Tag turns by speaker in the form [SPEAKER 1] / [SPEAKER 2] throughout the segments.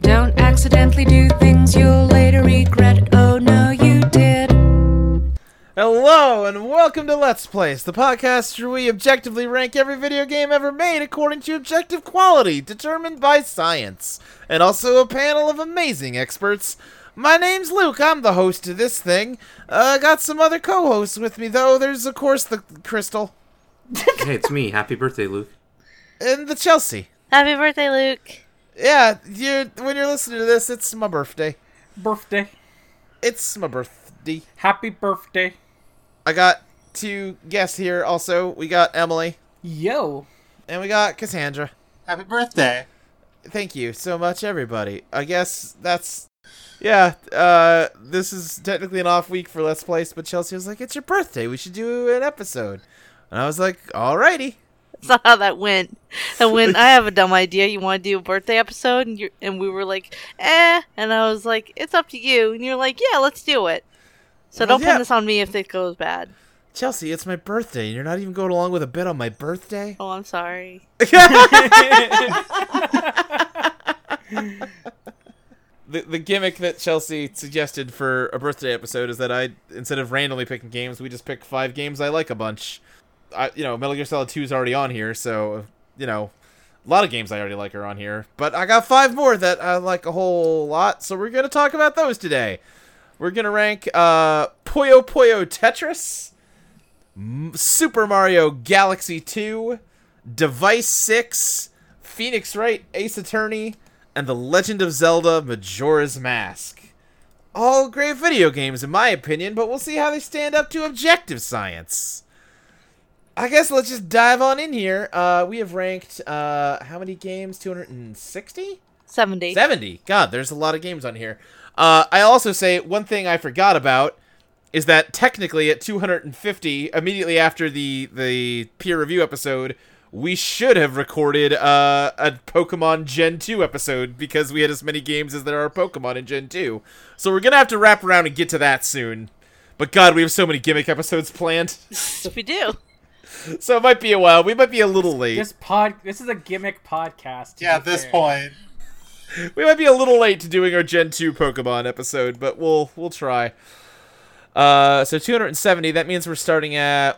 [SPEAKER 1] Don't accidentally do things you'll later regret. Oh no, you did.
[SPEAKER 2] Hello and welcome to Let's Plays, the podcast where we objectively rank every video game ever made according to objective quality determined by science, and also a panel of amazing experts. My name's Luke. I'm the host of this thing. Uh, I got some other co-hosts with me though. There's of course the Crystal
[SPEAKER 3] hey, it's me. Happy birthday, Luke.
[SPEAKER 2] and the Chelsea.
[SPEAKER 4] Happy birthday, Luke.
[SPEAKER 2] Yeah, you when you're listening to this, it's my birthday.
[SPEAKER 5] birthday.
[SPEAKER 2] It's my birthday.
[SPEAKER 5] Happy birthday.
[SPEAKER 2] I got two guests here. Also, we got Emily
[SPEAKER 5] Yo.
[SPEAKER 2] and we got Cassandra.
[SPEAKER 6] Happy birthday.
[SPEAKER 2] Thank you so much, everybody. I guess that's. Yeah, uh, this is technically an off week for Let's Place, but Chelsea was like, It's your birthday. We should do an episode. And I was like, Alrighty.
[SPEAKER 4] That's not how that went. And when I have a dumb idea, you want to do a birthday episode, and you and we were like, eh, and I was like, it's up to you, and you're like, yeah, let's do it. So
[SPEAKER 2] Well,
[SPEAKER 4] don't
[SPEAKER 2] yeah.
[SPEAKER 4] pin this on me if it goes bad.
[SPEAKER 2] Chelsea, it's my birthday, and you're not even going along with a bit on my birthday?
[SPEAKER 4] Oh, I'm sorry.
[SPEAKER 2] The, the gimmick that Chelsea suggested for a birthday episode is that I, instead of randomly picking games, we just pick five games I like a bunch. I, you know, Metal Gear Solid 2 is already on here, so, you know, a lot of games I already like are on here, but I got five more that I like a whole lot, so we're going to talk about those today. We're going to rank uh, Puyo Puyo Tetris, M- Super Mario Galaxy 2, Device 6, Phoenix Wright Ace Attorney, and The Legend of Zelda Majora's Mask. All great video games, in my opinion, but we'll see how they stand up to objective science. I guess let's just dive on in here. Uh, we have ranked uh, how many games? 260?
[SPEAKER 4] Seventy.
[SPEAKER 2] 70. God, there's a lot of games on here. Uh, I also say one thing I forgot about is that technically at 250, immediately after the, the peer review episode, we should have recorded uh, a Pokemon Gen 2 episode because we had as many games as there are Pokemon in Gen 2. So we're going to have to wrap around and get to that soon. But God, we have so many gimmick episodes planned.
[SPEAKER 4] we do.
[SPEAKER 2] So it might be a while. We might be a little late.
[SPEAKER 5] This pod. This is a gimmick podcast. to
[SPEAKER 6] Yeah, at
[SPEAKER 5] be
[SPEAKER 6] this
[SPEAKER 5] fair.
[SPEAKER 6] point.
[SPEAKER 2] we might be a little late to doing our Gen 2 Pokemon episode, but we'll we'll try. Uh, so 270. That means we're starting at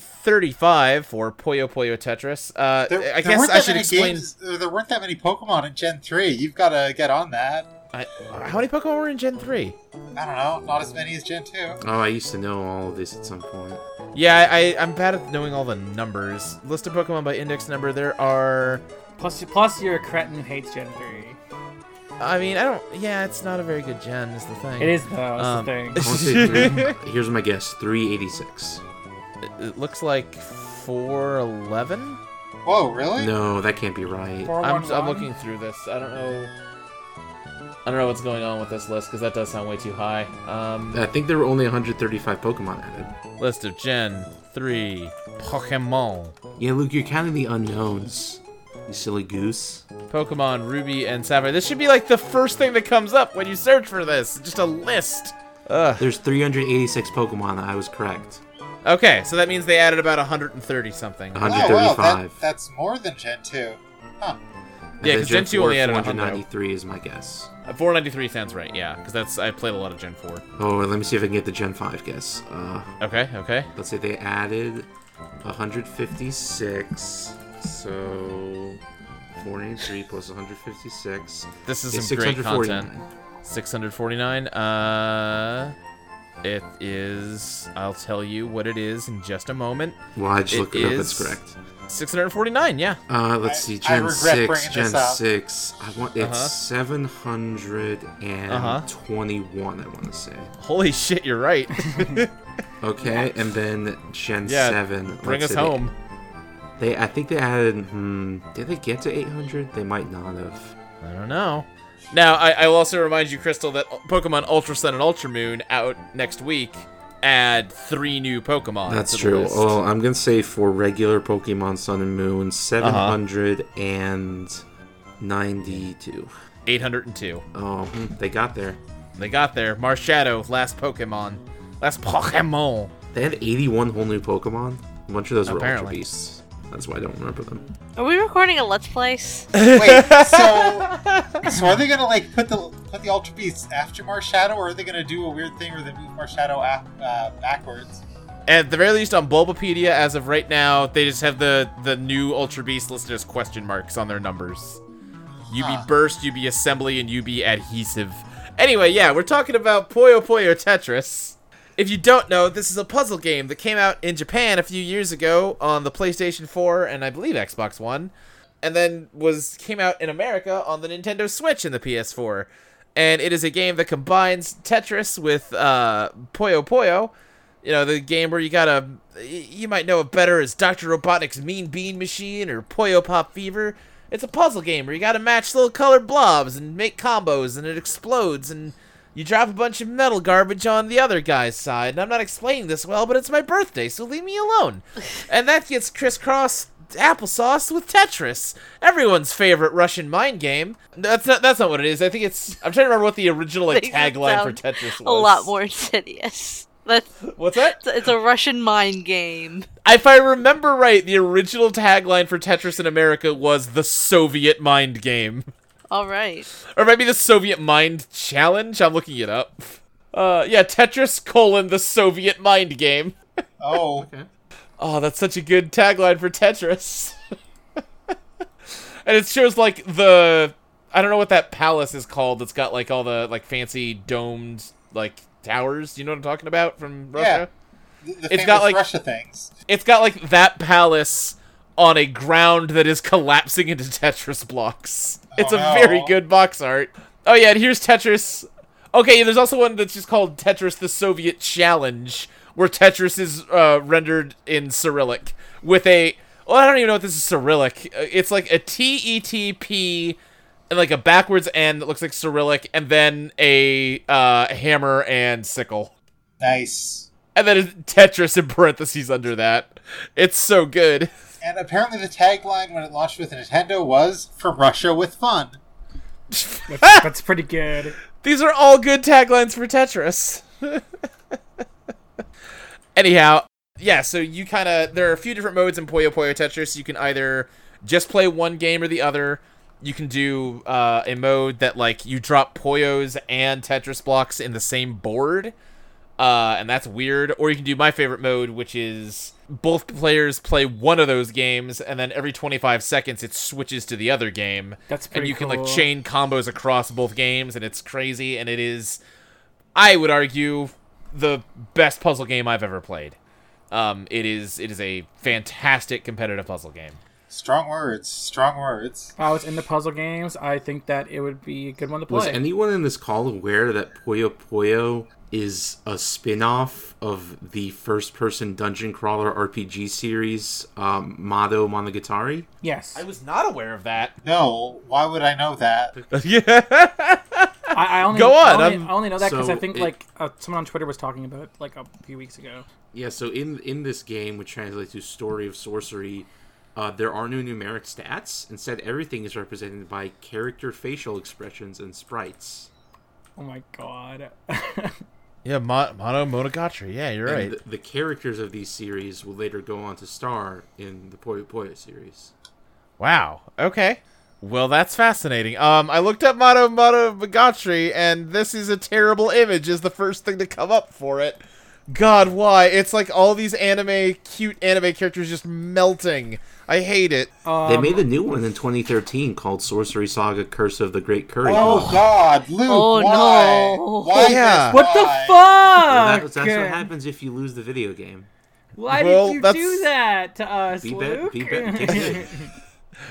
[SPEAKER 2] 135 for Puyo Puyo Tetris. Uh,
[SPEAKER 6] There,
[SPEAKER 2] I
[SPEAKER 6] there
[SPEAKER 2] guess
[SPEAKER 6] weren't
[SPEAKER 2] I
[SPEAKER 6] that
[SPEAKER 2] should
[SPEAKER 6] many
[SPEAKER 2] explain.
[SPEAKER 6] Games, uh, there weren't that many Pokemon in Gen 3. You've got to get on that.
[SPEAKER 2] I, how many Pokemon were in Gen 3?
[SPEAKER 6] I don't know. Not as many as Gen 2.
[SPEAKER 3] Oh, I used to know all of this at some point.
[SPEAKER 2] Yeah, I, I I'm bad at knowing all the numbers. List of Pokemon by index number. There are.
[SPEAKER 5] Plus, plus, you're a cretin who hates Gen three.
[SPEAKER 2] I mean, I don't. Yeah, it's not a very good gen. Is the thing.
[SPEAKER 5] It is though. That's
[SPEAKER 2] Um,
[SPEAKER 5] the thing.
[SPEAKER 3] I wanna say three- here's my guess: three eighty-six.
[SPEAKER 2] It looks like 411.
[SPEAKER 6] Whoa, really?
[SPEAKER 3] No, that can't be right.
[SPEAKER 2] I'm,
[SPEAKER 5] 411?
[SPEAKER 2] I'm looking through this. I don't know. I don't know what's going on with this list because that does sound way too high. Um,
[SPEAKER 3] I think there were only 135 Pokemon added.
[SPEAKER 2] list of Gen three Pokemon,
[SPEAKER 3] Yeah, Luke, you're counting the unknowns. You silly goose.
[SPEAKER 2] Pokemon Ruby and Sapphire. This should be like the first thing that comes up when you search for this. Just a list. Ugh.
[SPEAKER 3] There's 386 Pokemon. I was correct.
[SPEAKER 2] Okay, so that means they added about 130 something.
[SPEAKER 6] Oh,
[SPEAKER 3] 135.
[SPEAKER 6] wow, that, that's more than Gen 2. Huh.
[SPEAKER 3] And
[SPEAKER 2] Yeah,
[SPEAKER 3] then
[SPEAKER 2] 'cause
[SPEAKER 3] Gen
[SPEAKER 2] Gen 2 only
[SPEAKER 3] 4,
[SPEAKER 2] added 100.
[SPEAKER 3] 493 is my guess.
[SPEAKER 2] 493 Uh, sounds right. Yeah, because that's I played a lot of Gen four.
[SPEAKER 3] Oh, let me see if I can get the Gen 5 guess. Uh,
[SPEAKER 2] Okay, okay.
[SPEAKER 3] let's say they added 156 so 483 plus 156
[SPEAKER 2] This is
[SPEAKER 3] is
[SPEAKER 2] some great
[SPEAKER 3] 649
[SPEAKER 2] content. 649 uh it is i'll tell you what it is in just a moment
[SPEAKER 3] well i just
[SPEAKER 2] It
[SPEAKER 3] looked it up that's
[SPEAKER 2] is-
[SPEAKER 3] correct
[SPEAKER 2] 649 yeah
[SPEAKER 3] uh let's
[SPEAKER 6] I-
[SPEAKER 3] see
[SPEAKER 6] I
[SPEAKER 3] gen
[SPEAKER 6] regret
[SPEAKER 3] 6
[SPEAKER 6] bringing
[SPEAKER 3] gen
[SPEAKER 6] this up.
[SPEAKER 3] 6 i want it's
[SPEAKER 2] Uh-huh.
[SPEAKER 3] 721 i want to say
[SPEAKER 2] holy shit you're right
[SPEAKER 3] okay and then gen
[SPEAKER 2] Yeah,
[SPEAKER 3] 7
[SPEAKER 2] bring
[SPEAKER 3] let's
[SPEAKER 2] us
[SPEAKER 3] say they-
[SPEAKER 2] home
[SPEAKER 3] they, i think they added hmm did they get to 800 they might not have
[SPEAKER 2] i don't know now I, I will also remind you crystal that pokemon ultra sun and ultra moon out next week add three new pokemon
[SPEAKER 3] That's
[SPEAKER 2] to the
[SPEAKER 3] true. Oh.
[SPEAKER 2] list.
[SPEAKER 3] Well, I'm gonna say for regular Pokemon Sun and Moon, seven
[SPEAKER 2] Uh-huh.
[SPEAKER 3] hundred and ninety-two.
[SPEAKER 2] 802
[SPEAKER 3] Oh, hmm, they got there.
[SPEAKER 2] they got there marshadow last pokemon last pokemon
[SPEAKER 3] They had eighty-one whole new Pokemon. A bunch of those were Ultra
[SPEAKER 2] Apparently.
[SPEAKER 3] Beasts. That's why I don't remember them.
[SPEAKER 4] Are we recording a Let's Place?
[SPEAKER 6] Wait, so. so So are they gonna like put the put the Ultra Beasts after Marshadow, or are they gonna do a weird thing where they move Marshadow a- uh, backwards?
[SPEAKER 2] At the very least, on Bulbapedia, as of right now, they just have the the new Ultra Beast listed as question marks on their numbers. UB
[SPEAKER 6] Huh.
[SPEAKER 2] Burst, UB Assembly, and UB Adhesive. Anyway, yeah, we're talking about Puyo Puyo Tetris. If you don't know, this is a puzzle game that came out in Japan a few years ago on the PlayStation 4 and I believe Xbox One, and then was came out in America on the Nintendo Switch and the PS4. And it is a game that combines Tetris with uh, Puyo Puyo, you know the game where you gotta y- you might know it better as dr robotnik's mean bean machine or poyo pop fever it's a puzzle game where you gotta match little colored blobs and make combos and it explodes and you drop a bunch of metal garbage on the other guy's side and i'm not explaining this well but it's my birthday so leave me alone and that gets crisscrossed applesauce with tetris everyone's favorite russian mind game that's not that's not what it is i think it's i'm trying to remember what the original like,
[SPEAKER 4] Makes it
[SPEAKER 2] tagline for
[SPEAKER 4] sound
[SPEAKER 2] tetris was
[SPEAKER 4] A lot more insidious. That's
[SPEAKER 2] what's that
[SPEAKER 4] it's a Russian mind game.
[SPEAKER 2] If I remember right, the original tagline for Tetris in America was the Soviet Mind Game.
[SPEAKER 4] All right.
[SPEAKER 2] Or maybe the Soviet Mind Challenge? I'm looking it up. Uh, yeah, Tetris colon the Soviet Mind Game.
[SPEAKER 6] Oh,
[SPEAKER 3] Okay.
[SPEAKER 2] Oh, that's such a good tagline for Tetris. and it shows like the I don't know what that palace is called that's got like all the like fancy domed like towers. You know what I'm talking about from Russia?
[SPEAKER 6] Yeah. the, the
[SPEAKER 2] It's
[SPEAKER 6] famous
[SPEAKER 2] got, like-
[SPEAKER 6] Russia things.
[SPEAKER 2] It's got like that palace on a ground that is collapsing into Tetris blocks. It's
[SPEAKER 6] Oh,
[SPEAKER 2] a
[SPEAKER 6] no.
[SPEAKER 2] very good box art. Oh yeah, and here's Tetris. Okay, there's also one that's just called Tetris the Soviet Challenge, where Tetris is uh, rendered in Cyrillic with a. Well, I don't even know if this is Cyrillic. Uh, It's like a T E T P and like a backwards N that looks like Cyrillic, and then a uh, hammer and sickle
[SPEAKER 6] Nice.
[SPEAKER 2] and then it's Tetris in parentheses under that. It's so good.
[SPEAKER 6] And apparently, the tagline when it launched with Nintendo was "From Russia with Fun."
[SPEAKER 5] That's, that's pretty good.
[SPEAKER 2] These are all good taglines for Tetris. Anyhow, yeah, so you kind of there are a few different modes in Puyo Puyo Tetris. You can either just play one game or the other. You can do uh, a mode that like you drop Poyos and Tetris blocks in the same board, uh, and that's weird. Or you can do my favorite mode, which is both players play one of those games, and then every 25 seconds it switches to the other game
[SPEAKER 5] That's pretty
[SPEAKER 2] and you can like
[SPEAKER 5] cool.
[SPEAKER 2] chain combos across both games and it's crazy and it is i would argue the best puzzle game i've ever played um, it is it is a fantastic competitive puzzle game
[SPEAKER 6] Strong words. Strong words.
[SPEAKER 5] If I was into puzzle games, I think that it would be a good one to play.
[SPEAKER 3] Was anyone in this call aware that Puyo Puyo is a spin-off of the first-person dungeon crawler RPG series um, Mado Monogatari?
[SPEAKER 5] yes,
[SPEAKER 2] was not aware of that
[SPEAKER 6] No, why would I know that?
[SPEAKER 2] yeah
[SPEAKER 5] I, I only
[SPEAKER 2] Go on,
[SPEAKER 5] I only,
[SPEAKER 2] I'm-
[SPEAKER 5] I only know that because
[SPEAKER 3] So
[SPEAKER 5] I think
[SPEAKER 3] it-
[SPEAKER 5] like uh, someone on Twitter was talking about it like a few weeks ago.
[SPEAKER 3] Yeah, so in in this game, which translates to Story of Sorcery, uh, there are no numeric stats. Instead, everything is represented by character facial expressions and sprites.
[SPEAKER 5] Oh my god.
[SPEAKER 2] yeah Mon- mono monogatari yeah you're
[SPEAKER 3] And
[SPEAKER 2] right
[SPEAKER 3] the, the characters of these series will later go on to star in the Puyo Puyo series.
[SPEAKER 2] wow okay well that's fascinating um i looked up mono monogatari and this is a terrible image is the first thing to come up for it god why it's like all these anime cute anime characters just melting i hate it
[SPEAKER 3] they made a new one in 2013 called Sorcery Saga: Curse of the Great Curry.
[SPEAKER 6] Oh
[SPEAKER 3] Club.
[SPEAKER 6] God, Luke!
[SPEAKER 4] Oh,
[SPEAKER 6] why?
[SPEAKER 4] no.
[SPEAKER 6] Why?
[SPEAKER 2] Yeah.
[SPEAKER 6] this?
[SPEAKER 5] what the
[SPEAKER 6] Why?
[SPEAKER 5] fuck?
[SPEAKER 3] That- that's what happens if you lose the video game.
[SPEAKER 5] Why
[SPEAKER 2] Well,
[SPEAKER 5] did you
[SPEAKER 2] that's-
[SPEAKER 5] do that to us,
[SPEAKER 3] Be bet,
[SPEAKER 5] Luke?
[SPEAKER 3] be bet.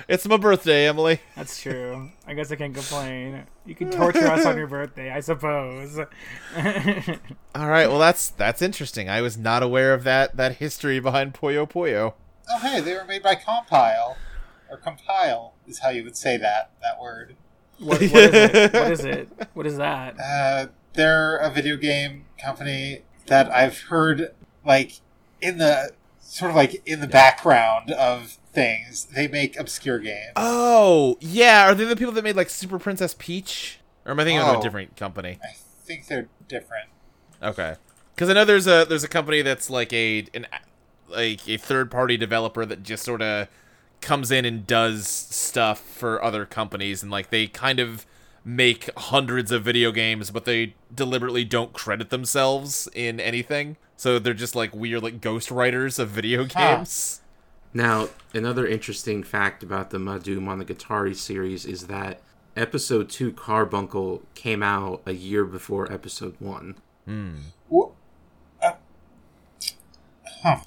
[SPEAKER 2] It's my birthday, Emily.
[SPEAKER 5] That's true. I guess I can't complain. You can torture us on your birthday, I suppose.
[SPEAKER 2] All right, well that's that's interesting. I was not aware of that that history behind Puyo Puyo.
[SPEAKER 6] Oh, hey, they were made by Compile, or Compile is how you would say that that word.
[SPEAKER 5] what, what is it? What is it? What is that?
[SPEAKER 6] Uh, they're a video game company that I've heard like in the sort of like in the background of things. They make obscure games.
[SPEAKER 2] Oh yeah, are they the people that made like Super Princess Peach? Or am I thinking of a
[SPEAKER 6] Oh.
[SPEAKER 2] different company?
[SPEAKER 6] I think they're different.
[SPEAKER 2] Okay, because I know there's a there's a company that's like a an a- like a third party developer that just sort of comes in and does stuff for other companies and like they kind of make hundreds of video games, but they deliberately don't credit themselves in anything. So they're just like weird, like ghost writers of video
[SPEAKER 6] Huh.
[SPEAKER 2] games.
[SPEAKER 3] Now, another interesting fact about the Madhu Monogatari series is that episode 2 Carbuncle came out a year before episode 1.
[SPEAKER 6] Wh-
[SPEAKER 2] All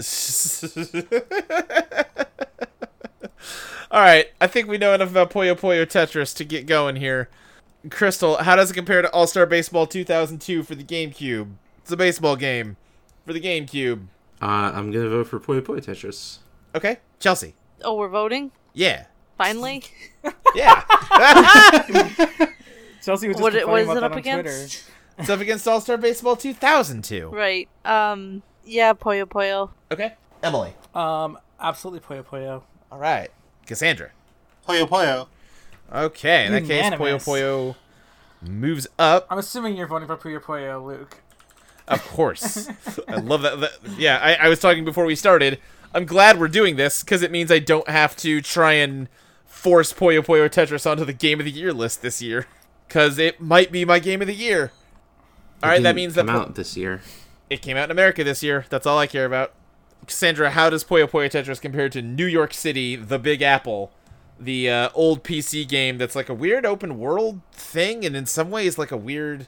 [SPEAKER 2] right, I think we know enough about Puyo Puyo Tetris to get going here. Crystal, how does it compare to All Star Baseball 2002 for the GameCube? It's a baseball game for the GameCube.
[SPEAKER 3] Uh, I'm going to vote for Puyo Puyo Tetris.
[SPEAKER 2] Okay, Chelsea.
[SPEAKER 4] Oh, we're voting
[SPEAKER 2] Yeah,
[SPEAKER 4] finally.
[SPEAKER 2] yeah.
[SPEAKER 5] Chelsea was just
[SPEAKER 4] What it
[SPEAKER 5] complaining
[SPEAKER 4] was
[SPEAKER 5] about
[SPEAKER 4] it
[SPEAKER 5] that
[SPEAKER 4] up
[SPEAKER 5] on Twitter.
[SPEAKER 4] against?
[SPEAKER 2] it's up against All Star Baseball 2002.
[SPEAKER 4] Right. Um. Yeah. Poyo Poyo.
[SPEAKER 2] Okay, Emily.
[SPEAKER 5] Um, absolutely Puyo Puyo.
[SPEAKER 2] All right, Cassandra.
[SPEAKER 6] Puyo Puyo.
[SPEAKER 2] Okay, in that case, Puyo
[SPEAKER 5] Unanimous.
[SPEAKER 2] Puyo moves up.
[SPEAKER 5] I'm assuming you're voting for Puyo Puyo, Luke.
[SPEAKER 2] Of course. I love that. that- yeah, I, I was talking before we started. I'm glad we're doing this because it means I don't have to try and force Puyo Puyo Tetris onto the Game of the Year list this year because it might be my Game of the Year. All right, that
[SPEAKER 3] Didn't
[SPEAKER 2] means that
[SPEAKER 3] come out this year.
[SPEAKER 2] it came out in America this year. That's all I care about. Cassandra, how does Puyo Puyo Tetris compare to New York City, The Big Apple, the uh, old PC game that's like a weird open world thing, and in some ways like a weird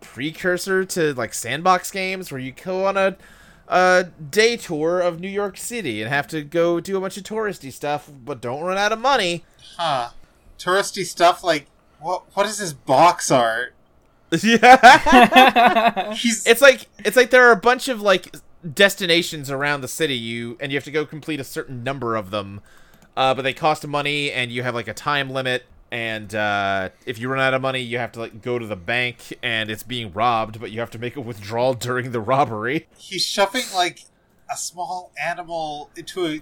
[SPEAKER 2] precursor to like sandbox games where you go on a, a day tour of New York City and have to go do a bunch of touristy stuff, but don't run out of money.
[SPEAKER 6] Huh. Touristy stuff like what? What is this box art?
[SPEAKER 2] yeah.
[SPEAKER 6] He's
[SPEAKER 2] it's like it's like there are a bunch of like destinations around the city you and you have to go complete a certain number of them uh, but they cost money and you have like a time limit and uh, if you run out of money you have to like go to the bank and it's being robbed but you have to make a withdrawal during the robbery
[SPEAKER 6] he's shoving like a small animal into a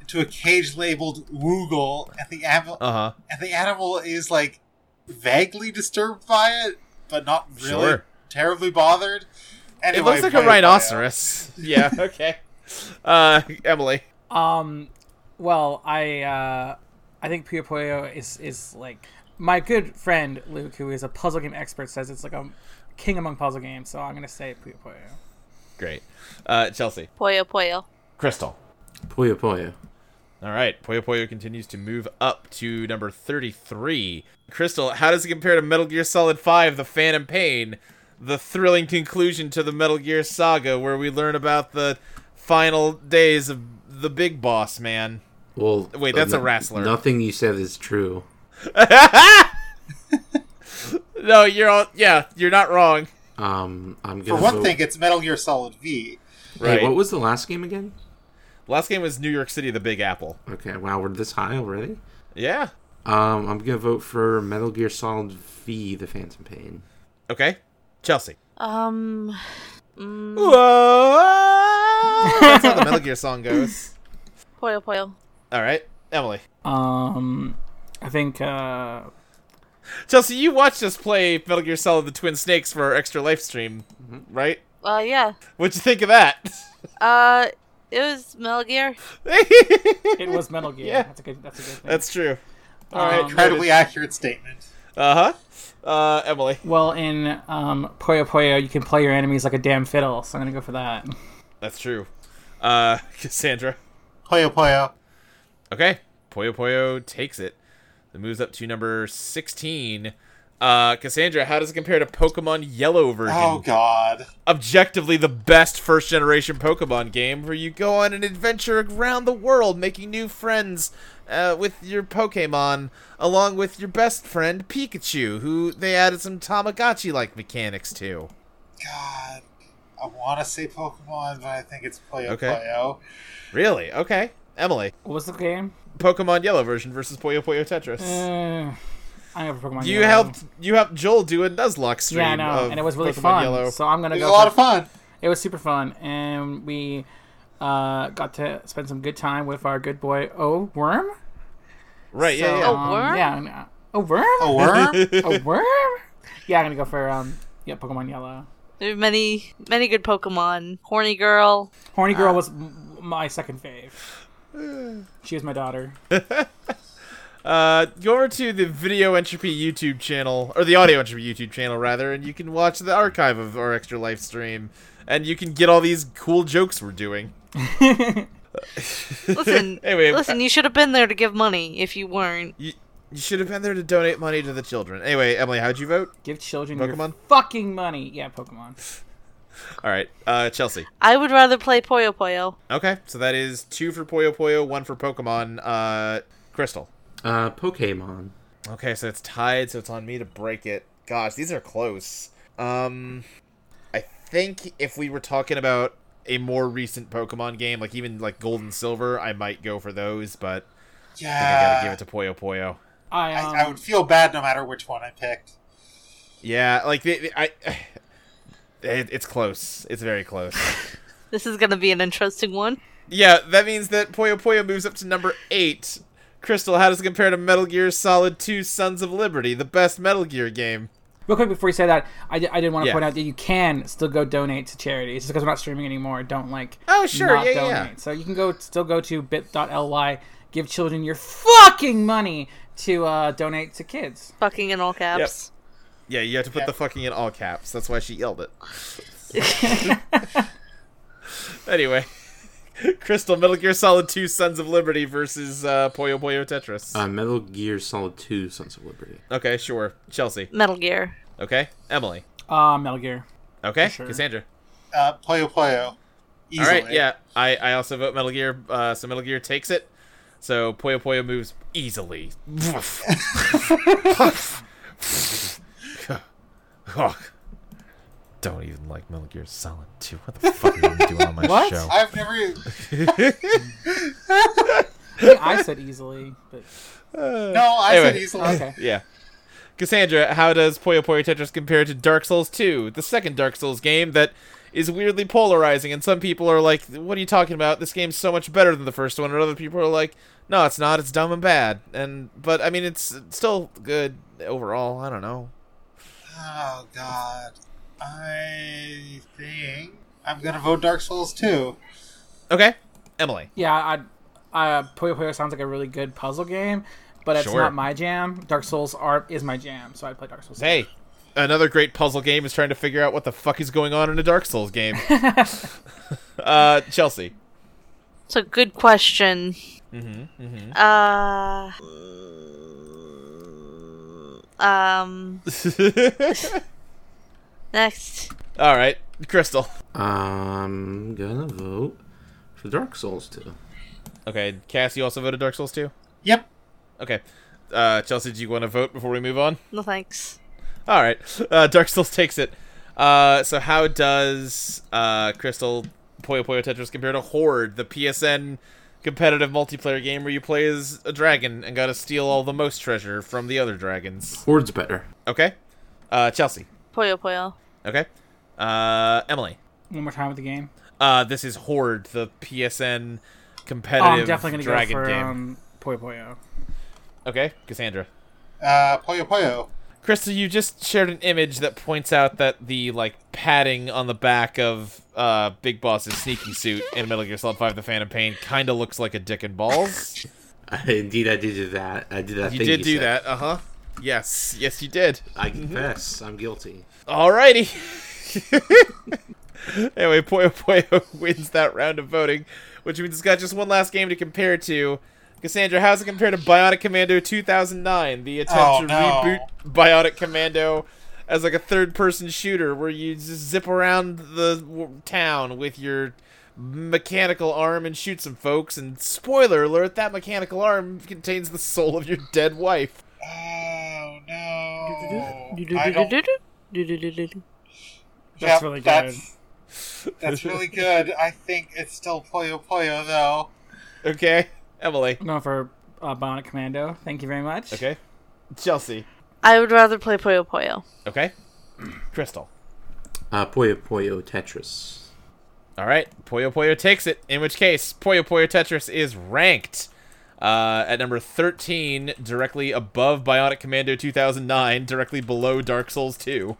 [SPEAKER 6] into a cage labeled Woogle, and the animal
[SPEAKER 2] uh-huh
[SPEAKER 6] and the animal is like vaguely disturbed by it, but not really
[SPEAKER 2] Sure.
[SPEAKER 6] terribly bothered.
[SPEAKER 2] it
[SPEAKER 6] Anyway,
[SPEAKER 2] looks like a
[SPEAKER 6] Puyo Puyo.
[SPEAKER 2] rhinoceros yeah okay uh emily
[SPEAKER 5] Um, well, I uh, I think Puyo Puyo is is like my good friend Luke, who is a puzzle game expert, says it's like a king among puzzle games. So I'm gonna say Puyo Puyo.
[SPEAKER 2] great uh chelsea
[SPEAKER 4] Poyo Poyo.
[SPEAKER 2] crystal
[SPEAKER 3] Puyo Puyo.
[SPEAKER 2] All right, Puyo Puyo continues to move up to number 33. Crystal, how does it compare to Metal Gear Solid 5: The Phantom Pain, the thrilling conclusion to the Metal Gear saga where we learn about the final days of the big boss man?
[SPEAKER 3] Well,
[SPEAKER 2] Wait, that's
[SPEAKER 3] uh,
[SPEAKER 2] a wrestler.
[SPEAKER 3] Nothing you said is true.
[SPEAKER 2] No, you're all yeah, you're not wrong.
[SPEAKER 3] Um, I'm
[SPEAKER 6] For
[SPEAKER 3] gonna
[SPEAKER 6] one
[SPEAKER 3] vote-
[SPEAKER 6] thing, it's Metal Gear Solid V.
[SPEAKER 3] Hey,
[SPEAKER 2] Right.
[SPEAKER 3] what was the last game again?
[SPEAKER 2] Last game was New York City: The Big Apple.
[SPEAKER 3] Okay, wow, we're this high already.
[SPEAKER 2] Yeah.
[SPEAKER 3] Um, I'm gonna vote for Metal Gear Solid V: The Phantom Pain.
[SPEAKER 2] Okay. Chelsea.
[SPEAKER 4] Um.
[SPEAKER 2] That's how the Metal Gear song goes.
[SPEAKER 4] Poyo Poyo.
[SPEAKER 2] All right, Emily.
[SPEAKER 5] Um, I think uh,
[SPEAKER 2] Chelsea, you watched us play Metal Gear Solid: The Twin Snakes for our extra life stream, right?
[SPEAKER 4] Uh. Yeah.
[SPEAKER 2] What'd you think of that?
[SPEAKER 4] Uh. It was Metal Gear.
[SPEAKER 5] it was Metal Gear.
[SPEAKER 2] Yeah.
[SPEAKER 5] That's a good. That's a good thing.
[SPEAKER 2] That's true. All
[SPEAKER 5] Um,
[SPEAKER 2] right,
[SPEAKER 6] Incredibly accurate statement.
[SPEAKER 2] Uh huh. Uh, Emily.
[SPEAKER 5] well, in um, Puyo Puyo, you can play your enemies like a damn fiddle. So I'm gonna go for that.
[SPEAKER 2] That's true. Uh, Cassandra.
[SPEAKER 6] Puyo Puyo.
[SPEAKER 2] Okay, Puyo Puyo takes it. It moves up to number sixteen. Uh, Cassandra, how does it compare to Pokemon Yellow version?
[SPEAKER 6] Oh God.
[SPEAKER 2] objectively the best first generation Pokemon game where you go on an adventure around the world making new friends uh, with your Pokemon, along with your best friend Pikachu, who they added some Tamagotchi like mechanics to.
[SPEAKER 6] God. I want to say Pokemon, but I think it's Puyo
[SPEAKER 2] Okay.
[SPEAKER 6] Puyo.
[SPEAKER 2] Really? Okay. Emily.
[SPEAKER 5] What was the game?
[SPEAKER 2] Pokemon Yellow version versus Puyo Puyo Tetris.
[SPEAKER 5] Uh, I have Pokemon.
[SPEAKER 2] you
[SPEAKER 5] Yellow.
[SPEAKER 2] helped you helped Joel do a Nuzlocke stream.
[SPEAKER 5] Yeah, I know,
[SPEAKER 2] of
[SPEAKER 5] and it was really
[SPEAKER 2] Pokemon
[SPEAKER 5] fun.
[SPEAKER 2] Yellow.
[SPEAKER 5] So I'm gonna
[SPEAKER 6] It was
[SPEAKER 5] go.
[SPEAKER 6] a
[SPEAKER 5] for-
[SPEAKER 6] lot of fun.
[SPEAKER 5] It was super fun, and we uh, got to spend some good time with our good boy O Worm.
[SPEAKER 2] right,
[SPEAKER 5] So,
[SPEAKER 2] yeah, yeah.
[SPEAKER 5] um,
[SPEAKER 4] worm?
[SPEAKER 5] yeah, I'm- uh, O Worm.
[SPEAKER 6] A worm?
[SPEAKER 5] O Worm. Yeah, I'm gonna go for um, yeah, Pokemon Yellow.
[SPEAKER 4] There were many many good Pokemon. Horny Girl.
[SPEAKER 5] Horny
[SPEAKER 2] Uh,
[SPEAKER 5] Girl was m- my second fave. She was my daughter.
[SPEAKER 2] Uh, go over to the Video Entropy YouTube channel, or the Audio Entropy YouTube channel, rather, and you can watch the archive of our extra live stream, and you can get all these cool jokes we're doing.
[SPEAKER 4] Listen,
[SPEAKER 2] Anyway,
[SPEAKER 4] listen, you should have been there to give money if you weren't.
[SPEAKER 2] You, you should have been there to donate money to the children. Anyway, Emily, how'd you vote?
[SPEAKER 5] Give children your
[SPEAKER 2] Pokemon?
[SPEAKER 5] fucking money. Yeah, Pokemon.
[SPEAKER 2] All right, uh, Chelsea.
[SPEAKER 4] I would rather play Puyo Puyo.
[SPEAKER 2] Okay, so that is two for Puyo Puyo, one for Pokemon. Uh, Crystal.
[SPEAKER 3] Uh, Pokemon.
[SPEAKER 2] Okay, so it's tied, so it's on me to break it. Gosh, these are close. Um, I think if we were talking about a more recent Pokemon game, like even like Gold and Silver, I might go for those, but I think I gotta give
[SPEAKER 6] Yeah.
[SPEAKER 2] it to Puyo Puyo.
[SPEAKER 5] I, um,
[SPEAKER 6] I, I would feel bad no matter which one I picked.
[SPEAKER 2] Yeah, like the, the- I, it, it's close. It's very close.
[SPEAKER 4] This is gonna be an interesting one.
[SPEAKER 2] yeah, that means that Puyo Puyo moves up to number eight. Crystal, how does it compare to Metal Gear Solid 2 Sons of Liberty, the best Metal Gear game?
[SPEAKER 5] Real quick before you say that, I, di- I did want to
[SPEAKER 2] Yeah.
[SPEAKER 5] point out that you can still go donate to charities. Just because we're not streaming anymore, don't like.
[SPEAKER 2] Oh, sure,
[SPEAKER 5] not
[SPEAKER 2] yeah, yeah,
[SPEAKER 5] donate.
[SPEAKER 2] yeah.
[SPEAKER 5] So you can go still go to bit.ly, give children your fucking money to uh, donate to kids.
[SPEAKER 4] Fucking in all caps.
[SPEAKER 2] Yeah, you have to put
[SPEAKER 6] Yeah.
[SPEAKER 2] the fucking in all caps. That's why she yelled it. anyway, Crystal Metal Gear Solid 2 Sons of Liberty versus uh, Puyo Puyo Tetris.
[SPEAKER 3] Uh, Metal Gear Solid 2 Sons of Liberty.
[SPEAKER 2] okay, sure. Chelsea.
[SPEAKER 4] Metal Gear.
[SPEAKER 2] Okay. Emily.
[SPEAKER 5] Uh, Metal Gear.
[SPEAKER 2] Okay.
[SPEAKER 5] Sure.
[SPEAKER 2] Cassandra.
[SPEAKER 6] Uh, Puyo Puyo.
[SPEAKER 2] All
[SPEAKER 6] Easily.
[SPEAKER 2] right. Yeah. I, I also vote Metal Gear. Uh, so Metal Gear takes it. So Puyo Puyo moves easily. Don't even like Metal Gear Solid 2. What the fuck are you doing on my
[SPEAKER 5] What?
[SPEAKER 2] show?
[SPEAKER 6] I've never. e-,
[SPEAKER 5] I, think I said easily, but
[SPEAKER 6] No, I said
[SPEAKER 2] Anyway.
[SPEAKER 6] easily.
[SPEAKER 5] okay.
[SPEAKER 2] Yeah. Cassandra, how does Puyo Puyo Tetris compare to Dark Souls 2, the second Dark Souls game that is weirdly polarizing? And some people are like, what are you talking about? This game's so much better than the first one. And other people are like, no, it's not. It's dumb and bad. And But, I mean, it's still good overall. I don't know.
[SPEAKER 6] Oh God. I think I'm gonna vote Dark Souls too.
[SPEAKER 2] Okay. Emily.
[SPEAKER 5] Yeah, I, I Puyo Puyo sounds like a really good puzzle game, but it's
[SPEAKER 2] Sure.
[SPEAKER 5] not my jam. Dark Souls are is my jam, so I play Dark Souls.
[SPEAKER 2] Hey, another great puzzle game is trying to figure out what the fuck is going on in a Dark Souls game. uh, Chelsea.
[SPEAKER 4] It's a good question.
[SPEAKER 2] Mm-hmm, mm-hmm.
[SPEAKER 4] Uh. Um. Next.
[SPEAKER 2] All right. Crystal.
[SPEAKER 3] Um, I'm gonna vote for Dark Souls 2.
[SPEAKER 2] Okay. Cass, you also voted Dark Souls 2?
[SPEAKER 6] Yep.
[SPEAKER 2] Okay. Uh, Chelsea, do you want to vote before we move on?
[SPEAKER 4] No thanks.
[SPEAKER 2] All right. Uh, Dark Souls takes it. Uh, so how does uh, Crystal Puyo Puyo Tetris compare to Horde, the PSN competitive multiplayer game where you play as a dragon and gotta steal all the most treasure from the other dragons?
[SPEAKER 3] Horde's better.
[SPEAKER 2] Okay. Uh, Chelsea.
[SPEAKER 4] Puyo Puyo.
[SPEAKER 2] Okay. Uh, Emily.
[SPEAKER 5] One more time with the game.
[SPEAKER 2] Uh, this is Horde, the PSN
[SPEAKER 5] Oh,
[SPEAKER 2] competitive
[SPEAKER 5] I'm definitely gonna go
[SPEAKER 2] dragon
[SPEAKER 5] for
[SPEAKER 2] game.
[SPEAKER 5] um, Puyo Puyo.
[SPEAKER 2] Okay, Cassandra.
[SPEAKER 6] Uh, Puyo Puyo.
[SPEAKER 2] Crystal, you just shared an image that points out that the like padding on the back of uh, Big Boss's sneaky suit in Metal Gear Solid Five: The Phantom Pain kind of looks like a dick and balls.
[SPEAKER 3] Indeed, I did do that. I did that
[SPEAKER 2] you
[SPEAKER 3] thing
[SPEAKER 2] did do
[SPEAKER 3] said.
[SPEAKER 2] that, Mm-hmm. uh huh. Yes, yes, you did.
[SPEAKER 3] I confess. I'm guilty.
[SPEAKER 2] Alrighty. anyway, Puyo Puyo wins that round of voting, which means it's got just one last game to compare to. Cassandra, how's it compared to Bionic Commando 2009, the attempt
[SPEAKER 6] Oh,
[SPEAKER 2] to
[SPEAKER 6] no.
[SPEAKER 2] reboot Bionic Commando as like a third-person shooter where you just zip around the w- town with your mechanical arm and shoot some folks? And spoiler alert, that mechanical arm contains the soul of your dead wife.
[SPEAKER 6] Oh no. I don't-
[SPEAKER 4] Do-do-do-do-do.
[SPEAKER 5] That's really good.
[SPEAKER 6] That's, that's really good. I think it's still Puyo Puyo though.
[SPEAKER 2] Okay, Emily.
[SPEAKER 5] I'm going for uh, Bionic Commando. Thank you very much.
[SPEAKER 2] Okay, Chelsea.
[SPEAKER 4] I would rather play Puyo Puyo.
[SPEAKER 2] Okay. Crystal.
[SPEAKER 3] Uh, Puyo Puyo Tetris.
[SPEAKER 2] All right. Puyo Puyo takes it. In which case, Puyo Puyo Tetris is ranked uh, at number 13, directly above Bionic Commando 2009, directly below Dark Souls 2.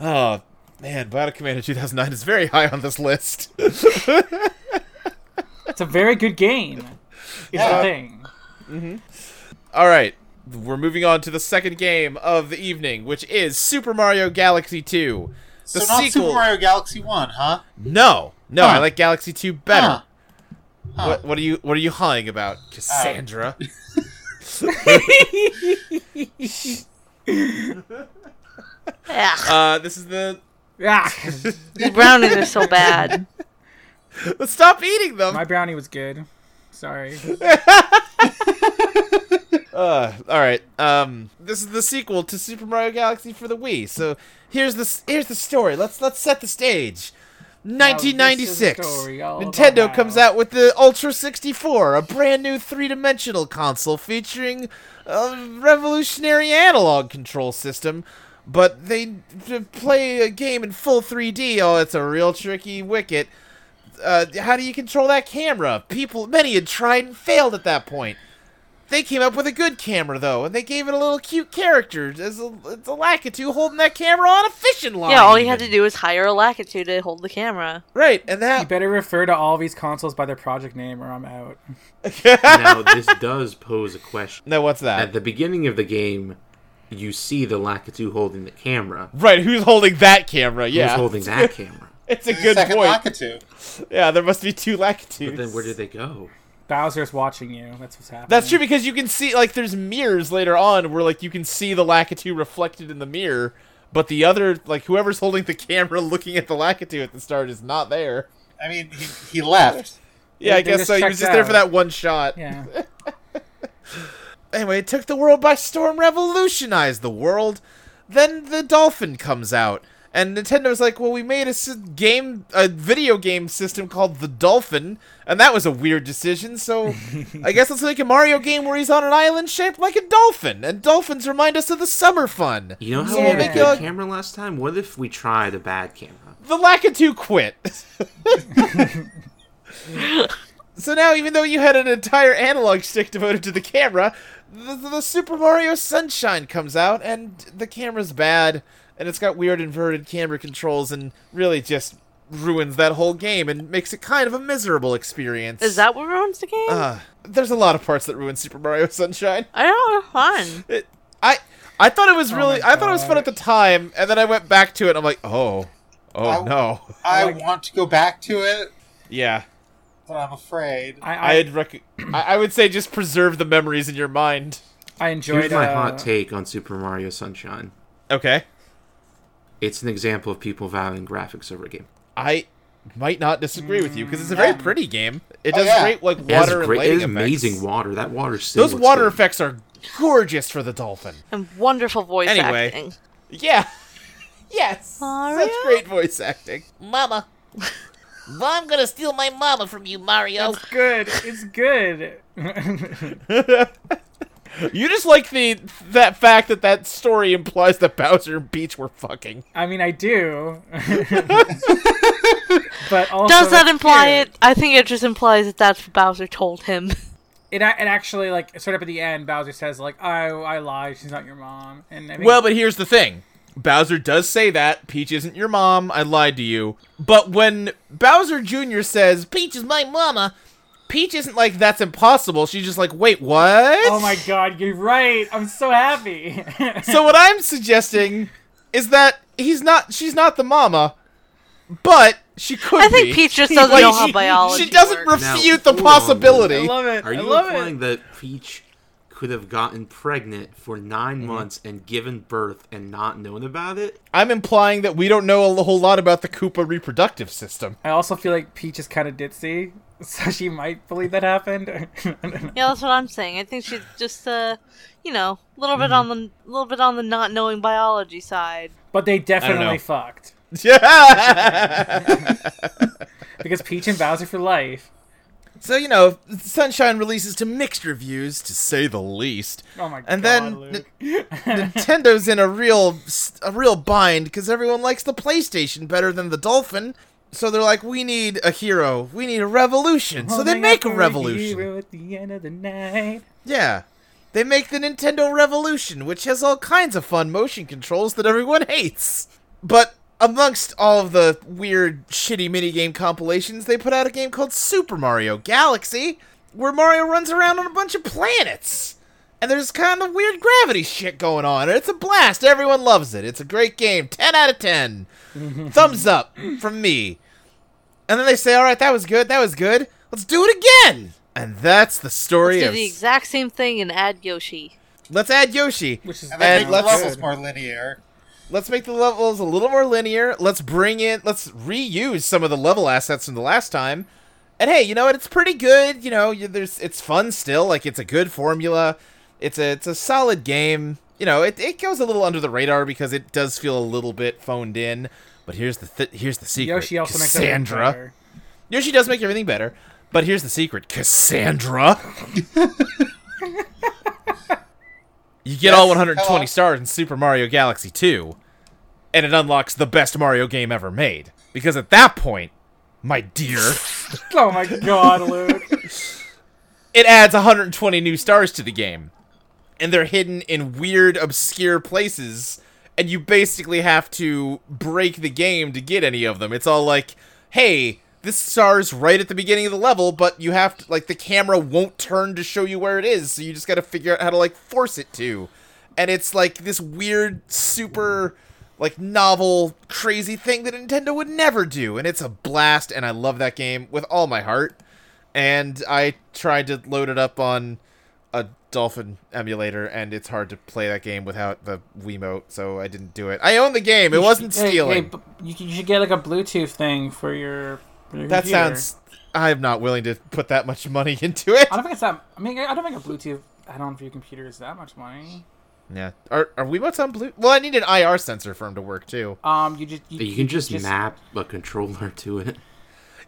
[SPEAKER 2] Oh, man. Bionic Commando 2009 is very high on this list.
[SPEAKER 5] It's a very good game. Is the thing.
[SPEAKER 2] All right, we're moving on to the second game of the evening, which is Super Mario Galaxy 2. The
[SPEAKER 6] so not
[SPEAKER 2] sequel.
[SPEAKER 6] Super Mario Galaxy One, huh?
[SPEAKER 2] No, no, I
[SPEAKER 6] Huh.
[SPEAKER 2] like Galaxy 2 better.
[SPEAKER 6] Huh. Huh.
[SPEAKER 2] What, what are you What are you hawing about, Cassandra?
[SPEAKER 4] Ugh,
[SPEAKER 2] uh, this is the.
[SPEAKER 5] Ah,
[SPEAKER 4] these brownies are so bad.
[SPEAKER 2] Stop eating them.
[SPEAKER 5] my brownie was good. Sorry.
[SPEAKER 2] Uh, all right. Um, this is the sequel to Super Mario Galaxy for the Wii. So here's the s- here's the story. Let's let's set the stage. 1996.
[SPEAKER 5] story all about
[SPEAKER 2] Nintendo
[SPEAKER 5] Mario.
[SPEAKER 2] comes out with the Ultra 64, a brand new three-dimensional console featuring a revolutionary analog control system. But they to play a game in full 3D. Oh, it's a real tricky wicket. Uh, how do you control that camera? People, many had tried and failed at that point. They came up with a good camera though, and they gave it a little cute character as a, it's a Lakitu holding that camera on a fishing line.
[SPEAKER 4] Yeah, all you had to
[SPEAKER 2] even.
[SPEAKER 4] do was hire a Lakitu to hold the camera.
[SPEAKER 2] Right, and
[SPEAKER 5] You
[SPEAKER 2] that
[SPEAKER 5] better refer to all these consoles by their project name, or I'm out.
[SPEAKER 3] now this does pose a question.
[SPEAKER 2] no, what's that?
[SPEAKER 3] At the beginning of the game, you see the Lakitu holding the camera.
[SPEAKER 2] Right, who's holding that camera? Yeah,
[SPEAKER 3] Who's holding that camera?
[SPEAKER 2] it's a
[SPEAKER 6] The
[SPEAKER 2] good
[SPEAKER 6] second
[SPEAKER 2] point.
[SPEAKER 6] Lakitu.
[SPEAKER 2] Yeah, there must be two Lakitus.
[SPEAKER 3] But then where did they go?
[SPEAKER 5] Bowser's watching you. That's what's happening.
[SPEAKER 2] That's true because you can see like there's mirrors later on where like you can see the Lakitu reflected in the mirror, but the other like whoever's holding the camera looking at the Lakitu at the start is not there.
[SPEAKER 6] I mean, he, he left.
[SPEAKER 2] Yeah, I
[SPEAKER 5] they
[SPEAKER 2] guess
[SPEAKER 5] just
[SPEAKER 2] so. He
[SPEAKER 5] checked
[SPEAKER 2] was just there for
[SPEAKER 5] out.
[SPEAKER 2] that one shot.
[SPEAKER 5] Yeah.
[SPEAKER 2] Anyway, it took the world by storm, revolutionized the world. Then the dolphin comes out, and Nintendo's like, "Well, we made a sy- game, a video game system called the Dolphin, and that was a weird decision. So, I guess let's make a Mario game where he's on an island shaped like a dolphin, and dolphins remind us of the summer fun."
[SPEAKER 3] You know how
[SPEAKER 5] Yeah,
[SPEAKER 3] we
[SPEAKER 5] they
[SPEAKER 3] had a good
[SPEAKER 2] go-
[SPEAKER 3] camera last time? What if we tried a bad camera?
[SPEAKER 2] The Lakitu quit. so now, even though you had an entire analog stick devoted to the camera, the, the Super Mario Sunshine comes out, and the camera's bad, and it's got weird inverted camera controls, and really just ruins that whole game and makes it kind of a miserable experience.
[SPEAKER 4] Is that what ruins the game?
[SPEAKER 2] Uh, there's a lot of parts that ruin Super Mario Sunshine.
[SPEAKER 4] I don't know. Fun.
[SPEAKER 2] It, I. I thought it was really.
[SPEAKER 5] my
[SPEAKER 2] I thought it was fun at the time, and then I went back to it. and I'm like, oh, oh
[SPEAKER 6] I-
[SPEAKER 2] no,
[SPEAKER 6] I
[SPEAKER 5] Like-
[SPEAKER 6] want to go back to it,
[SPEAKER 2] yeah.
[SPEAKER 6] but I'm afraid.
[SPEAKER 5] I I,
[SPEAKER 2] I'd rec- I, I would say just preserve the memories in your mind.
[SPEAKER 5] I enjoyed.
[SPEAKER 3] Here's my
[SPEAKER 5] uh,
[SPEAKER 3] hot take on Super Mario Sunshine.
[SPEAKER 2] Okay.
[SPEAKER 3] It's an example of people valuing graphics over a game.
[SPEAKER 2] I might not disagree with you because it's a very pretty game. It
[SPEAKER 6] Oh,
[SPEAKER 2] does
[SPEAKER 6] yeah.
[SPEAKER 2] great like
[SPEAKER 3] It has
[SPEAKER 2] water and
[SPEAKER 3] great- it
[SPEAKER 2] lighting
[SPEAKER 3] has
[SPEAKER 2] effects.
[SPEAKER 3] amazing water. That water still
[SPEAKER 2] Those
[SPEAKER 3] looks
[SPEAKER 2] water
[SPEAKER 3] good.
[SPEAKER 2] effects are gorgeous for the dolphin.
[SPEAKER 4] And wonderful voice
[SPEAKER 2] Anyway.
[SPEAKER 4] acting.
[SPEAKER 2] Yeah. yes.
[SPEAKER 4] Mario?
[SPEAKER 2] Such great voice acting. Mama. I'm gonna steal my mama from you, Mario.
[SPEAKER 5] It's good. It's good.
[SPEAKER 2] You just like the that fact that that story implies that Bowser and Peach were fucking.
[SPEAKER 5] I mean, I do. but also,
[SPEAKER 4] Does that
[SPEAKER 5] it's
[SPEAKER 4] imply
[SPEAKER 5] cute.
[SPEAKER 4] it? I think it just implies that that's what Bowser told him.
[SPEAKER 5] It, a- it actually like sort of at the end, Bowser says like, "Oh, I lied. She's not your mom." And I think,
[SPEAKER 2] Well, but here's the thing. Bowser does say that Peach isn't your mom. I lied to you. But when Bowser Jr. says Peach is my mama, Peach isn't like that's impossible. She's just like, wait, what?
[SPEAKER 5] oh my god, you're right. I'm so happy.
[SPEAKER 2] So what I'm suggesting is that he's not. She's not the mama, but she could
[SPEAKER 4] I think
[SPEAKER 2] be.
[SPEAKER 4] Peach just doesn't
[SPEAKER 2] Like,
[SPEAKER 4] know how
[SPEAKER 2] she-
[SPEAKER 4] biology
[SPEAKER 2] She doesn't
[SPEAKER 4] works.
[SPEAKER 3] Now,
[SPEAKER 2] refute the
[SPEAKER 3] hold on,
[SPEAKER 5] I
[SPEAKER 2] possibility.
[SPEAKER 5] love it.
[SPEAKER 3] Are
[SPEAKER 5] I
[SPEAKER 3] you
[SPEAKER 5] love
[SPEAKER 3] implying
[SPEAKER 5] it.
[SPEAKER 3] that Peach could have gotten pregnant for
[SPEAKER 2] Mm-hmm.
[SPEAKER 3] 9 months and given birth and not known about it?
[SPEAKER 2] I'm implying that we don't know a whole lot about the Koopa reproductive system.
[SPEAKER 5] I also feel like Peach is kind of ditzy, so she might believe that happened. I don't know.
[SPEAKER 4] Yeah, that's what I'm saying. I think she's just, uh, you know, a little bit on the little bit on the not knowing biology side.
[SPEAKER 5] but they definitely
[SPEAKER 2] know.
[SPEAKER 5] fucked
[SPEAKER 2] Yeah.
[SPEAKER 5] because Peach and Bowser for life.
[SPEAKER 2] So you know, Sunshine releases to mixed reviews, to say the least.
[SPEAKER 5] Oh my
[SPEAKER 2] And
[SPEAKER 5] god.
[SPEAKER 2] then
[SPEAKER 5] Luke.
[SPEAKER 2] Nintendo's in a real a real bind because everyone likes the PlayStation better than the Dolphin. So they're like, we need a hero, we need a revolution. So they
[SPEAKER 5] Holding
[SPEAKER 2] make
[SPEAKER 5] up
[SPEAKER 2] a
[SPEAKER 5] for
[SPEAKER 2] revolution.
[SPEAKER 5] hero at the end of the night.
[SPEAKER 2] Yeah. They make the Nintendo Revolution, which has all kinds of fun motion controls that everyone hates. But amongst all of the weird, shitty minigame compilations, they put out a game called Super Mario Galaxy, where Mario runs around on a bunch of planets. and there's kind of weird gravity shit going on. And it's a blast. Everyone loves it. It's a great game. 10 out of 10. Thumbs up from me. And then they say, all right, that was good. That was good. Let's do it again. And that's the story
[SPEAKER 4] Let's do
[SPEAKER 2] of.
[SPEAKER 4] the exact same thing and add Yoshi.
[SPEAKER 2] let's add Yoshi.
[SPEAKER 5] Which is
[SPEAKER 6] And
[SPEAKER 2] And
[SPEAKER 6] then make the
[SPEAKER 2] let's-
[SPEAKER 6] levels more linear.
[SPEAKER 2] Let's make the levels a little more linear. Let's bring in, let's reuse some of the level assets from the last time. And hey, you know what? It's pretty good. You know, you- there's it's fun still. Like it's a good formula. It's a it's a solid game. You know, it, it goes a little under the radar because it does feel a little bit phoned in. But here's the th- here's the secret.
[SPEAKER 5] Yoshi also makes everything
[SPEAKER 2] Cassandra.
[SPEAKER 5] better.
[SPEAKER 2] Yoshi does make everything better. But here's the secret, Cassandra. you get all
[SPEAKER 6] Yes,
[SPEAKER 2] 120
[SPEAKER 6] hello.
[SPEAKER 2] stars in Super Mario Galaxy 2, and it unlocks the best Mario game ever made. Because at that point, my dear,
[SPEAKER 5] Oh my god, Luke.
[SPEAKER 2] it adds 120 new stars to the game. And they're hidden in weird, obscure places, and you basically have to break the game to get any of them. It's all like, hey, this star's right at the beginning of the level, but you have to, like, the camera won't turn to show you where it is, so you just gotta figure out how to, like, force it to. And it's like this weird, super, like, novel, crazy thing that Nintendo would never do. And it's a blast, and I love that game with all my heart and I tried to load it up on a Dolphin emulator, and it's hard to play that game without the Wiimote, so I didn't do it. I own the game; it wasn't
[SPEAKER 5] Hey, hey,
[SPEAKER 2] stealing.
[SPEAKER 5] b- you, c- you should get like a Bluetooth thing for your. for your
[SPEAKER 2] that
[SPEAKER 5] computer.
[SPEAKER 2] sounds. I'm not willing to put that much money into it.
[SPEAKER 5] I don't think it's that. I mean, I don't think a Bluetooth add-on for your computer is that much money.
[SPEAKER 2] Yeah, are are Wiimotes on blue? Well, I need an IR sensor for them to work too.
[SPEAKER 5] Um, you just you,
[SPEAKER 3] You can just, map a controller to it.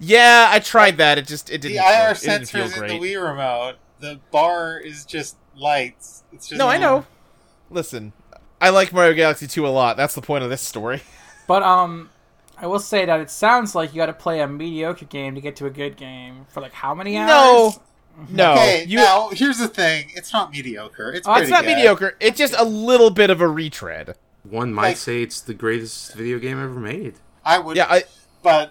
[SPEAKER 2] Yeah, I tried that. It just it
[SPEAKER 6] The
[SPEAKER 2] didn't.
[SPEAKER 6] IR
[SPEAKER 2] work. It didn't
[SPEAKER 6] sensor
[SPEAKER 2] feel
[SPEAKER 6] is in the
[SPEAKER 2] great.
[SPEAKER 6] Wii remote. The bar is just lights. It's just
[SPEAKER 2] No, I know. Listen, I like Mario Galaxy 2 a lot. That's the point of this story.
[SPEAKER 5] But um, I will say that it sounds like you got to play a mediocre game to get to a good game for like how many hours?
[SPEAKER 2] No, no.
[SPEAKER 6] Okay,
[SPEAKER 2] you
[SPEAKER 6] now here's the thing. It's not mediocre. It's
[SPEAKER 5] Oh, it's
[SPEAKER 6] pretty
[SPEAKER 2] It's not
[SPEAKER 6] good.
[SPEAKER 2] mediocre. It's just a little bit of a retread.
[SPEAKER 3] One might
[SPEAKER 6] Like-
[SPEAKER 3] say it's the greatest video game ever made.
[SPEAKER 6] I would,
[SPEAKER 2] Yeah, I,
[SPEAKER 6] but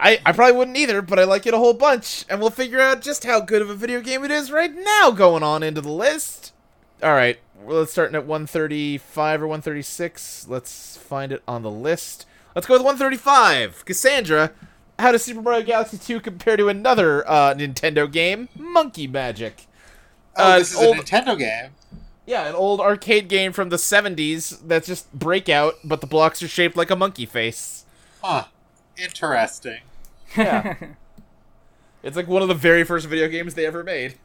[SPEAKER 2] I, I probably wouldn't either, but I like it a whole bunch, and we'll figure out just how good of a video game it is right now. Going on into the list. All right, well, it's starting at 135 or 136. Let's find it on the list. Let's go with 135. Cassandra, how does Super Mario Galaxy 2 compare to another uh, Nintendo game, Monkey Magic?
[SPEAKER 6] oh,
[SPEAKER 2] Uh,
[SPEAKER 6] this is
[SPEAKER 2] old-
[SPEAKER 6] a Nintendo game.
[SPEAKER 2] Yeah, an old arcade game from the 70s that's just breakout, but the blocks are shaped like a monkey face.
[SPEAKER 6] Huh. Interesting.
[SPEAKER 2] Yeah. it's like one of the very first video games they ever made.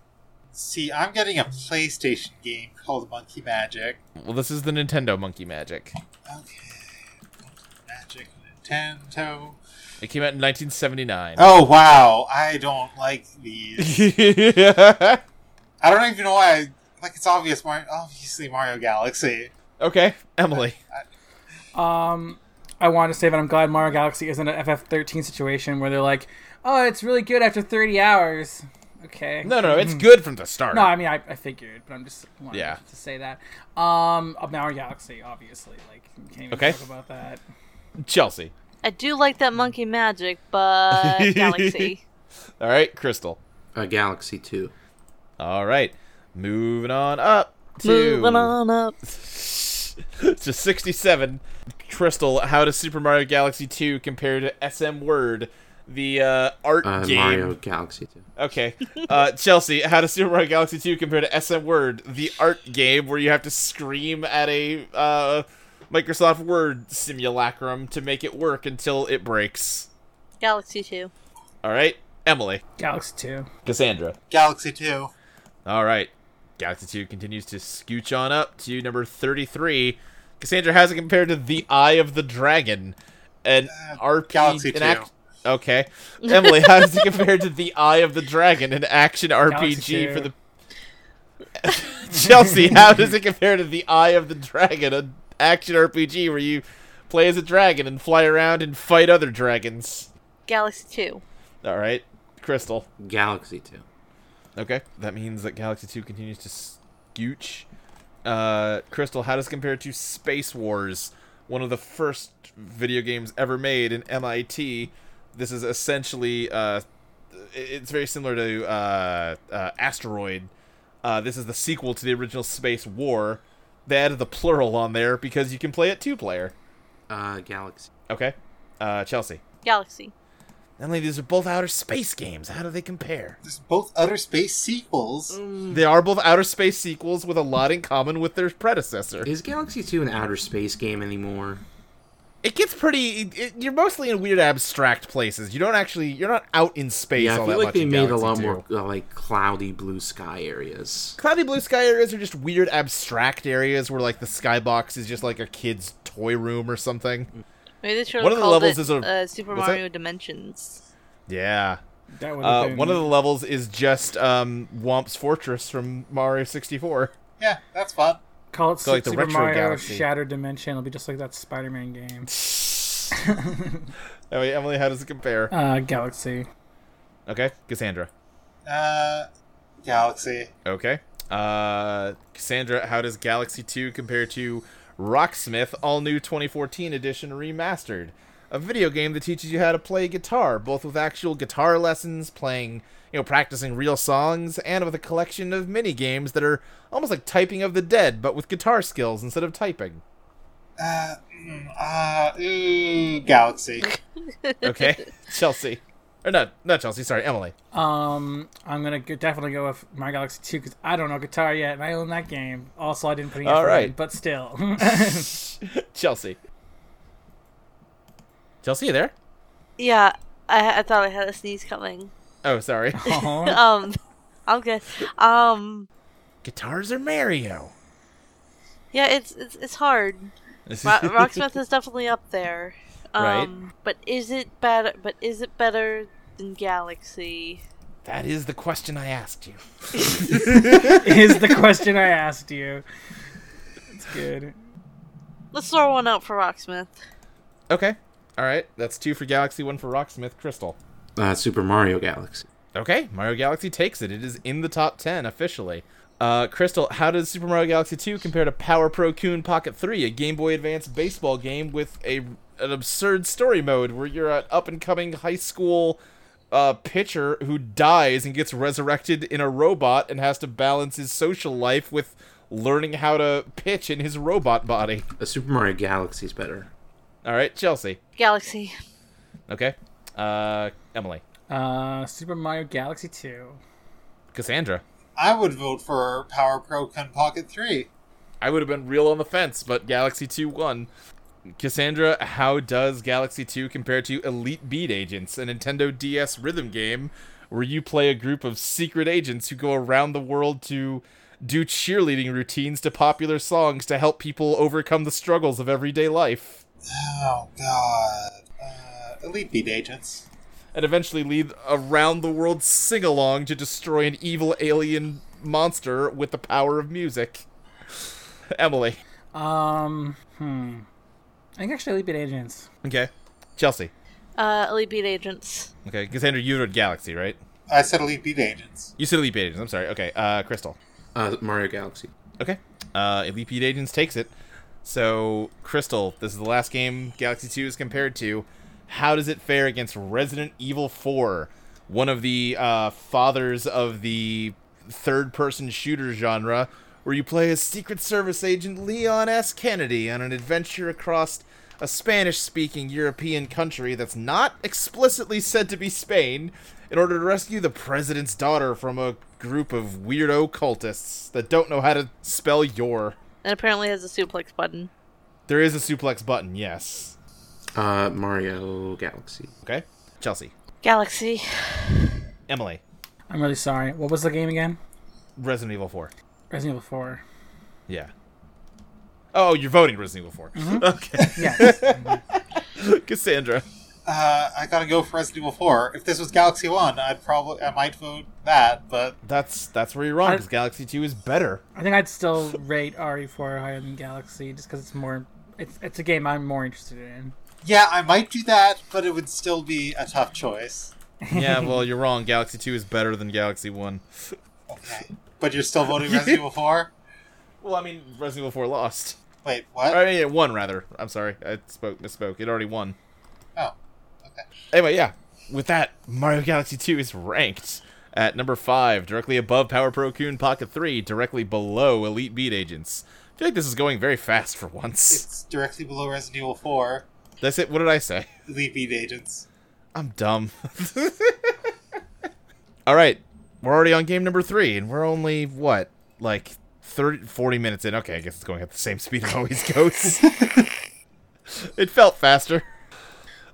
[SPEAKER 6] See, I'm getting a PlayStation game called Monkey Magic.
[SPEAKER 2] Well, this is the Nintendo Monkey Magic.
[SPEAKER 6] Magic Nintendo.
[SPEAKER 2] It came out in 1979.
[SPEAKER 6] Oh wow, I don't like these. I don't even know why. I, like it's obvious, Mario, obviously Mario Galaxy.
[SPEAKER 2] okay, Emily.
[SPEAKER 5] Um, I want to say that I'm glad Mario Galaxy isn't an FF13 situation where they're like, oh, it's really good after 30 hours. Okay.
[SPEAKER 2] No, no, it's good from the start.
[SPEAKER 5] No, I mean I, I figured, but I'm just wanted
[SPEAKER 2] Yeah.
[SPEAKER 5] to say that. Um, of Mario Galaxy, obviously, like you can't even
[SPEAKER 2] Okay.
[SPEAKER 5] talk about that.
[SPEAKER 2] Chelsea.
[SPEAKER 4] I do like that monkey magic, but Galaxy.
[SPEAKER 2] All right, Crystal.
[SPEAKER 3] A Uh, Galaxy 2.
[SPEAKER 2] All right, moving on up to
[SPEAKER 4] Moving on up.
[SPEAKER 2] to 67. Crystal, how does Super Mario Galaxy 2 compare to SM Word, the uh, art
[SPEAKER 3] Uh,
[SPEAKER 2] game?
[SPEAKER 3] Mario Galaxy 2.
[SPEAKER 2] Okay. Uh, Chelsea, how does Super Mario Galaxy 2 compare to SM Word, the art game where you have to scream at a uh, Microsoft Word simulacrum to make it work until it breaks?
[SPEAKER 4] Galaxy 2.
[SPEAKER 2] All right. Emily.
[SPEAKER 5] Galaxy Two.
[SPEAKER 2] Cassandra.
[SPEAKER 6] Galaxy Two.
[SPEAKER 2] All right. Galaxy 2 continues to scooch on up to number 33. Cassandra has it compared to The Eye of the Dragon, an RPG.
[SPEAKER 6] Galaxy
[SPEAKER 2] an
[SPEAKER 6] 2.
[SPEAKER 2] okay. Emily, how does it compare to The Eye of the Dragon, an action
[SPEAKER 5] Galaxy
[SPEAKER 2] RPG
[SPEAKER 5] 2.
[SPEAKER 2] for the. Chelsea, how does it compare to The Eye of the Dragon, an action RPG where you play as a dragon and fly around and fight other dragons?
[SPEAKER 4] Galaxy 2.
[SPEAKER 2] All right. Crystal.
[SPEAKER 3] Galaxy 2.
[SPEAKER 2] Okay. That means that Galaxy 2 continues to scooch. Uh, Crystal, how does it compare to Space Wars, one of the first video games ever made in MIT? This is essentially, uh, i- it's very similar to uh, uh, Asteroid, Uh, this is the sequel to the original Space War. They added the plural on there because you can play it two player.
[SPEAKER 3] Uh, Galaxy.
[SPEAKER 2] Okay, uh, Chelsea.
[SPEAKER 4] Galaxy.
[SPEAKER 2] Emily, these are both outer space games. How do they compare?
[SPEAKER 6] There's both outer space sequels.
[SPEAKER 2] They are both outer space sequels with a lot in common with their predecessor.
[SPEAKER 3] Is Galaxy 2 an outer space game anymore?
[SPEAKER 2] It gets pretty. It, it- you're mostly in weird, abstract places. You don't actually. You're not out in space.
[SPEAKER 3] Yeah,
[SPEAKER 2] all
[SPEAKER 3] I feel
[SPEAKER 2] that
[SPEAKER 3] like
[SPEAKER 2] much
[SPEAKER 3] they
[SPEAKER 2] in
[SPEAKER 3] made a
[SPEAKER 2] Galaxy
[SPEAKER 3] lot
[SPEAKER 2] 2.
[SPEAKER 3] more uh, like cloudy blue sky areas.
[SPEAKER 2] Cloudy blue sky areas are just weird, abstract areas where like the skybox is just like a kid's toy room or something.
[SPEAKER 4] Maybe they should
[SPEAKER 2] One
[SPEAKER 4] have
[SPEAKER 2] of the
[SPEAKER 4] called
[SPEAKER 2] levels
[SPEAKER 4] it
[SPEAKER 2] is a-
[SPEAKER 4] uh, Super
[SPEAKER 2] what's that?
[SPEAKER 4] Mario Dimensions.
[SPEAKER 2] Yeah.
[SPEAKER 5] That would
[SPEAKER 2] Uh,
[SPEAKER 5] been...
[SPEAKER 2] one of the levels is just um, Womp's Fortress from Mario 64.
[SPEAKER 6] Yeah, that's fun.
[SPEAKER 5] Call it
[SPEAKER 2] So, like, the
[SPEAKER 5] Super
[SPEAKER 2] retro
[SPEAKER 5] Mario
[SPEAKER 2] galaxy.
[SPEAKER 5] Shattered Dimension. It'll be just like that Spider-Man game.
[SPEAKER 2] Emily, Emily, how does it compare?
[SPEAKER 5] Uh, Galaxy.
[SPEAKER 2] Okay, Cassandra.
[SPEAKER 6] Uh, Galaxy.
[SPEAKER 2] Okay. Uh, Cassandra, how does Galaxy 2 compare to Rocksmith All New 2014 Edition Remastered? A video game that teaches you how to play guitar, both with actual guitar lessons, playing, you know, practicing real songs, and with a collection of mini games that are almost like typing of the dead, but with guitar skills instead of typing.
[SPEAKER 6] Uh, mm, uh, ooh, Galaxy.
[SPEAKER 2] Okay, Chelsea, or not, not Chelsea. Sorry, Emily.
[SPEAKER 5] Um, I'm gonna go, definitely go with My Galaxy 2 because I don't know guitar yet, and I own that game. Also, I didn't put any
[SPEAKER 2] All
[SPEAKER 5] effort in,
[SPEAKER 2] right.
[SPEAKER 5] but still.
[SPEAKER 2] Chelsea. Chelsea, you there?
[SPEAKER 4] Yeah, I, I thought I had a sneeze coming.
[SPEAKER 2] Oh, sorry.
[SPEAKER 5] Uh-huh.
[SPEAKER 4] Um, I'm good. Um,
[SPEAKER 2] Guitars are Mario.
[SPEAKER 4] yeah, it's it's, it's hard. Ro- Rocksmith is definitely up there.
[SPEAKER 2] Right.
[SPEAKER 4] Um, But is it better? But is it better than Galaxy?
[SPEAKER 2] That is the question I asked you.
[SPEAKER 5] Is the question I asked you. It's good.
[SPEAKER 4] Let's throw one out for Rocksmith.
[SPEAKER 2] Okay. All right. That's two for Galaxy, one for Rocksmith Crystal.
[SPEAKER 3] Uh, Super Mario Galaxy.
[SPEAKER 2] Okay. Mario Galaxy takes it. It is in the top 10 officially. Uh, Crystal, how does Super Mario Galaxy 2 compare to Power Pro Coon Pocket 3, a Game Boy Advance baseball game with a an absurd story mode where you're an up and coming high school uh, pitcher who dies and gets resurrected in a robot and has to balance his social life with learning how to pitch in his robot body?
[SPEAKER 3] A Uh, Super Mario Galaxy is better.
[SPEAKER 2] All right, Chelsea.
[SPEAKER 4] Galaxy.
[SPEAKER 2] Okay. Uh, Emily.
[SPEAKER 5] Uh, Super Mario Galaxy 2.
[SPEAKER 2] Cassandra.
[SPEAKER 6] I would vote for Power Pro Gun Pocket 3.
[SPEAKER 2] I would have been real on the fence, but Galaxy 2 won. Cassandra, how does Galaxy 2 compare to Elite Beat Agents, a Nintendo DS rhythm game where you play a group of secret agents who go around the world to do cheerleading routines to popular songs to help people overcome the struggles of everyday life
[SPEAKER 6] Oh, God. Uh, Elite Beat Agents.
[SPEAKER 2] and eventually lead a round the world sing along to destroy an evil alien monster with the power of music? Emily.
[SPEAKER 5] Um, hmm. I think actually Elite Beat Agents.
[SPEAKER 2] Okay. Chelsea.
[SPEAKER 4] Uh, Elite Beat Agents.
[SPEAKER 2] Okay, Cassandra, you voted Galaxy, right?
[SPEAKER 6] I said Elite Beat Agents.
[SPEAKER 2] You said Elite Beat Agents. I'm sorry. Okay, uh, Crystal.
[SPEAKER 3] Uh, Mario Galaxy.
[SPEAKER 2] Okay, uh, Elite Beat Agents takes it. So, Crystal, this is the last game Galaxy 2 is compared to. How does it fare against Resident Evil 4, one of the uh, fathers of the third person shooter genre, where you play as Secret Service agent Leon S. Kennedy on an adventure across a Spanish speaking European country that's not explicitly said to be Spain in order to rescue the president's daughter from a group of weirdo cultists that don't know how to spell your.
[SPEAKER 4] And apparently has a suplex button.
[SPEAKER 2] There is a suplex button, yes.
[SPEAKER 3] Uh, Mario Galaxy.
[SPEAKER 2] Okay. Chelsea.
[SPEAKER 4] Galaxy.
[SPEAKER 2] Emily.
[SPEAKER 5] I'm really sorry. What was the game again?
[SPEAKER 2] Resident Evil 4.
[SPEAKER 5] Resident Evil 4.
[SPEAKER 2] Yeah. Oh, you're voting Resident Evil 4. Okay.
[SPEAKER 5] Yes.
[SPEAKER 2] Cassandra.
[SPEAKER 6] Uh, I gotta go for Resident Evil 4. If this was Galaxy 1, I'd probably, I might vote that, but
[SPEAKER 2] That's that's where you're wrong because
[SPEAKER 5] I-
[SPEAKER 2] Galaxy 2 is better.
[SPEAKER 5] I think I'd still rate RE4 higher than Galaxy just because it's more. It's, it's a game I'm more interested in.
[SPEAKER 6] yeah, I might do that, but it would still be a tough choice.
[SPEAKER 2] yeah, well, you're wrong. Galaxy 2 is better than Galaxy 1.
[SPEAKER 6] Okay. But you're still voting Resident Evil 4?
[SPEAKER 2] Well, I mean, Resident Evil 4 lost.
[SPEAKER 6] Wait, what?
[SPEAKER 2] I mean, it won, Uh, rather. I'm sorry. I spoke misspoke. It already won.
[SPEAKER 6] Oh.
[SPEAKER 2] Anyway, yeah. With that, Mario Galaxy 2 is ranked at number five, directly above Power Pro Coon Pocket 3, directly below Elite Beat Agents. I feel like this is going very fast for once.
[SPEAKER 6] It's directly below Resident Evil 4.
[SPEAKER 2] That's it. What did I say?
[SPEAKER 6] Elite Beat Agents.
[SPEAKER 2] I'm dumb. All right. We're already on game number three, and we're only, what, like 30, 40 minutes in? Okay, I guess it's going at the same speed it always goes. it felt faster.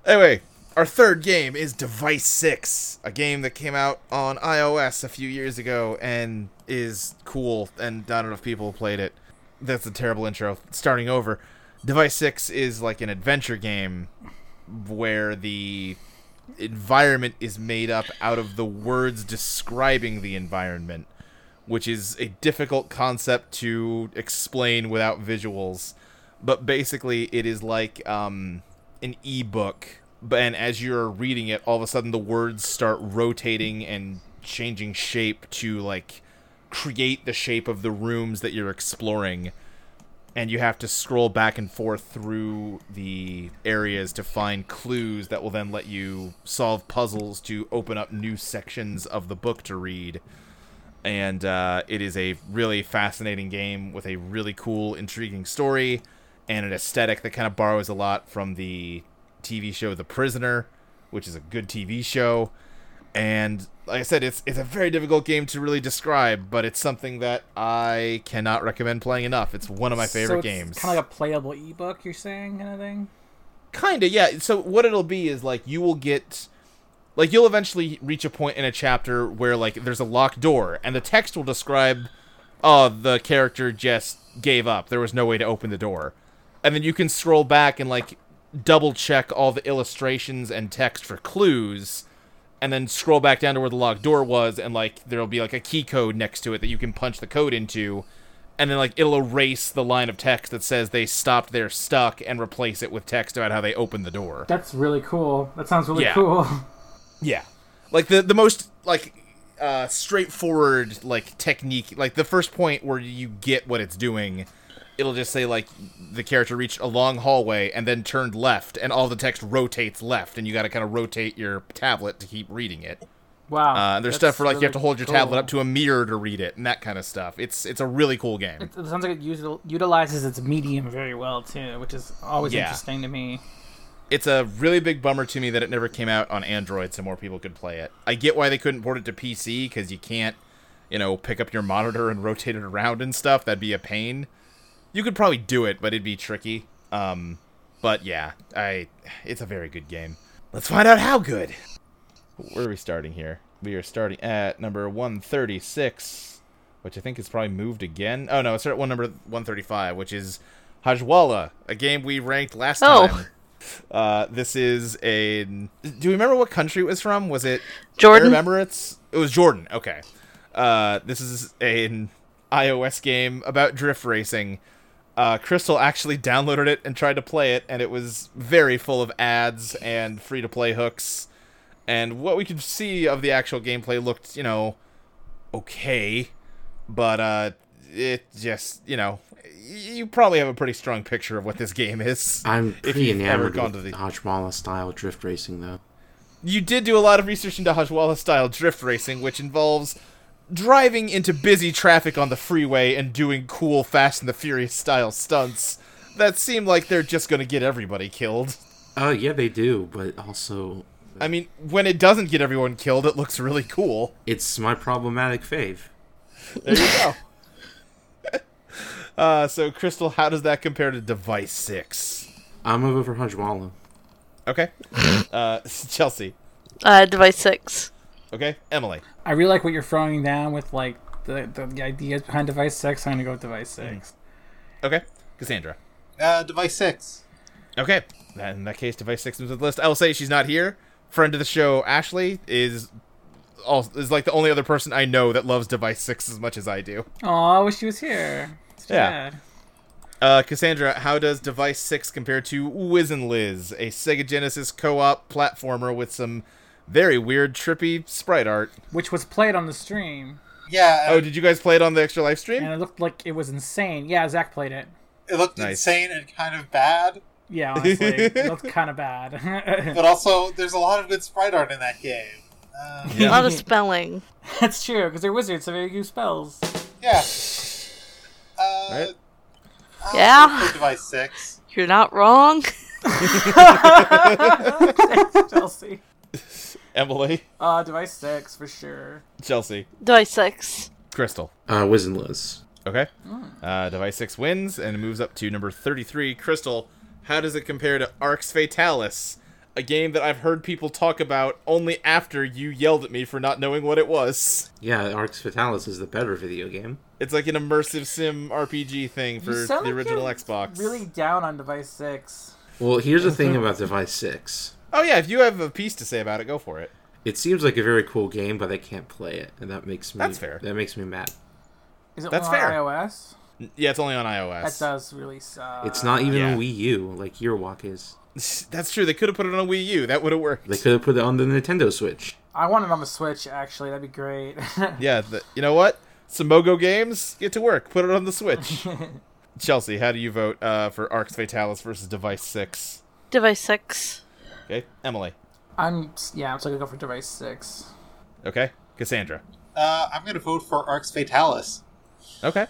[SPEAKER 2] Anyway, our third game is Device 6, a game that came out on iOS a few years ago and is cool, and not enough people played it. That's a terrible intro. Starting over, Device 6 is like an adventure game where the environment is made up out of the words describing the environment, which is a difficult concept to explain without visuals. But basically, it is like um, an ebook, but- and as you're reading it, all of a sudden the words start rotating and changing shape to like create the shape of the rooms that you're exploring and you have to scroll back and forth through the areas to find clues that will then let you solve puzzles to open up new sections of the book to read. And uh, it is a really fascinating game with a really cool, intriguing story and an aesthetic that kind of borrows a lot from the TV show The Prisoner, which is a good TV show. And like I said, it's it's a very difficult game to really describe, but it's something that I cannot recommend playing enough. It's one of my favorite games.
[SPEAKER 5] Kind of like a playable ebook, you're saying, kind of thing.
[SPEAKER 2] Kinda, yeah. So what it'll be is like you will get like you'll eventually reach a point in a chapter where like there's a locked door and the text will describe oh the character just gave up. There was no way to open the door. And then you can scroll back and like double check all the illustrations and text for clues and then scroll back down to where the locked door was and like there'll be like a key code next to it that you can punch the code into and then like it'll erase the line of text that says they stopped their stuck and replace it with text about how they opened the door.
[SPEAKER 5] That's really cool. That sounds really
[SPEAKER 2] Yeah.
[SPEAKER 5] cool.
[SPEAKER 2] Yeah. Like the the most like uh straightforward like technique like the first point where you get what it's doing it'll just say like the character reached a long hallway and then turned left and all the text rotates left and you got to kind of rotate your tablet to keep reading it.
[SPEAKER 5] Wow.
[SPEAKER 2] Uh, and there's
[SPEAKER 5] that's
[SPEAKER 2] stuff where like you
[SPEAKER 5] really
[SPEAKER 2] have to hold your
[SPEAKER 5] cool.
[SPEAKER 2] tablet up to a mirror to read it and that kind of stuff. It's it's a really cool game.
[SPEAKER 5] It sounds like it util- utilizes its medium very well too, which is always
[SPEAKER 2] Yeah.
[SPEAKER 5] interesting to me.
[SPEAKER 2] it's a really big bummer to me that it never came out on Android so more people could play it. I get why they couldn't port it to PC because you can't, you know, pick up your monitor and rotate it around and stuff. That'd be a pain. You could probably do it, but it'd be tricky. Um, but yeah, I it's a very good game. Let's find out how good. Where are we starting here? We are starting at number 136, which I think is probably moved again. Oh no, it's at one number 135, which is Hajwala, a game we ranked last
[SPEAKER 4] Oh.
[SPEAKER 2] time. Uh, this is a. Do you remember what country it was from? Was it
[SPEAKER 4] Jordan?
[SPEAKER 2] Arab Emirates? It was Jordan. Okay. Uh, this is an iOS game about drift racing. Uh, Crystal actually downloaded it and tried to play it, and it was very full of ads and free to play hooks. And what we could see of the actual gameplay looked, you know, okay, but uh, it just, you know, y- you probably have a pretty strong picture of what this game is.
[SPEAKER 3] I'm
[SPEAKER 2] If
[SPEAKER 3] pretty
[SPEAKER 2] you've ever
[SPEAKER 3] enamored
[SPEAKER 2] gone
[SPEAKER 3] with
[SPEAKER 2] to the-
[SPEAKER 3] Hajmala style drift racing, though.
[SPEAKER 2] you did do a lot of research into Hajwala style drift racing, which involves driving into busy traffic on the freeway and doing cool Fast and the Furious style stunts that seem like they're just going to get everybody killed.
[SPEAKER 3] Uh, yeah, they do, but also
[SPEAKER 2] I mean, when it doesn't get everyone killed, it looks really cool.
[SPEAKER 3] it's my problematic fave.
[SPEAKER 2] There you go. uh, so, Crystal, how does that compare to Device 6?
[SPEAKER 3] I'm over for Hajmala.
[SPEAKER 2] Okay. Uh, Chelsea.
[SPEAKER 4] Uh, device six.
[SPEAKER 2] Okay. Emily.
[SPEAKER 5] I really like what you're throwing down with like the, the, the ideas behind Device Six. I'm gonna go with Device
[SPEAKER 2] Mm.
[SPEAKER 5] Six.
[SPEAKER 2] Okay. Cassandra.
[SPEAKER 6] Uh, device 6.
[SPEAKER 2] Okay. Then in that case, device six moves to the list. I will say she's not here. Friend of the show, Ashley, is also is like the only other person I know that loves device six as much as I do.
[SPEAKER 5] Oh, I wish she was here. It's too
[SPEAKER 2] Yeah.
[SPEAKER 5] bad.
[SPEAKER 2] Uh, Cassandra, how does Device 6 compare to Wiz and Liz, a Sega Genesis co-op platformer with some very weird, trippy sprite art?
[SPEAKER 5] Which was played on the stream,
[SPEAKER 6] Yeah,
[SPEAKER 2] Oh, did you guys play it on the extra live stream?
[SPEAKER 5] and it looked like it was insane. Yeah, Zach played it.
[SPEAKER 6] it looked
[SPEAKER 2] Oh, nice.
[SPEAKER 6] insane and kind of bad,
[SPEAKER 5] Yeah, honestly, it looked kind of bad.
[SPEAKER 6] but also there's a lot of good sprite art in that game. Uh,
[SPEAKER 4] A
[SPEAKER 2] Yeah.
[SPEAKER 4] lot of spelling.
[SPEAKER 5] That's true, because they're wizards, so they use spells.
[SPEAKER 6] yeah. Uh,
[SPEAKER 2] Right?
[SPEAKER 6] I'll
[SPEAKER 4] Yeah.
[SPEAKER 6] go for Device six.
[SPEAKER 4] You're not wrong.
[SPEAKER 5] Chelsea.
[SPEAKER 2] Emily,
[SPEAKER 5] Uh, device six for sure.
[SPEAKER 2] Chelsea,
[SPEAKER 4] Dice six.
[SPEAKER 2] Crystal.
[SPEAKER 3] Uh, Wiz and Liz.
[SPEAKER 2] Okay.
[SPEAKER 5] Mm.
[SPEAKER 2] Uh, device six wins and moves up to number thirty-three. Crystal, how does it compare to Arx Fatalis, a game that I've heard people talk about only after you yelled at me for not knowing what it was?
[SPEAKER 3] Yeah, Arx Fatalis is the better video game.
[SPEAKER 2] It's like an immersive sim RPG thing for
[SPEAKER 5] You
[SPEAKER 2] the
[SPEAKER 5] sound like
[SPEAKER 2] original
[SPEAKER 5] you're
[SPEAKER 2] Xbox.
[SPEAKER 5] Really down on device six.
[SPEAKER 3] Well, here's the thing about Device 6.
[SPEAKER 2] Oh yeah, if you have a piece to say about it, go for it.
[SPEAKER 3] It seems like a very cool game, but I can't play it, and that makes me
[SPEAKER 2] That's fair.
[SPEAKER 3] That makes me mad.
[SPEAKER 5] Is it
[SPEAKER 2] That's
[SPEAKER 5] only
[SPEAKER 2] fair.
[SPEAKER 5] on iOS?
[SPEAKER 2] N- Yeah, it's only on iOS.
[SPEAKER 5] That does uh, really suck.
[SPEAKER 3] It's not even
[SPEAKER 2] Uh, yeah.
[SPEAKER 3] on Wii U like Earwalk is.
[SPEAKER 2] That's true. They could have put it on a Wii U. That would have worked.
[SPEAKER 3] They could have put it on the Nintendo Switch.
[SPEAKER 5] I want it on the Switch. Actually, that'd be great.
[SPEAKER 2] Yeah, the, you know what? Samogo Games, get to work. Put it on the Switch. Chelsea, how do you vote uh, for Arx Fatalis versus Device 6?
[SPEAKER 4] Device six.
[SPEAKER 2] Okay. Emily.
[SPEAKER 5] I'm yeah. I'm still gonna go for device six.
[SPEAKER 2] Okay. Cassandra.
[SPEAKER 6] Uh, I'm gonna vote for Arx Fatalis.
[SPEAKER 2] Okay.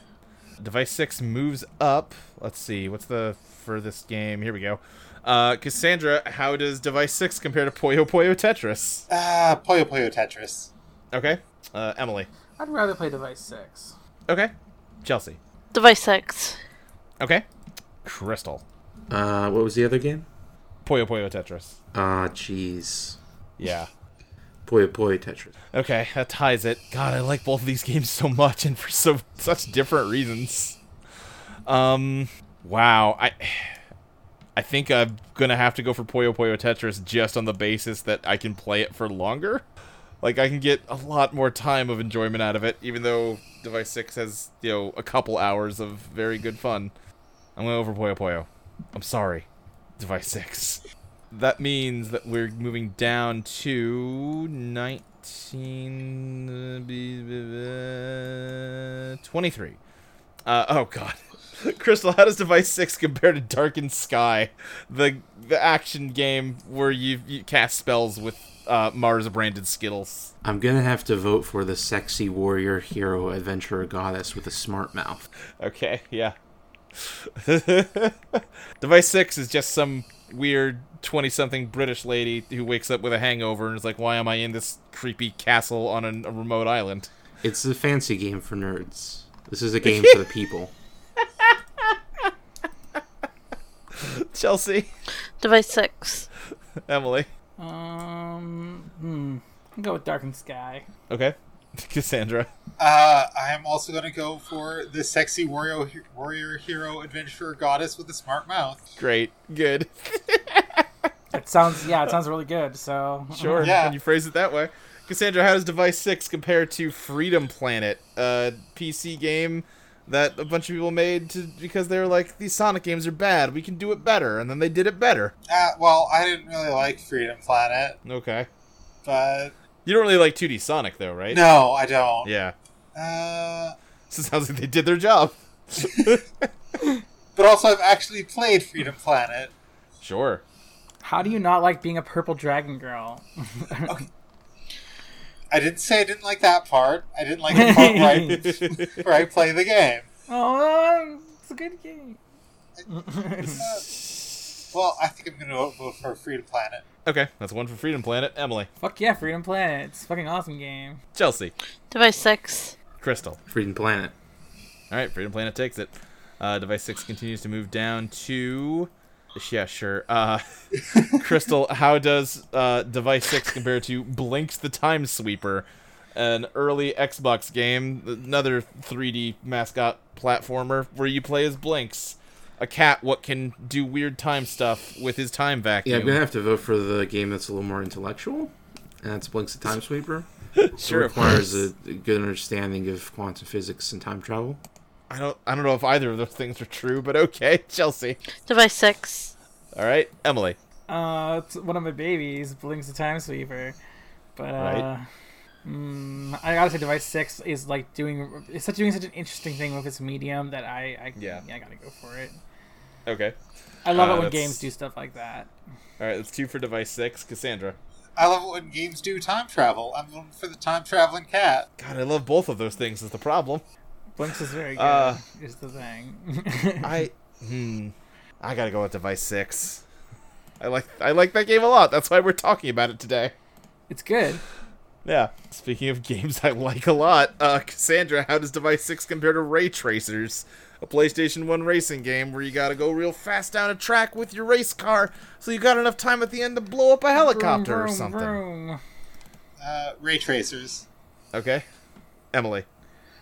[SPEAKER 2] Device 6 moves up. Let's see. What's the furthest game? Here we go. Uh, Cassandra, how does Device 6 compare to Puyo Puyo Tetris?
[SPEAKER 6] Uh, Puyo Puyo Tetris.
[SPEAKER 2] Okay. Uh, Emily.
[SPEAKER 5] I'd rather play device six.
[SPEAKER 2] Okay. Chelsea.
[SPEAKER 4] Device six.
[SPEAKER 2] Okay. Crystal.
[SPEAKER 3] Uh, what was the other game?
[SPEAKER 2] Puyo Puyo Tetris.
[SPEAKER 3] Ah, jeez.
[SPEAKER 2] Yeah.
[SPEAKER 3] Puyo Puyo Tetris.
[SPEAKER 2] Okay, that ties it. God, I like both of these games so much and for so such different reasons. Um wow, I I think I'm going to have to go for Puyo Puyo Tetris just on the basis that I can play it for longer. Like I can get a lot more time of enjoyment out of it even though Device 6 has, you know, a couple hours of very good fun. I'm going over Puyo Puyo. I'm sorry. Device 6. That means that we're moving down to 19. uh, b- b- b- 23. Uh, oh, God. Crystal, how does Device 6 compare to Darkened Sky, the the action game where you, you cast spells with uh, Mars branded Skittles?
[SPEAKER 3] I'm gonna have to vote for the sexy warrior hero adventurer goddess with a smart mouth.
[SPEAKER 2] Okay, yeah. Device 6 is just some weird 20 something British lady who wakes up with a hangover and is like, why am I in this creepy castle on an, a remote island?
[SPEAKER 3] It's a fancy game for nerds. This is a game for the people.
[SPEAKER 2] Chelsea,
[SPEAKER 4] Device six.
[SPEAKER 2] Emily.
[SPEAKER 5] Um, hmm. I'll go with Darkened Sky.
[SPEAKER 2] Okay. Cassandra.
[SPEAKER 6] Uh, I am also going to go for the sexy warrior, warrior hero adventurer goddess with a smart mouth.
[SPEAKER 2] Great. Good.
[SPEAKER 5] It sounds yeah. It sounds really good. So
[SPEAKER 2] Sure.
[SPEAKER 6] Yeah.
[SPEAKER 2] When you phrase it that way. Cassandra, how does Device 6 compare to Freedom Planet, a PC game that a bunch of people made to, because they were like, these Sonic games are bad. We can do it better. And then they did it better.
[SPEAKER 6] Uh, well, I didn't really like Freedom Planet,
[SPEAKER 2] Okay.
[SPEAKER 6] but
[SPEAKER 2] You don't really like 2D Sonic, though, right?
[SPEAKER 6] no, I don't.
[SPEAKER 2] Yeah.
[SPEAKER 6] Uh,
[SPEAKER 2] So it sounds like they did their job.
[SPEAKER 6] but also, I've actually played Freedom Planet.
[SPEAKER 2] Sure.
[SPEAKER 5] How do you not like being a purple dragon girl?
[SPEAKER 6] I didn't say I didn't like that part. I didn't like the part where I, where I play the game.
[SPEAKER 5] Oh, it's a good game.
[SPEAKER 6] Well, I think I'm going to vote for Freedom Planet.
[SPEAKER 2] Okay. That's one for Freedom Planet. Emily.
[SPEAKER 5] Fuck yeah, Freedom Planet. It's a fucking awesome game.
[SPEAKER 2] Chelsea.
[SPEAKER 4] Device six.
[SPEAKER 2] Crystal.
[SPEAKER 3] Freedom Planet.
[SPEAKER 2] All right, Freedom Planet takes it. Uh, device six continues to move down to. Yeah, sure. Uh, Crystal, how does uh, Device six compare to Blinks the Time Sweeper, an early Xbox game, another 3D mascot platformer where you play as Blinks, a cat what can do weird time stuff with his time
[SPEAKER 3] Yeah, I'm
[SPEAKER 2] vacuum.
[SPEAKER 3] gonna have to vote for the game that's a little more intellectual, and that's Blink's the Time Sweeper.
[SPEAKER 2] sure,
[SPEAKER 3] it
[SPEAKER 2] of course.
[SPEAKER 3] requires a, a good understanding of quantum physics and time travel.
[SPEAKER 2] I don't. I don't know if either of those things are true, but okay, Chelsea.
[SPEAKER 4] Device six.
[SPEAKER 2] All right, Emily.
[SPEAKER 5] Uh, it's one of my babies, Blinks the Time Sweeper. But uh,
[SPEAKER 2] Right.
[SPEAKER 5] mm, I gotta say, Device Six is like doing it's such doing such an interesting thing with its medium that I, I
[SPEAKER 2] Yeah.
[SPEAKER 5] I gotta go for it.
[SPEAKER 2] Okay.
[SPEAKER 5] I love
[SPEAKER 2] Uh,
[SPEAKER 5] it when
[SPEAKER 2] that's-
[SPEAKER 5] games do stuff like that.
[SPEAKER 2] All right. That's two for Device six. Cassandra.
[SPEAKER 6] I love it when games do time travel. I'm one for the time traveling cat.
[SPEAKER 2] God, I love both of those things. Is the problem?
[SPEAKER 5] Blinks is very good.
[SPEAKER 2] Uh,
[SPEAKER 5] is the thing.
[SPEAKER 2] I hmm, I gotta go with Device Six. I like I like that game a lot. That's why we're talking about it today.
[SPEAKER 5] it's good.
[SPEAKER 2] Yeah. Speaking of games I like a lot, uh, Cassandra, how does Device Six compare to Ray Tracers, a PlayStation One racing game where you gotta go real fast down a track with your race car, so you got enough time at the end to blow up a helicopter
[SPEAKER 5] Vroom,
[SPEAKER 2] or something?
[SPEAKER 5] vroom.
[SPEAKER 6] Uh, ray tracers.
[SPEAKER 2] Okay, Emily,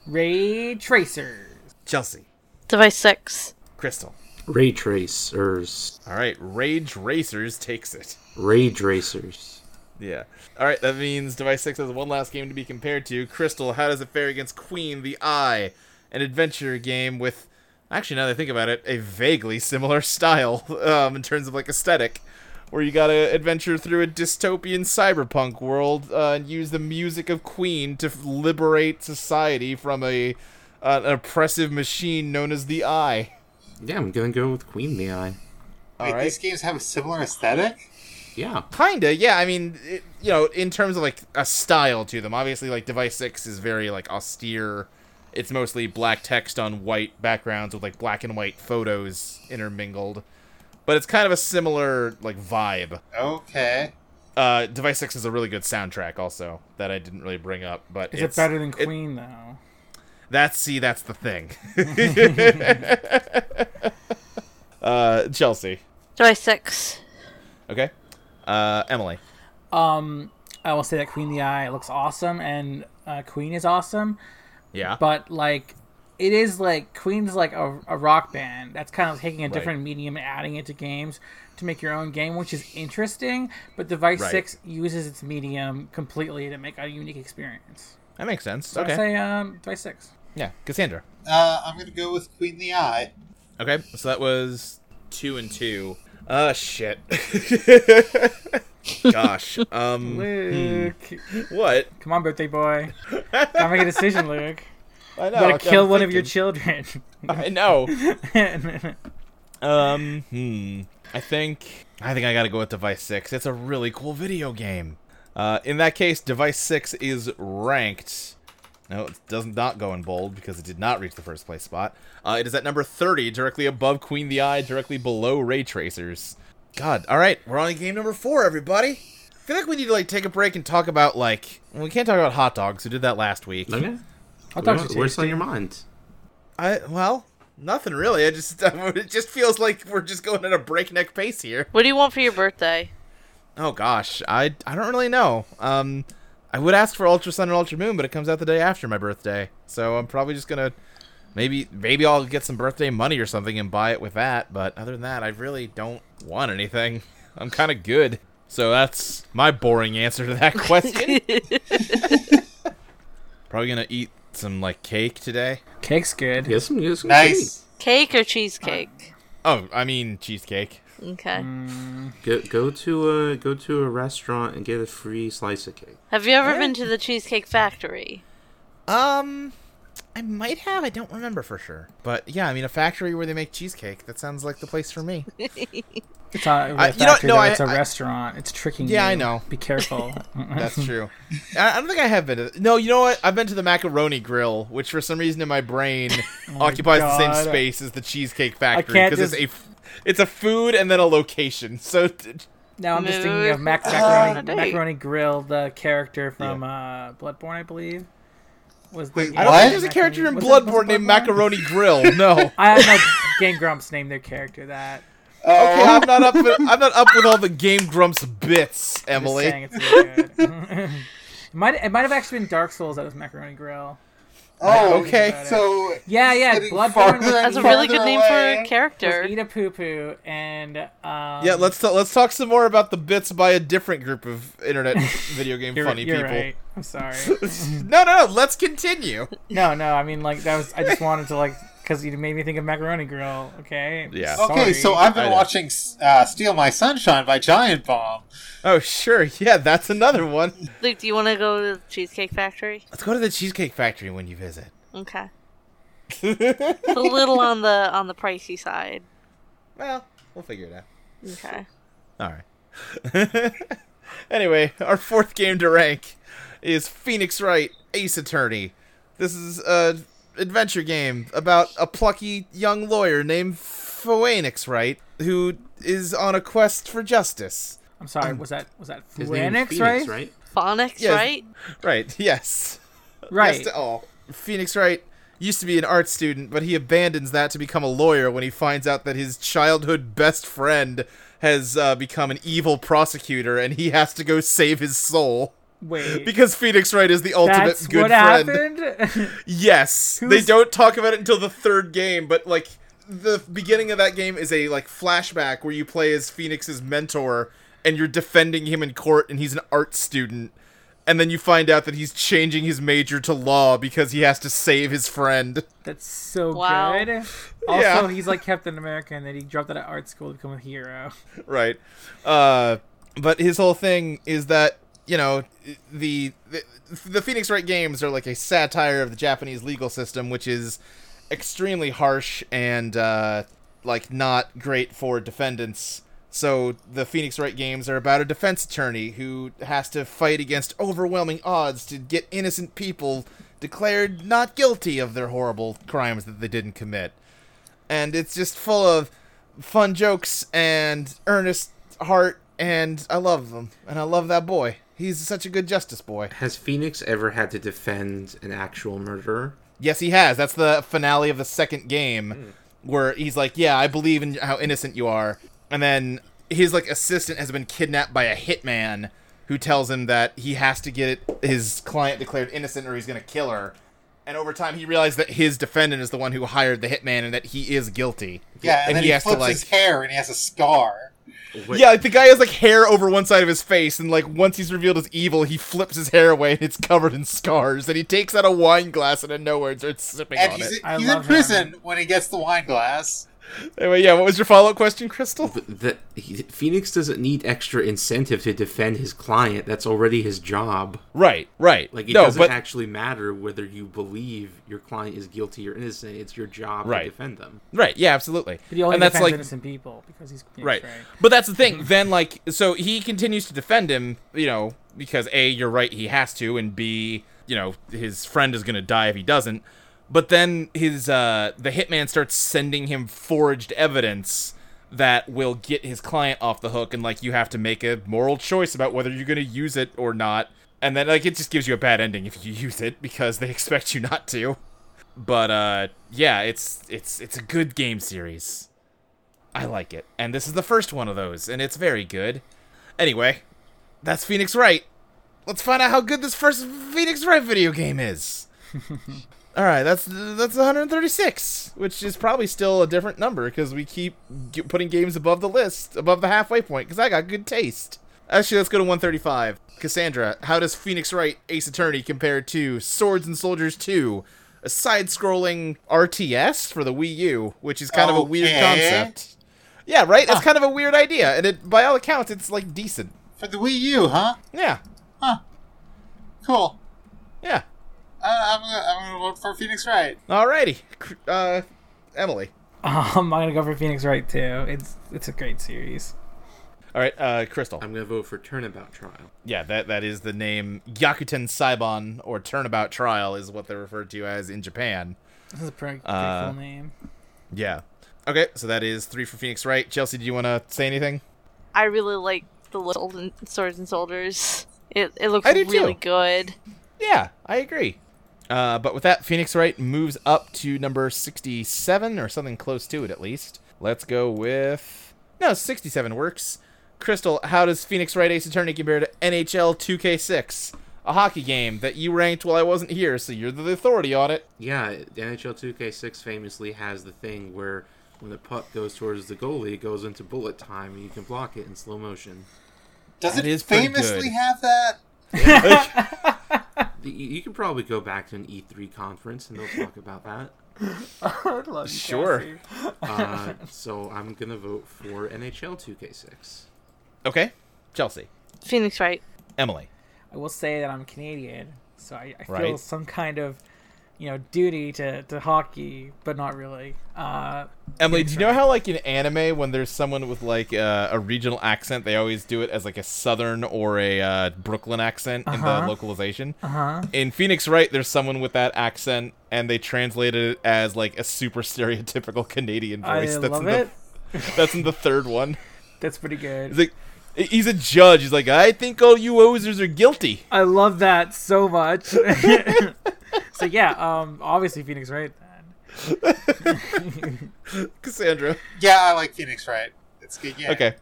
[SPEAKER 5] Ray tracers.
[SPEAKER 2] Chelsea,
[SPEAKER 4] Device six.
[SPEAKER 2] Crystal.
[SPEAKER 3] Ray tracers.
[SPEAKER 2] All right, Rage Racers takes it.
[SPEAKER 3] Rage racers.
[SPEAKER 2] Yeah. All right, that means Device 6 has one last game to be compared to. Crystal, how does it fare against Queen the Eye, an adventure game with, actually, now that I think about it, a vaguely similar style um, in terms of like aesthetic, where you gotta adventure through a dystopian cyberpunk world uh, and use the music of Queen to f- liberate society from a an oppressive machine known as the Eye.
[SPEAKER 3] Yeah, I'm gonna go with Queen the Eye.
[SPEAKER 2] All
[SPEAKER 6] Wait,
[SPEAKER 2] right.
[SPEAKER 6] these games have a similar aesthetic.
[SPEAKER 3] Yeah.
[SPEAKER 2] Kinda, yeah. I mean, it, you know, in terms of like a style to them, obviously, like Device Six is very like austere. It's mostly black text on white backgrounds with like black and white photos intermingled, but it's kind of a similar like vibe.
[SPEAKER 6] Okay.
[SPEAKER 2] Uh, Device Six is a really good soundtrack, also that I didn't really bring up, but
[SPEAKER 5] Is
[SPEAKER 2] it's
[SPEAKER 5] it better than
[SPEAKER 2] it-
[SPEAKER 5] Queen though?
[SPEAKER 2] that's see, that's the thing. uh, Chelsea,
[SPEAKER 4] Device six.
[SPEAKER 2] okay, uh, Emily,
[SPEAKER 5] Um, I will say that Queen the Eye looks awesome, and uh, Queen is awesome.
[SPEAKER 2] yeah,
[SPEAKER 5] but like it is like queen's like a, a rock band that's kind of taking a different medium and adding it to games to make your own game which is interesting but device
[SPEAKER 2] Right.
[SPEAKER 5] 6 uses its medium completely to make a unique experience
[SPEAKER 2] that makes sense.
[SPEAKER 5] so i
[SPEAKER 2] Okay,
[SPEAKER 5] say um, device 6
[SPEAKER 2] yeah, Cassandra.
[SPEAKER 6] Uh, I'm gonna go with Queen the Eye.
[SPEAKER 2] Okay, so that was two and two. Uh, shit. Gosh. Um,
[SPEAKER 5] luke
[SPEAKER 2] what?
[SPEAKER 5] come on birthday boy gotta make a decision luke
[SPEAKER 2] I know.
[SPEAKER 5] gotta
[SPEAKER 2] Oh, I'm
[SPEAKER 5] kill one of your
[SPEAKER 2] thinking.
[SPEAKER 5] children
[SPEAKER 2] I know. Um, hmm. I think. I think I gotta go with Device Six. It's a really cool video game. Uh, in that case, Device Six is ranked. No, it does not go in bold because it did not reach the first place spot. Uh, it is at number 30, directly above Queen the Eye, directly below Ray Tracers. God, all right, we're on to game number four, everybody. I feel like we need to like take a break and talk about like well, we can't talk about hot dogs. We did that last week.
[SPEAKER 3] Okay.
[SPEAKER 5] Hot dogs
[SPEAKER 3] What,
[SPEAKER 5] are
[SPEAKER 3] what's on
[SPEAKER 5] tasty.
[SPEAKER 3] your mind?
[SPEAKER 2] I well, nothing really. I just it just feels like we're just going at a breakneck pace here.
[SPEAKER 4] What do you want for your birthday?
[SPEAKER 2] Oh gosh, I I don't really know. Um, I would ask for Ultra Sun and Ultra Moon, but it comes out the day after my birthday, so I'm probably just gonna maybe maybe I'll get some birthday money or something and buy it with that. But other than that, I really don't want anything. I'm kind of good, so that's my boring answer to that question. probably gonna eat some like cake today.
[SPEAKER 5] cake's good
[SPEAKER 3] Yes, some, get some
[SPEAKER 6] Nice.
[SPEAKER 4] Cake or cheesecake?
[SPEAKER 2] Oh, I mean cheesecake.
[SPEAKER 4] Uh, Okay.
[SPEAKER 2] Mm.
[SPEAKER 3] cake. Go, go to a go to a restaurant and get a free slice of cake.
[SPEAKER 4] Have you ever been to the Cheesecake Factory?
[SPEAKER 2] Um, I might have. I don't remember for sure. But yeah, I mean, a factory where they make cheesecake. That sounds like the place for me.
[SPEAKER 5] it's not really
[SPEAKER 2] I-
[SPEAKER 5] a
[SPEAKER 2] you know-
[SPEAKER 5] factory,
[SPEAKER 2] no,
[SPEAKER 5] though.
[SPEAKER 2] I-
[SPEAKER 5] it's a
[SPEAKER 2] I-
[SPEAKER 5] restaurant it's tricking
[SPEAKER 2] Yeah,
[SPEAKER 5] you.
[SPEAKER 2] I know.
[SPEAKER 5] be careful
[SPEAKER 2] That's true. I, I don't think I have been. To, no, you know what? I've been to the macaroni grill, which for some reason in my brain occupies the same
[SPEAKER 5] God.
[SPEAKER 2] space as the cheesecake factory
[SPEAKER 5] can't
[SPEAKER 2] because it's a
[SPEAKER 5] just-
[SPEAKER 2] f- it's a food and then a location. So t-
[SPEAKER 5] Now I'm just thinking of Mac
[SPEAKER 4] Uh,
[SPEAKER 5] Macaroni,
[SPEAKER 4] date.
[SPEAKER 5] Macaroni Grill, the character from uh, Bloodborne, I believe. Was
[SPEAKER 6] Wait,
[SPEAKER 5] the,
[SPEAKER 2] I don't
[SPEAKER 6] What?
[SPEAKER 2] think there's a character in Bloodborne named Macaroni Grill. No.
[SPEAKER 5] I don't know. Game Grumps named their character that.
[SPEAKER 2] Okay, I'm not up. With, I'm not up with all the Game Grumps bits,
[SPEAKER 5] Just saying,
[SPEAKER 2] Emily.
[SPEAKER 5] it's really good. it might it might have actually been Dark Souls that was Macaroni Grill.
[SPEAKER 6] Oh,
[SPEAKER 2] Okay.
[SPEAKER 6] So
[SPEAKER 5] Yeah, yeah,
[SPEAKER 6] Getting
[SPEAKER 5] Bloodborne
[SPEAKER 6] farther
[SPEAKER 5] was,
[SPEAKER 6] and
[SPEAKER 4] That's a really
[SPEAKER 6] Farther
[SPEAKER 4] good name for
[SPEAKER 6] away.
[SPEAKER 4] a
[SPEAKER 5] was
[SPEAKER 4] character.
[SPEAKER 5] Eat a Poo Poo, and um,
[SPEAKER 2] Yeah, let's t- let's talk some more about the bits by a different group of internet video game
[SPEAKER 5] you're,
[SPEAKER 2] funny
[SPEAKER 5] you're
[SPEAKER 2] people.
[SPEAKER 5] Right. I'm sorry.
[SPEAKER 2] no, no, no. Let's continue.
[SPEAKER 5] no, no, I mean like that was. I just wanted to like because you made me think of Macaroni Grill. Okay.
[SPEAKER 2] Yeah.
[SPEAKER 6] Okay,
[SPEAKER 5] Sorry.
[SPEAKER 6] so I've been
[SPEAKER 2] I know.
[SPEAKER 6] watching uh, "Steal My Sunshine" by Giant Bomb.
[SPEAKER 2] Oh, sure. Yeah, that's another one.
[SPEAKER 4] Luke, do you want to go to the Cheesecake Factory?
[SPEAKER 2] Let's go to the Cheesecake Factory when you visit.
[SPEAKER 4] Okay. it's a little on the on the pricey side.
[SPEAKER 2] Well, we'll figure it out.
[SPEAKER 4] Okay.
[SPEAKER 2] All right. Anyway, our fourth game to rank is Phoenix Wright Ace Attorney. This is a adventure game about a plucky young lawyer named Phoenix Wright who is on a quest for justice.
[SPEAKER 5] I'm sorry. Was that was that
[SPEAKER 3] Um, His name
[SPEAKER 5] Phoenix,
[SPEAKER 3] is
[SPEAKER 5] right?
[SPEAKER 3] Phoenix, right?
[SPEAKER 4] Phonics,
[SPEAKER 2] Yes.
[SPEAKER 4] right?
[SPEAKER 2] Right, yes.
[SPEAKER 5] Right.
[SPEAKER 2] Yes uh, to all. oh, Phoenix Wright used to be an art student, but he abandons that to become a lawyer when he finds out that his childhood best friend has uh, become an evil prosecutor and he has to go save his soul.
[SPEAKER 5] Wait.
[SPEAKER 2] Because Phoenix Wright is the ultimate
[SPEAKER 5] that's
[SPEAKER 2] good
[SPEAKER 5] what
[SPEAKER 2] friend.
[SPEAKER 5] happened.
[SPEAKER 2] Yes.
[SPEAKER 5] Who's-
[SPEAKER 2] They don't talk about it until the third game, but like the beginning of that game is a like flashback where you play as Phoenix's mentor and you're defending him in court and he's an art student. And then you find out that he's changing his major to law because he has to save his friend.
[SPEAKER 5] that's so
[SPEAKER 4] Wow.
[SPEAKER 5] good. Also,
[SPEAKER 2] Yeah.
[SPEAKER 5] he's like Captain America, and then he dropped out of art school to become a hero.
[SPEAKER 2] right. Uh, but his whole thing is that you know the, the the Phoenix Wright games are like a satire of the Japanese legal system, which is extremely harsh and uh, like not great for defendants. So the Phoenix Wright games are about a defense attorney who has to fight against overwhelming odds to get innocent people declared not guilty of their horrible crimes that they didn't commit and it's just full of fun jokes and earnest heart and I love them and I love that boy. He's such a good justice boy.
[SPEAKER 3] Has Phoenix ever had to defend an actual murderer?
[SPEAKER 2] Yes, he has. That's the finale of the second game
[SPEAKER 6] Hmm.
[SPEAKER 2] where he's like, "Yeah, I believe in how innocent you are." And then his like assistant has been kidnapped by a hitman who tells him that he has to get his client declared innocent or he's going to kill her. And over time he realized that his defendant is the one who hired the hitman and that he is guilty.
[SPEAKER 6] Yeah, and,
[SPEAKER 2] And
[SPEAKER 6] then
[SPEAKER 2] he
[SPEAKER 6] he,
[SPEAKER 2] has to,
[SPEAKER 6] flips
[SPEAKER 2] like-
[SPEAKER 6] his hair and he has a scar.
[SPEAKER 3] What-
[SPEAKER 2] Yeah, like the guy has like hair over one side of his face, and like once he's revealed as evil, he flips his hair away and it's covered in scars. And he takes out a wine glass and in nowhere and starts sipping
[SPEAKER 6] And
[SPEAKER 2] on
[SPEAKER 6] he's,
[SPEAKER 2] it.
[SPEAKER 5] I
[SPEAKER 6] he's in
[SPEAKER 5] love
[SPEAKER 6] prison when he gets the wine glass.
[SPEAKER 2] Anyway, yeah, what was your follow up question, Crystal?
[SPEAKER 3] But that he, Phoenix doesn't need extra incentive to defend his client. That's already his job.
[SPEAKER 2] Right, right.
[SPEAKER 3] Like it doesn't actually matter whether you believe your client is guilty or innocent. It's your job
[SPEAKER 2] Right.
[SPEAKER 3] to defend them.
[SPEAKER 2] right, yeah, absolutely.
[SPEAKER 5] But he only
[SPEAKER 2] and that's
[SPEAKER 5] defends
[SPEAKER 2] like
[SPEAKER 5] innocent people because he's Phoenix
[SPEAKER 2] right.
[SPEAKER 5] Wright.
[SPEAKER 2] But that's the thing. then like so he continues to defend him, you know, because A, you're right, he has to, and B, you know, his friend is gonna die if he doesn't. But then his uh the hitman starts sending him forged evidence that will get his client off the hook and like you have to make a moral choice about whether you're gonna use it or not. And then like it just gives you a bad ending if you use it because they expect you not to. But uh yeah, it's it's it's a good game series. I like it. And this is the first one of those, and it's very good. Anyway, that's Phoenix Wright. Let's find out how good this first Phoenix Wright video game is. All right, that's that's 136, which is probably still a different number because we keep g- putting games above the list, above the halfway point. Because I got good taste. Actually, let's go to 135. Cassandra, how does Phoenix Wright Ace Attorney compare to Swords and Soldiers 2, a side-scrolling RTS for the Wii U, which is kind of a weird
[SPEAKER 6] Okay.
[SPEAKER 2] concept? Yeah, right. That's kind of a weird idea, and it, by all accounts, it's like decent.
[SPEAKER 6] For the Wii U, huh?
[SPEAKER 2] Yeah,
[SPEAKER 6] Cool.
[SPEAKER 2] yeah.
[SPEAKER 6] Uh, I'm, gonna, I'm gonna vote for Phoenix Wright.
[SPEAKER 2] Alrighty, Cr- uh, Emily.
[SPEAKER 5] Um, I'm gonna go for Phoenix Wright too. It's it's a great series.
[SPEAKER 2] All right, uh, Crystal.
[SPEAKER 3] I'm gonna vote for Turnabout Trial.
[SPEAKER 2] Yeah, that that is the name Yakuten Saibon or Turnabout Trial is what they're referred to as in Japan.
[SPEAKER 5] This is a pretty, pretty
[SPEAKER 2] Uh,
[SPEAKER 5] cool name.
[SPEAKER 2] Yeah. Okay, so that is three for Phoenix Wright. Chelsea, do you want to say anything?
[SPEAKER 4] I really like the little Soldier- swords and soldiers. It it looks
[SPEAKER 2] I do
[SPEAKER 4] really
[SPEAKER 2] too.
[SPEAKER 4] good.
[SPEAKER 2] Yeah, I agree. Uh, but with that, Phoenix Wright moves up to number 67 or something close to it at least. Let's go with. No, 67 works. Crystal, how does Phoenix Wright Ace Attorney compare to NHL 2K6, a hockey game that you ranked while I wasn't here, so you're the authority on it?
[SPEAKER 3] Yeah, the NHL 2K6 famously has the thing where when the puck goes towards the goalie, it goes into bullet time, and you can block it in slow motion.
[SPEAKER 6] Does
[SPEAKER 2] That
[SPEAKER 6] it
[SPEAKER 2] is pretty
[SPEAKER 6] famously
[SPEAKER 2] good.
[SPEAKER 6] have that?
[SPEAKER 3] The- You you can probably go back to an E3 conference, and they'll talk about that.
[SPEAKER 5] I love you,
[SPEAKER 2] Sure.
[SPEAKER 5] Cassie.
[SPEAKER 3] Uh, so I'm gonna vote for NHL 2K6.
[SPEAKER 2] Okay. Chelsea.
[SPEAKER 4] Phoenix Wright.
[SPEAKER 2] Emily.
[SPEAKER 5] I will say that I'm Canadian, so I, I feel
[SPEAKER 2] Right.
[SPEAKER 5] some kind of you know duty to, to hockey, but not really. Uh,
[SPEAKER 2] Emily, do you know how like in anime when there's someone with like uh, a regional accent, they always do it as like a southern or a uh, Brooklyn accent in the
[SPEAKER 5] Uh-huh.
[SPEAKER 2] localization?
[SPEAKER 5] huh?
[SPEAKER 2] In Phoenix Wright, there's someone with that accent, and they translated it as like a super stereotypical Canadian
[SPEAKER 5] I
[SPEAKER 2] voice. that's in
[SPEAKER 5] love
[SPEAKER 2] the,
[SPEAKER 5] it.
[SPEAKER 2] That's in the third one.
[SPEAKER 5] That's pretty good.
[SPEAKER 2] He's like, he's a judge. He's like, I think all you ozers are guilty.
[SPEAKER 5] I love that so much. so yeah, um, obviously Phoenix Wright. Then.
[SPEAKER 2] Cassandra.
[SPEAKER 6] Yeah, I like Phoenix Wright. It's good. Yeah.
[SPEAKER 2] Okay.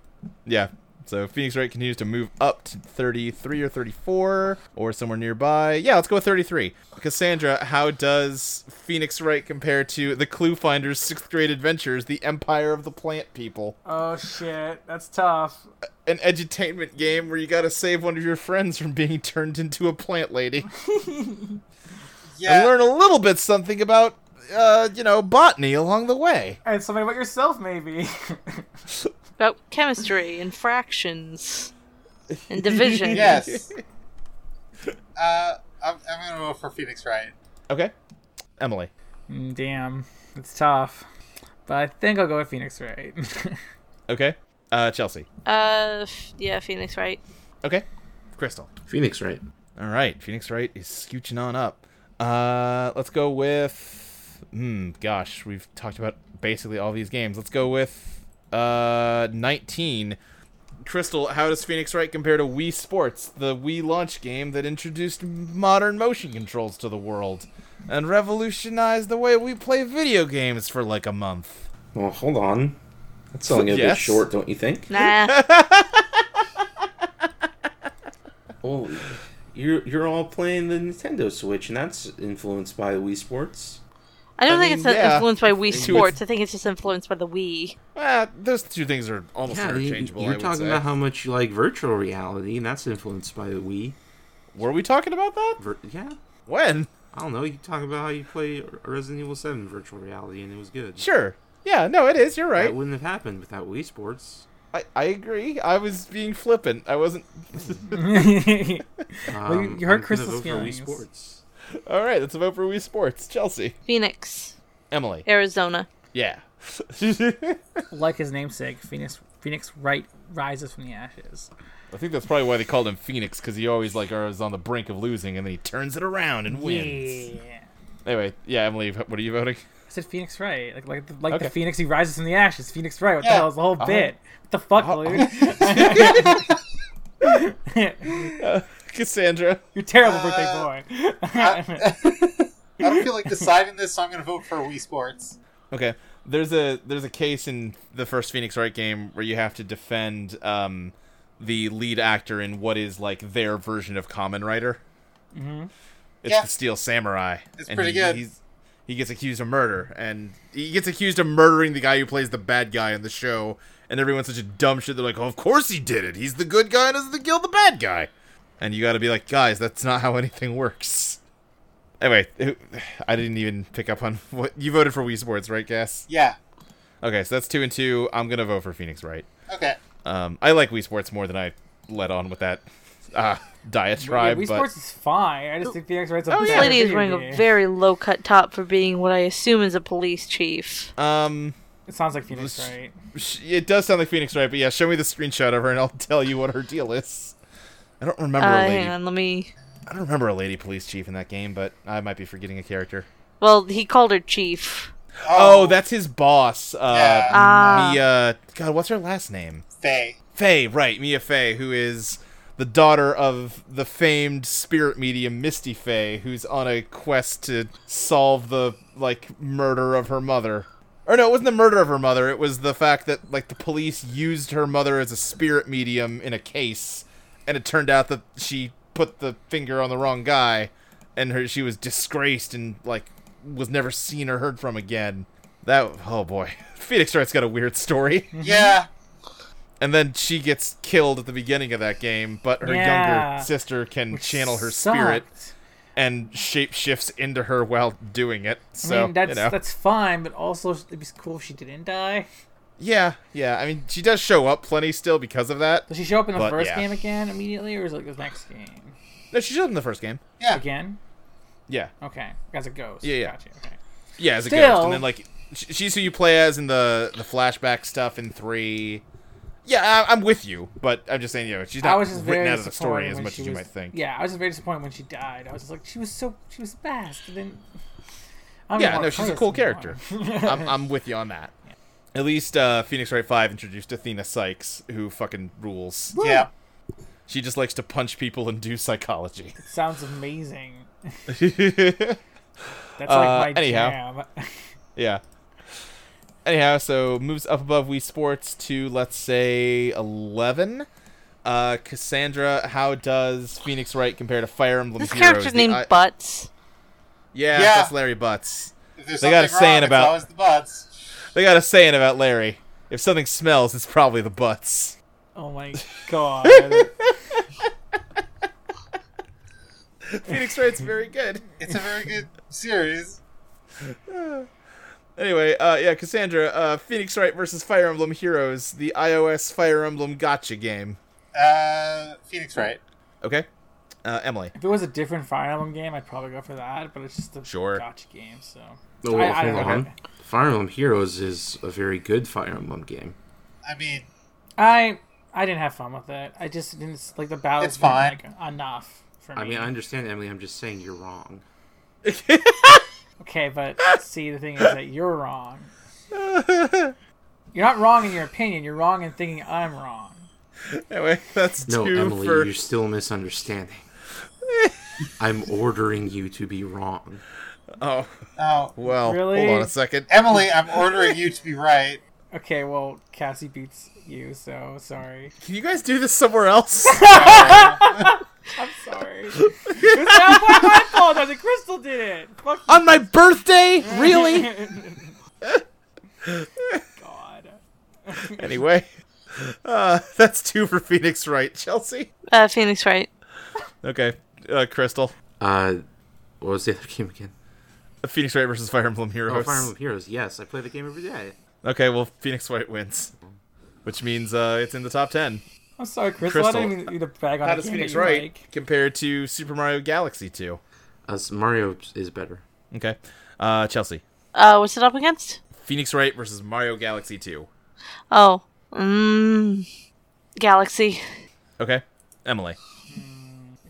[SPEAKER 2] Yeah. So Phoenix Wright continues to move up to 33 or 34 or somewhere nearby. Yeah, let's go with 33. Cassandra, how does Phoenix Wright compare to the Clue Finders' sixth grade adventures, The Empire of the Plant People?
[SPEAKER 5] Oh shit, that's tough.
[SPEAKER 2] An edutainment game where you gotta save one of your friends from being turned into a plant lady
[SPEAKER 6] Yeah.
[SPEAKER 2] and learn a little bit something about, uh, you know, botany along the way.
[SPEAKER 5] And something about yourself, maybe.
[SPEAKER 4] About chemistry and fractions and division.
[SPEAKER 6] yes. uh, I'm, I'm gonna vote for Phoenix Wright.
[SPEAKER 2] Okay. Emily.
[SPEAKER 5] Mm, Damn, it's tough. But I think I'll go with Phoenix Wright.
[SPEAKER 2] Okay. Uh, Chelsea.
[SPEAKER 4] Uh, f- yeah, Phoenix Wright.
[SPEAKER 2] Okay. Crystal.
[SPEAKER 3] Phoenix, right?
[SPEAKER 2] All right, Phoenix Wright is scooching on up. Uh, let's go with. Hmm, gosh, we've talked about basically all these games. Let's go with uh 19. Crystal, how does Phoenix Wright compare to Wii Sports, the Wii launch game that introduced modern motion controls to the world and revolutionized the way we play video games for like a month?
[SPEAKER 7] Well, hold on. That's selling a bit
[SPEAKER 2] Yes.
[SPEAKER 7] short, don't you think?
[SPEAKER 4] Nah.
[SPEAKER 7] Well, you're you're all playing the Nintendo Switch, and that's influenced by Wii Sports.
[SPEAKER 4] I don't
[SPEAKER 2] I
[SPEAKER 4] think
[SPEAKER 2] mean,
[SPEAKER 4] it's uh
[SPEAKER 2] yeah.
[SPEAKER 4] influenced by Wii
[SPEAKER 2] To a-
[SPEAKER 4] Sports. I think it's just influenced by the Wii.
[SPEAKER 2] Ah, those two things are almost
[SPEAKER 3] Yeah, you,
[SPEAKER 2] interchangeable. I
[SPEAKER 3] you're
[SPEAKER 2] would
[SPEAKER 3] talking
[SPEAKER 2] say.
[SPEAKER 3] about how much you like virtual reality, and that's influenced by the Wii.
[SPEAKER 2] Were we talking about that?
[SPEAKER 3] Vir- yeah,
[SPEAKER 2] When?
[SPEAKER 3] I don't know. You talk about how you play Resident Evil Seven virtual reality, and it was good.
[SPEAKER 2] Sure. Yeah, no, it is. You're right.
[SPEAKER 3] That wouldn't have happened without Wii Sports.
[SPEAKER 2] I, I agree. I was being flippant. I wasn't.
[SPEAKER 5] you-
[SPEAKER 3] Um,
[SPEAKER 5] you hurt
[SPEAKER 3] I'm gonna
[SPEAKER 5] Crystal's
[SPEAKER 3] vote for Wii
[SPEAKER 5] feelings.
[SPEAKER 3] Sports.
[SPEAKER 2] All right, that's about for Wii Sports. Chelsea,
[SPEAKER 4] Phoenix,
[SPEAKER 2] Emily.
[SPEAKER 4] Arizona.
[SPEAKER 2] Yeah.
[SPEAKER 5] like his namesake, Phoenix Phoenix Wright rises from the ashes.
[SPEAKER 2] I think that's probably why they called him Phoenix because he always like was on the brink of losing and then he turns it around and wins.
[SPEAKER 5] Yeah.
[SPEAKER 2] Anyway, yeah, Emily, what are you voting?
[SPEAKER 5] I said Phoenix Wright, like like the, like
[SPEAKER 2] Okay.
[SPEAKER 5] the Phoenix he rises from the ashes. Phoenix Wright, what the
[SPEAKER 6] Yeah.
[SPEAKER 5] hell is the whole bit? What the fuck, Luke?
[SPEAKER 2] Cassandra.
[SPEAKER 5] You're a terrible
[SPEAKER 6] Uh,
[SPEAKER 5] birthday boy.
[SPEAKER 6] I, I don't feel like deciding this, so I'm gonna vote for Wii Sports.
[SPEAKER 2] Okay. There's a there's a case in the first Phoenix Wright game where you have to defend um, the lead actor in what is like their version of Common Writer. Mm-hmm. It's
[SPEAKER 6] Yeah.
[SPEAKER 2] the Steel Samurai.
[SPEAKER 6] It's
[SPEAKER 2] and
[SPEAKER 6] pretty
[SPEAKER 2] he,
[SPEAKER 6] good.
[SPEAKER 2] He's, he gets accused of murder, and he gets accused of murdering the guy who plays the bad guy in the show. And everyone's such a dumb shit. They're like, "Oh, of course he did it. He's the good guy and doesn't kill the bad guy." And you got to be like, "Guys, that's not how anything works." Anyway, it- I didn't even pick up on what you voted for. Wii Sports, right, Gas?
[SPEAKER 6] Yeah.
[SPEAKER 2] Okay, so that's two and two. I'm gonna vote for Phoenix Wright.
[SPEAKER 6] Okay.
[SPEAKER 2] Um, I like Wii Sports more than I let on with that uh,
[SPEAKER 5] Yeah,
[SPEAKER 2] diatribe.
[SPEAKER 5] Wii
[SPEAKER 2] but
[SPEAKER 5] Sports is fine. I just think Phoenix Wright's a
[SPEAKER 2] Oh,
[SPEAKER 5] better
[SPEAKER 2] yeah.
[SPEAKER 4] This lady is
[SPEAKER 5] video
[SPEAKER 4] wearing
[SPEAKER 5] game.
[SPEAKER 4] a very low cut top for being what I assume is a police chief. Uh,
[SPEAKER 2] um,
[SPEAKER 5] It sounds like Phoenix
[SPEAKER 2] This-
[SPEAKER 5] Wright.
[SPEAKER 2] sh- it does sound like Phoenix Wright. But yeah, show me the screenshot of her, and I'll tell you what her deal is. I don't
[SPEAKER 4] Uh,
[SPEAKER 2] remember a lady.
[SPEAKER 4] hang on, let me.
[SPEAKER 2] I don't remember a lady police chief in that game, but I might be forgetting a character.
[SPEAKER 4] Well, he called her chief.
[SPEAKER 2] Oh, that's his boss. Uh,
[SPEAKER 6] yeah.
[SPEAKER 4] Ah.
[SPEAKER 2] Mia. God, what's her last name?
[SPEAKER 6] Faye.
[SPEAKER 2] Faye, right? Mia Faye, who is the daughter of the famed spirit medium Misty Faye, who's on a quest to solve the like murder of her mother. Or no, it wasn't the murder of her mother. It was the fact that like the police used her mother as a spirit medium in a case, and it turned out that she put the finger on the wrong guy, and her she was disgraced and like was never seen or heard from again. That oh boy, Phoenix Wright's got a weird story.
[SPEAKER 6] Yeah.
[SPEAKER 2] And then she gets killed at the beginning of that game, but her
[SPEAKER 5] Yeah.
[SPEAKER 2] younger sister can channel her
[SPEAKER 5] Sucked.
[SPEAKER 2] spirit and shape shifts into her while doing it. So
[SPEAKER 5] I mean, that's
[SPEAKER 2] you know.
[SPEAKER 5] that's fine, but also it'd be cool if she didn't die.
[SPEAKER 2] yeah, yeah. I mean, she does show up plenty still because of that.
[SPEAKER 5] Does she show up in the
[SPEAKER 2] But,
[SPEAKER 5] first
[SPEAKER 2] yeah.
[SPEAKER 5] game again immediately, or is it like the next game
[SPEAKER 2] No, she showed up in the first game.
[SPEAKER 6] Yeah.
[SPEAKER 5] again?
[SPEAKER 2] Yeah,
[SPEAKER 5] Okay, as a ghost.
[SPEAKER 2] Yeah, yeah.
[SPEAKER 5] Gotcha. Okay.
[SPEAKER 2] yeah, as a ghost,
[SPEAKER 5] Still-
[SPEAKER 2] and then like sh- she's who you play as in the the flashback stuff in three. Yeah, I, I'm with you, but I'm just saying, you know, she's
[SPEAKER 5] I
[SPEAKER 2] not
[SPEAKER 5] was just
[SPEAKER 2] written
[SPEAKER 5] very
[SPEAKER 2] out of the story
[SPEAKER 5] disappointed
[SPEAKER 2] as
[SPEAKER 5] when
[SPEAKER 2] much
[SPEAKER 5] she
[SPEAKER 2] as you
[SPEAKER 5] was-
[SPEAKER 2] might think.
[SPEAKER 5] Yeah, I was just very disappointed when she died. I was just like, she was so she was the best. And then I don't
[SPEAKER 2] Yeah,
[SPEAKER 5] even wanna
[SPEAKER 2] no, she's
[SPEAKER 5] play
[SPEAKER 2] a
[SPEAKER 5] this
[SPEAKER 2] cool
[SPEAKER 5] anymore.
[SPEAKER 2] I'm, I'm with you on that. At least uh, Phoenix Wright 5 introduced Athena Sykes, who fucking rules.
[SPEAKER 6] Yeah.
[SPEAKER 2] She just likes to punch people and do psychology.
[SPEAKER 5] Sounds amazing.
[SPEAKER 2] yeah.
[SPEAKER 5] That's like
[SPEAKER 2] Uh,
[SPEAKER 5] my
[SPEAKER 2] anyhow.
[SPEAKER 5] jam.
[SPEAKER 2] Anyhow, so moves up above Wii Sports to, let's say, 11. Uh, Cassandra, how does Phoenix Wright compare to Fire Emblem
[SPEAKER 4] This
[SPEAKER 2] Heroes?
[SPEAKER 4] character's
[SPEAKER 2] The
[SPEAKER 4] named
[SPEAKER 2] I-
[SPEAKER 4] Butts.
[SPEAKER 2] yeah,
[SPEAKER 6] Yeah.
[SPEAKER 2] that's Larry Butts.
[SPEAKER 6] If there's
[SPEAKER 2] They got a
[SPEAKER 6] something
[SPEAKER 2] saying
[SPEAKER 6] wrong, it's
[SPEAKER 2] about-
[SPEAKER 6] always the butts.
[SPEAKER 2] They got a saying about Larry. If something smells, it's probably the butts.
[SPEAKER 5] Oh my god.
[SPEAKER 2] Phoenix Wright's very good.
[SPEAKER 6] It's a very good series.
[SPEAKER 2] Anyway, uh, yeah, Cassandra, uh, Phoenix Wright versus Fire Emblem Heroes, the iOS Fire Emblem gotcha game.
[SPEAKER 6] Uh, Phoenix Wright.
[SPEAKER 2] Okay, uh, Emily.
[SPEAKER 5] if it was a different Fire Emblem game, I'd probably go for that. But it's just a
[SPEAKER 2] Sure.
[SPEAKER 5] gotcha game, so
[SPEAKER 3] Oh,
[SPEAKER 5] I- I
[SPEAKER 3] hold
[SPEAKER 5] don't
[SPEAKER 3] on.
[SPEAKER 5] know.
[SPEAKER 3] Fire Emblem Heroes is a very good Fire Emblem game.
[SPEAKER 6] I mean,
[SPEAKER 5] I I didn't have fun with it. I just didn't like the battles.
[SPEAKER 6] It's
[SPEAKER 5] weren't,
[SPEAKER 6] fine.
[SPEAKER 5] Like, enough for me.
[SPEAKER 3] I mean, I understand, Emily. I'm just saying you're wrong.
[SPEAKER 5] Okay, but see, the thing is that you're wrong. You're not wrong in your opinion. You're wrong in thinking I'm wrong.
[SPEAKER 2] Anyway, that's
[SPEAKER 3] No,
[SPEAKER 2] two
[SPEAKER 3] Emily,
[SPEAKER 2] for
[SPEAKER 3] you're still misunderstanding. I'm ordering you to be wrong.
[SPEAKER 2] oh
[SPEAKER 6] oh,
[SPEAKER 2] well.
[SPEAKER 5] Really?
[SPEAKER 2] Hold on a second. Eh,
[SPEAKER 6] Emily, I'm ordering you to be right.
[SPEAKER 5] Okay, well, Cassie beats you, so sorry.
[SPEAKER 2] Can you guys do this somewhere else?
[SPEAKER 5] I'm sorry. it's not quite my fault. I was like, Crystal did it. Fuck you.
[SPEAKER 2] On my birthday? Really?
[SPEAKER 5] God.
[SPEAKER 2] anyway, uh, that's two for Phoenix Wright. Chelsea.
[SPEAKER 4] Uh, Phoenix Wright.
[SPEAKER 2] Okay, uh, Crystal.
[SPEAKER 3] Uh, what was the other game again?
[SPEAKER 2] Phoenix Wright versus Fire Emblem
[SPEAKER 3] Oh,
[SPEAKER 2] Heroes.
[SPEAKER 3] Fire Emblem Heroes. Yes, I play the game every day.
[SPEAKER 2] Okay, well, Phoenix Wright wins, which means uh, it's in the top ten.
[SPEAKER 5] I'm sorry, Crystal. I
[SPEAKER 2] Crystal,
[SPEAKER 5] didn't mean to bag on
[SPEAKER 2] How
[SPEAKER 5] a
[SPEAKER 2] does
[SPEAKER 5] game
[SPEAKER 2] Phoenix
[SPEAKER 5] that you
[SPEAKER 2] Wright
[SPEAKER 5] like.
[SPEAKER 2] compare to Super Mario Galaxy Two?
[SPEAKER 3] As Uh, Mario is better.
[SPEAKER 2] Okay. Uh, Chelsea.
[SPEAKER 4] Uh, what's it up against?
[SPEAKER 2] Phoenix Wright versus Mario Galaxy 2.
[SPEAKER 4] Oh, mm, Galaxy.
[SPEAKER 2] Okay. Emily.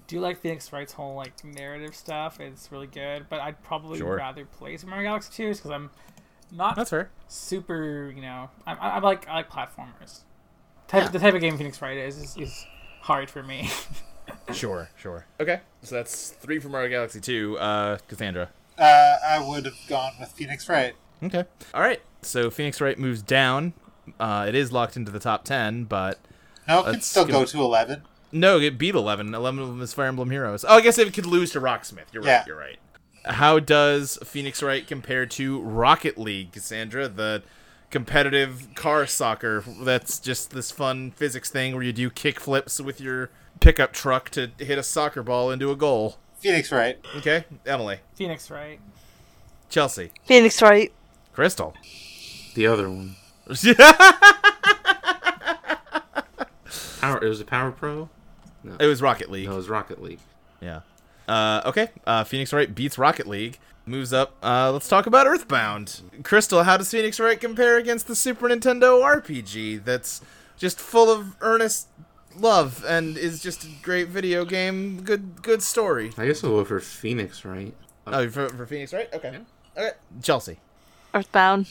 [SPEAKER 5] do you like Phoenix Wright's whole like narrative stuff? It's really good, but I'd probably
[SPEAKER 2] Sure.
[SPEAKER 5] rather play Super Mario Galaxy 2 because I'm not
[SPEAKER 2] fair.
[SPEAKER 5] super, you know, I, I, I like I like platformers. Type, The type of game Phoenix Wright is is, is hard for me.
[SPEAKER 2] Sure, sure. Okay. So that's three for Mario Galaxy 2. Uh, Cassandra.
[SPEAKER 6] Uh, I would have gone with Phoenix Wright.
[SPEAKER 2] Okay. All right. So Phoenix Wright moves down. Uh, it is locked into the top 10, but
[SPEAKER 6] No, it could
[SPEAKER 2] Let's
[SPEAKER 6] still
[SPEAKER 2] give
[SPEAKER 6] go
[SPEAKER 2] it-
[SPEAKER 6] to 11.
[SPEAKER 2] no, it beat 11. 11 of them is Fire Emblem Heroes. Oh, I guess it could lose to Rocksmith. You're
[SPEAKER 6] Yeah.
[SPEAKER 2] right. You're right. How does Phoenix Wright compare to Rocket League, Cassandra? The competitive car soccer that's just this fun physics thing where you do kick flips with your pickup truck to hit a soccer ball into a goal.
[SPEAKER 6] Phoenix Wright.
[SPEAKER 2] Okay, Emily,
[SPEAKER 5] Phoenix Wright.
[SPEAKER 2] Chelsea,
[SPEAKER 4] Phoenix Wright.
[SPEAKER 2] Crystal.
[SPEAKER 3] The other one.
[SPEAKER 2] it
[SPEAKER 3] Power. It was a Power Pro.
[SPEAKER 2] was Rocket League.
[SPEAKER 3] No, it was Rocket League.
[SPEAKER 2] Yeah. Uh, okay. Uh, Phoenix Wright beats Rocket League. Moves up. Uh, let's talk about Earthbound. Crystal, how does Phoenix Wright compare against the Super Nintendo RPG that's just full of earnest love and is just a great video game? Good, good story.
[SPEAKER 3] I guess I'll go for Phoenix, right?
[SPEAKER 2] Oh, for, for Phoenix Wright. Okay. Okay. Chelsea.
[SPEAKER 4] Earthbound.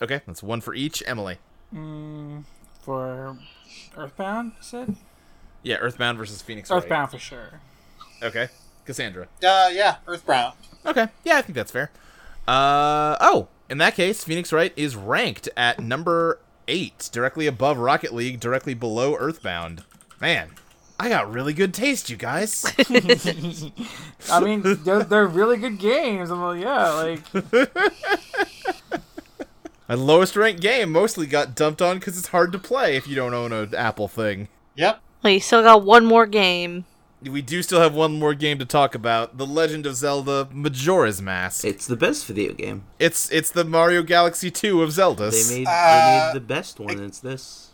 [SPEAKER 2] Okay, that's one for each. Emily.
[SPEAKER 5] Mm, for Earthbound, you said?
[SPEAKER 2] Yeah, Earthbound versus Phoenix Wright.
[SPEAKER 5] Earthbound for sure.
[SPEAKER 2] Okay. Cassandra.
[SPEAKER 6] Uh, yeah, Earthbound.
[SPEAKER 2] Okay. Yeah, I think that's fair. Uh oh. In that case, Phoenix Wright is ranked at number eight, directly above Rocket League, directly below Earthbound. Man, I got really good taste, you guys.
[SPEAKER 5] I mean, they're, they're really good games. I'm like, yeah, like
[SPEAKER 2] My lowest ranked game mostly got dumped on because it's hard to play if you don't own an Apple thing.
[SPEAKER 6] Yep.
[SPEAKER 4] Wait, you still got one more game.
[SPEAKER 2] We do still have one more game to talk about: The Legend of Zelda Majora's Mask.
[SPEAKER 8] It's the best video game.
[SPEAKER 2] It's it's the Mario Galaxy 2 of
[SPEAKER 8] They
[SPEAKER 2] Zelda's.
[SPEAKER 8] made they
[SPEAKER 6] Uh,
[SPEAKER 8] made the best one. and it's this.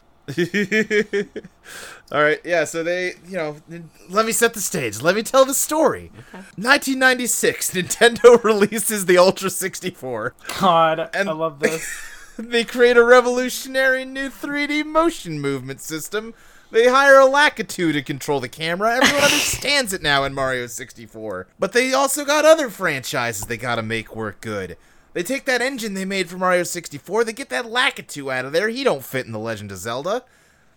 [SPEAKER 2] All right, yeah. So they, you know, n- let me set the stage. Let me tell the story. 1996, Nintendo releases the Ultra 64.
[SPEAKER 5] God,
[SPEAKER 2] And-
[SPEAKER 5] I love this.
[SPEAKER 2] They create a revolutionary new 3D motion movement system. They hire a Lakitu to control the camera. Everyone understands it now in Mario 64. But they also got other franchises they gotta make work good. They take that engine they made for Mario 64, they get that Lakitu out of there. He don't fit in The Legend of Zelda.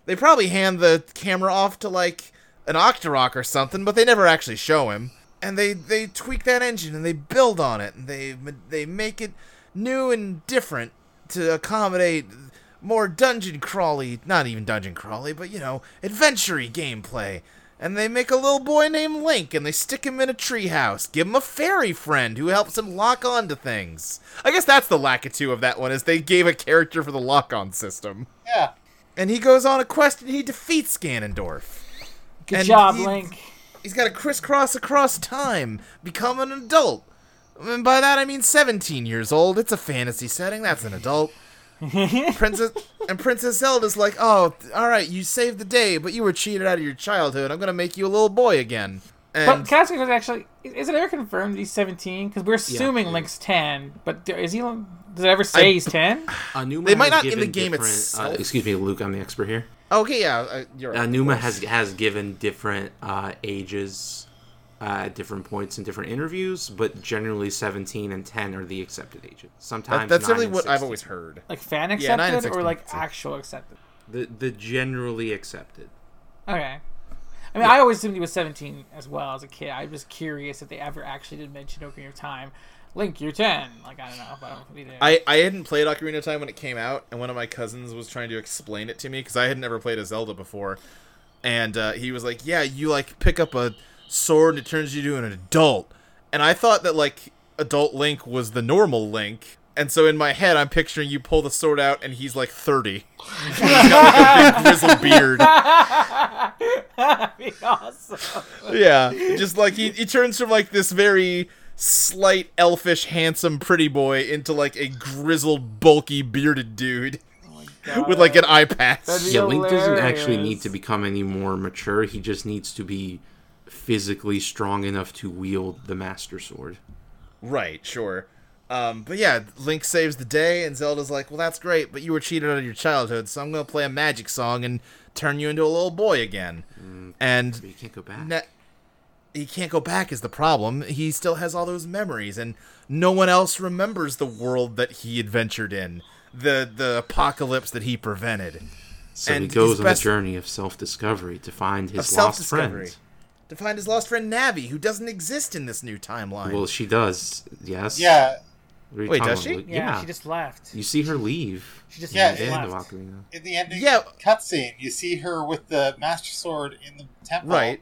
[SPEAKER 2] They probably hand the camera off to like an Octorok or something, but they never actually show him. And they they tweak that engine and they build on it and they they make it new and different to accommodate more dungeon crawly, not even dungeon crawly, but you know, adventury gameplay. And they make a little boy named Link and they stick him in a treehouse. Give him a fairy friend who helps him lock on to things. I guess that's the Lakitu of that one is they gave a character for the lock on system
[SPEAKER 6] Yeah.
[SPEAKER 2] and he goes on a quest and he defeats Ganondorf.
[SPEAKER 5] Good
[SPEAKER 2] and
[SPEAKER 5] job,
[SPEAKER 2] he-
[SPEAKER 5] Link.
[SPEAKER 2] He's got to crisscross across time, become an adult. And by that I mean 17 years old. It's a fantasy setting. That's an adult. Princess and Princess Zelda's like, "Oh, all right, you saved the day, but you were cheated out of your childhood. I'm gonna make you a little boy again." And
[SPEAKER 5] But can I ask you guys actually, is- is it ever confirmed that he's 17? Because we're assuming Link's 10, but there- is he, does it ever say
[SPEAKER 2] I-
[SPEAKER 5] he's 10?
[SPEAKER 3] Anuma
[SPEAKER 2] They might not
[SPEAKER 3] has
[SPEAKER 2] in
[SPEAKER 3] given
[SPEAKER 2] the game
[SPEAKER 3] different-
[SPEAKER 2] itself.
[SPEAKER 3] Uh, excuse me, Luke. I'm the expert here.
[SPEAKER 2] okay, yeah, uh, you're right.
[SPEAKER 3] Anuma has has given different uh, ages uh, at different points in different interviews, but generally 17 and 10 are the accepted ages.
[SPEAKER 2] That-
[SPEAKER 3] Sometimes
[SPEAKER 2] that's
[SPEAKER 3] nine
[SPEAKER 2] really
[SPEAKER 3] and
[SPEAKER 2] what I've
[SPEAKER 3] 16.
[SPEAKER 2] always heard.
[SPEAKER 5] Like fan
[SPEAKER 2] Yeah, nine and
[SPEAKER 5] accepted or
[SPEAKER 2] 16,
[SPEAKER 5] like
[SPEAKER 2] so-
[SPEAKER 5] actual accepted?
[SPEAKER 3] The the generally accepted.
[SPEAKER 5] Okay. I mean, I always assumed he was 17 as well as a kid. I'm just curious if they ever actually did mention Ocarina of Time. Link, you're 10. Like, I don't know. But I don't either.
[SPEAKER 2] I, I hadn't played Ocarina of Time when it came out, and one of my cousins was trying to explain it to me because I had never played a Zelda before, and uh, he was like, "Yeah, you like pick up a sword and it turns you to an adult," and I thought that like adult Link was the normal Link, and so in my head I'm picturing you pull the sword out and he's like thirty, he's got like a big grizzled beard,
[SPEAKER 5] That'd be awesome.
[SPEAKER 2] yeah, just like he he turns from like this very slight elfish handsome pretty boy into like a grizzled bulky bearded dude. with like an eye patch.
[SPEAKER 5] Oh That'd be-
[SPEAKER 3] Yeah, Link doesn't actually
[SPEAKER 5] Hilarious.
[SPEAKER 3] need to become any more mature. He just needs to be physically strong enough to wield the Master Sword.
[SPEAKER 2] Right, sure. Um, but yeah, Link saves the day, and Zelda's like, "Well, that's great, but you were cheated out of your childhood, so I'm gonna play a magic song and turn you into a little boy again."
[SPEAKER 5] Mm,
[SPEAKER 2] and
[SPEAKER 3] But you can't go back.
[SPEAKER 2] ne- he can't go back is the problem. He still has all those memories, and no one else remembers the world that he adventured in, the the apocalypse that he prevented.
[SPEAKER 3] so
[SPEAKER 2] and
[SPEAKER 3] he
[SPEAKER 2] his
[SPEAKER 3] goes on
[SPEAKER 2] best-
[SPEAKER 3] a journey of self-discovery to find his
[SPEAKER 2] Of
[SPEAKER 3] lost
[SPEAKER 2] self-discovery.
[SPEAKER 3] friend.
[SPEAKER 2] To find his lost friend Navi, who doesn't exist in this new timeline.
[SPEAKER 3] Well, she does. Yes.
[SPEAKER 6] Yeah.
[SPEAKER 3] What are you
[SPEAKER 2] Wait,
[SPEAKER 3] talking
[SPEAKER 2] does
[SPEAKER 3] about,
[SPEAKER 2] she?
[SPEAKER 3] Luke?
[SPEAKER 5] Yeah, she just left.
[SPEAKER 3] You see her leave.
[SPEAKER 5] She just
[SPEAKER 6] Yeah,
[SPEAKER 3] at the
[SPEAKER 6] she
[SPEAKER 3] end of
[SPEAKER 5] left.
[SPEAKER 3] Ocarina.
[SPEAKER 6] In the ending
[SPEAKER 2] Yeah.
[SPEAKER 6] cutscene, you see her with the Master Sword in the temple.
[SPEAKER 2] Right.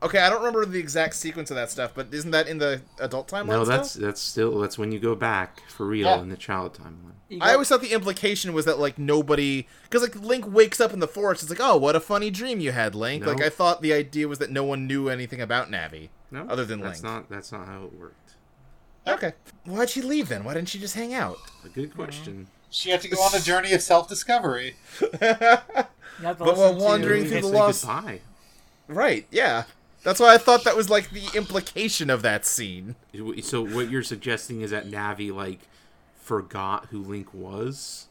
[SPEAKER 2] Okay, I don't remember the exact sequence of that stuff, but isn't that in the adult timeline?
[SPEAKER 3] No,
[SPEAKER 2] still?
[SPEAKER 3] that's that's still that's when you go back for real
[SPEAKER 6] Yeah.
[SPEAKER 3] in the child timeline.
[SPEAKER 5] You
[SPEAKER 2] I
[SPEAKER 5] got-
[SPEAKER 2] always thought the implication was that like nobody, because like Link wakes up in the forest. It's like, oh, what a funny dream you had, Link. Like
[SPEAKER 3] No.
[SPEAKER 2] I thought the idea was that no one knew anything about Navi.
[SPEAKER 3] No,
[SPEAKER 2] Other than
[SPEAKER 3] that's
[SPEAKER 2] Link.
[SPEAKER 3] not that's not how it worked.
[SPEAKER 2] Okay. Why'd she leave then? Why didn't she just hang out?
[SPEAKER 3] A good question.
[SPEAKER 6] She had to go on a journey of self-discovery.
[SPEAKER 5] you have to
[SPEAKER 2] but while
[SPEAKER 5] listen to-
[SPEAKER 2] wandering through
[SPEAKER 3] Can't
[SPEAKER 2] the
[SPEAKER 3] say
[SPEAKER 2] lost-
[SPEAKER 3] goodbye.
[SPEAKER 2] Right. Yeah. That's why I thought that was like the implication of that scene.
[SPEAKER 3] So what you're suggesting is that Navi like forgot who Link was.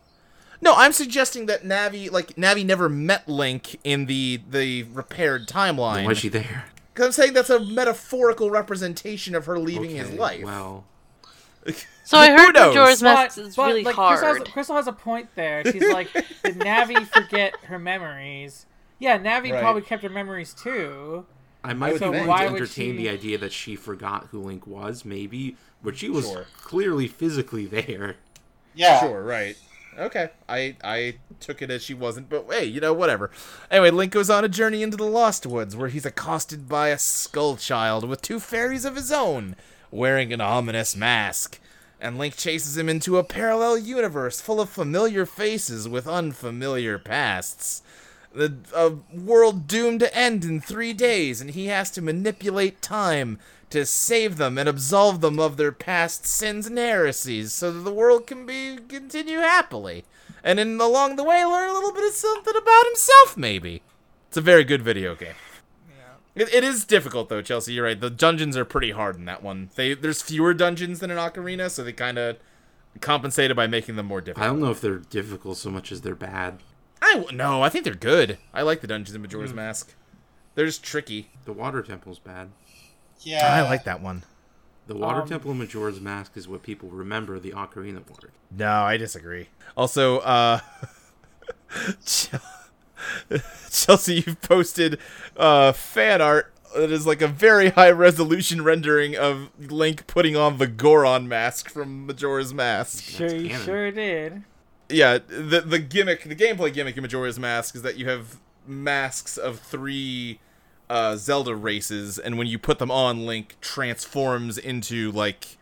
[SPEAKER 2] No, I'm suggesting that Navi, like Navi, never met Link in the the repaired timeline.
[SPEAKER 3] Why is she there?
[SPEAKER 2] 'Cause I'm saying that's a metaphorical representation of her leaving his
[SPEAKER 3] Okay,
[SPEAKER 2] life.
[SPEAKER 3] Well,
[SPEAKER 4] So I heard
[SPEAKER 2] knows?
[SPEAKER 4] Majora's
[SPEAKER 5] But,
[SPEAKER 4] Mask is
[SPEAKER 5] but,
[SPEAKER 4] really
[SPEAKER 5] like, Crystal
[SPEAKER 4] hard.
[SPEAKER 5] has, Crystal has a point there. She's like, did Navi forget her memories? Yeah, Navi
[SPEAKER 2] Right.
[SPEAKER 5] probably kept her memories too.
[SPEAKER 3] I might be
[SPEAKER 5] So
[SPEAKER 3] willing
[SPEAKER 5] why
[SPEAKER 3] to
[SPEAKER 5] would
[SPEAKER 3] entertain
[SPEAKER 5] she-
[SPEAKER 3] the idea that she forgot who Link was, maybe, but she was
[SPEAKER 2] Sure.
[SPEAKER 3] clearly physically there.
[SPEAKER 6] Yeah.
[SPEAKER 2] Sure, right. Okay. I I took it as she wasn't, but hey, you know, whatever. Anyway, Link goes on a journey into the Lost Woods where he's accosted by a skull child with two fairies of his own, wearing an ominous mask. And Link chases him into a parallel universe full of familiar faces with unfamiliar pasts. The a world doomed to end in three days, and he has to manipulate time to save them and absolve them of their past sins and heresies, so that the world can be continue happily. and then along the way learn a little bit of something about himself. Maybe it's a very good video game. It, it is difficult though, Chelsea. You're right. The dungeons are pretty hard in that one. They there's fewer dungeons than in Ocarina, so they kind of compensated by making them more
[SPEAKER 3] I
[SPEAKER 2] difficult.
[SPEAKER 3] don't know if they're difficult so much as they're bad.
[SPEAKER 2] I w- no, I think they're good. I like the dungeons in Majora's Mask. They're just tricky.
[SPEAKER 3] The water temple's bad.
[SPEAKER 6] Yeah,
[SPEAKER 2] I like that one.
[SPEAKER 3] The water
[SPEAKER 5] Um,
[SPEAKER 3] temple in Majora's Mask is what people remember the Ocarina water.
[SPEAKER 2] No, I disagree. Also, uh, Chel- Chelsea, you've posted uh, fan art that is like a very high resolution rendering of Link putting on the Goron mask from Majora's Mask.
[SPEAKER 5] Sure, you
[SPEAKER 3] canon.
[SPEAKER 5] sure did.
[SPEAKER 2] Yeah, the the gimmick, the gameplay gimmick in Majora's Mask is that you have masks of three uh, Zelda races, and when you put them on, Link transforms into like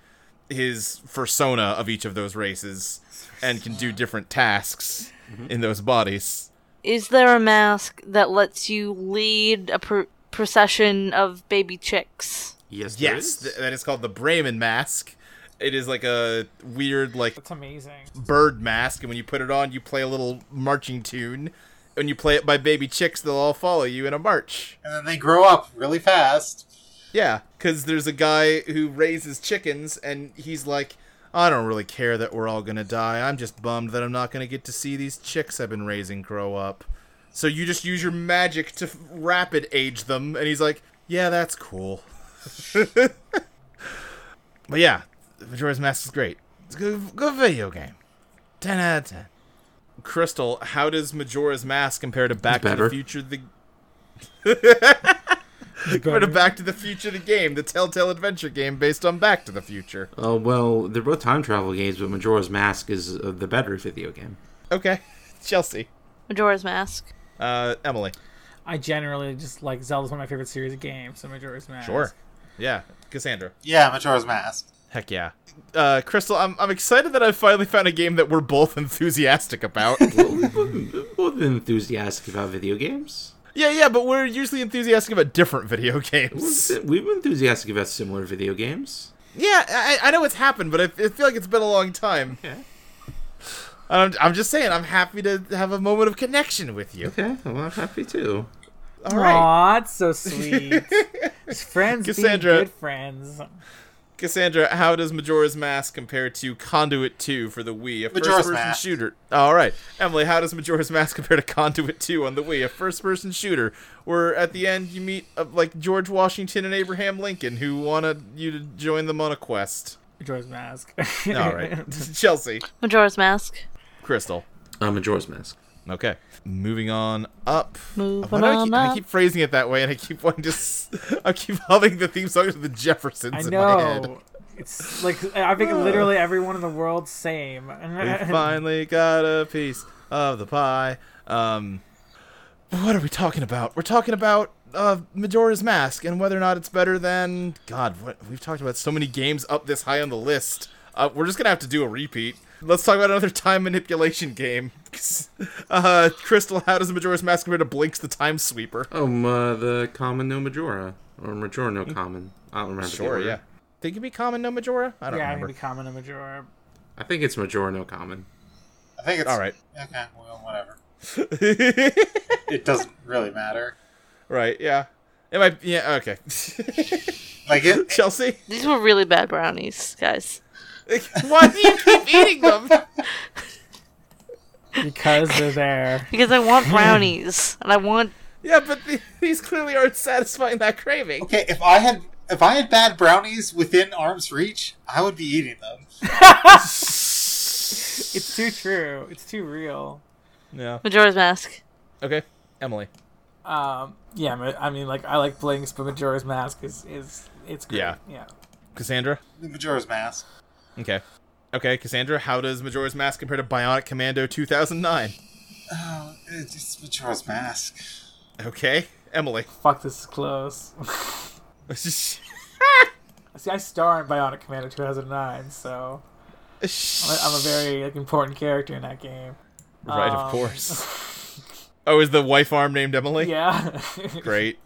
[SPEAKER 2] his persona of each of those races and can do different tasks
[SPEAKER 3] Mm-hmm.
[SPEAKER 2] in those bodies.
[SPEAKER 4] Is there a mask that lets you lead a per- procession of baby chicks?
[SPEAKER 3] Yes, there
[SPEAKER 2] Yes,
[SPEAKER 3] is.
[SPEAKER 2] th- that is called the Brahmin mask. It is like a weird like
[SPEAKER 5] That's amazing.
[SPEAKER 2] bird mask, and when you put it on, you play a little marching tune. When you play it by baby chicks, they'll all follow you in a march.
[SPEAKER 6] and then they grow up really fast.
[SPEAKER 2] Yeah, because there's a guy who raises chickens, and he's like, I don't really care that we're all gonna die. I'm just bummed that I'm not gonna get to see these chicks I've been raising grow up. So you just use your magic to f- rapid age them, and he's like, Yeah, that's cool. but yeah, Majora's Mask is great. It's a good, good video game. 10 out of 10. Crystal, how does Majora's Mask compare to Back to the
[SPEAKER 3] better.
[SPEAKER 2] Future the Put a Back to the Future the game, the Telltale Adventure game based on Back to the Future.
[SPEAKER 3] Uh, well, they're both time travel games, but Majora's Mask is uh, the better video game.
[SPEAKER 2] Okay, Chelsea,
[SPEAKER 4] Majora's Mask.
[SPEAKER 2] uh, Emily,
[SPEAKER 5] I generally just like Zelda's one of my favorite series of games, so Majora's Mask.
[SPEAKER 2] yeah, Cassandra,
[SPEAKER 6] Yeah, Majora's Mask.
[SPEAKER 2] heck yeah, uh, Crystal. I'm I'm excited that I finally found a game that we're both enthusiastic about.
[SPEAKER 3] We've both- both been enthusiastic about video games.
[SPEAKER 2] yeah, yeah, but we're usually enthusiastic about different video
[SPEAKER 3] We've
[SPEAKER 2] games.
[SPEAKER 3] been- we've been enthusiastic about similar video games.
[SPEAKER 2] yeah, I, I know it's happened, but I, I feel like it's been a long time.
[SPEAKER 3] Okay.
[SPEAKER 2] I'm I'm just saying, I'm happy to have a moment of connection with you.
[SPEAKER 3] Okay, well, I'm happy too.
[SPEAKER 2] All right.
[SPEAKER 5] Aw, it's so sweet. friends
[SPEAKER 2] Cassandra.
[SPEAKER 5] be good friends.
[SPEAKER 2] Cassandra, how does Majora's Mask compare to Conduit 2 for the Wii, a
[SPEAKER 6] Majora's
[SPEAKER 2] first-person
[SPEAKER 6] Mask.
[SPEAKER 2] shooter? All right, Emily, how does Majora's Mask compare to Conduit 2 on the Wii, a first-person shooter, where at the end you meet uh, like George Washington and Abraham Lincoln, who wanted you to join them on a quest?
[SPEAKER 5] Majora's Mask.
[SPEAKER 2] All right, Chelsea,
[SPEAKER 4] Majora's Mask.
[SPEAKER 2] Crystal.
[SPEAKER 3] Uh, Majora's Mask.
[SPEAKER 2] Okay, moving on up.
[SPEAKER 4] Moving
[SPEAKER 2] Why do I
[SPEAKER 4] on
[SPEAKER 2] keep, I
[SPEAKER 4] up.
[SPEAKER 2] keep phrasing it that way, and I keep wanting to. s- I keep humming the theme song to the Jeffersons
[SPEAKER 5] I
[SPEAKER 2] in my head.
[SPEAKER 5] know. It's like I think literally everyone in the world same.
[SPEAKER 2] we finally got a piece of the pie. Um, what are we talking about? We're talking about uh, Majora's Mask and whether or not it's better than God. What we've talked about so many games up this high on the list. Uh, we're just gonna have to do a repeat. Let's talk about another time manipulation game. uh, Crystal, how does Majora's Mask compare to Blinks the Time Sweeper?
[SPEAKER 3] Um, uh, the common no Majora or Majora no common. I don't remember. the order.
[SPEAKER 2] Think it'd be common, no Majora? I don't
[SPEAKER 5] yeah, I
[SPEAKER 2] remember.
[SPEAKER 5] can be common and Majora.
[SPEAKER 3] I think it's Majora no common.
[SPEAKER 6] I think it's
[SPEAKER 2] All right.
[SPEAKER 6] Okay, well, whatever. It doesn't really matter.
[SPEAKER 2] right. Yeah. It might. Yeah. Okay.
[SPEAKER 6] Like it,
[SPEAKER 2] Chelsea.
[SPEAKER 4] These were really bad brownies, guys.
[SPEAKER 2] Why do you keep eating them?
[SPEAKER 5] Because they're there.
[SPEAKER 4] Because I want brownies. and I want.
[SPEAKER 2] Yeah, but the, these clearly aren't satisfying that craving.
[SPEAKER 6] Okay, if I had if I had bad brownies within arm's reach, I would be eating them.
[SPEAKER 5] It's too true. It's too real.
[SPEAKER 2] Yeah.
[SPEAKER 4] Majora's Mask.
[SPEAKER 2] Okay, Emily.
[SPEAKER 5] Um, yeah, Ma- I mean, like I like Blinks, but Majora's Mask is is it's great.
[SPEAKER 2] Yeah.
[SPEAKER 5] yeah.
[SPEAKER 2] Cassandra.
[SPEAKER 6] The Majora's Mask.
[SPEAKER 2] Okay. Okay, Cassandra. How does Majora's Mask compare to Bionic Commando 2009?
[SPEAKER 6] Oh, it's Majora's Mask.
[SPEAKER 2] Okay, Emily.
[SPEAKER 5] Fuck, this is close. See, I star in Bionic Commando 2009, so I'm a, I'm a very like, important character in that game.
[SPEAKER 2] right, of
[SPEAKER 5] Um,
[SPEAKER 2] course. Oh, is the wife arm named Emily?
[SPEAKER 5] Yeah.
[SPEAKER 2] Great.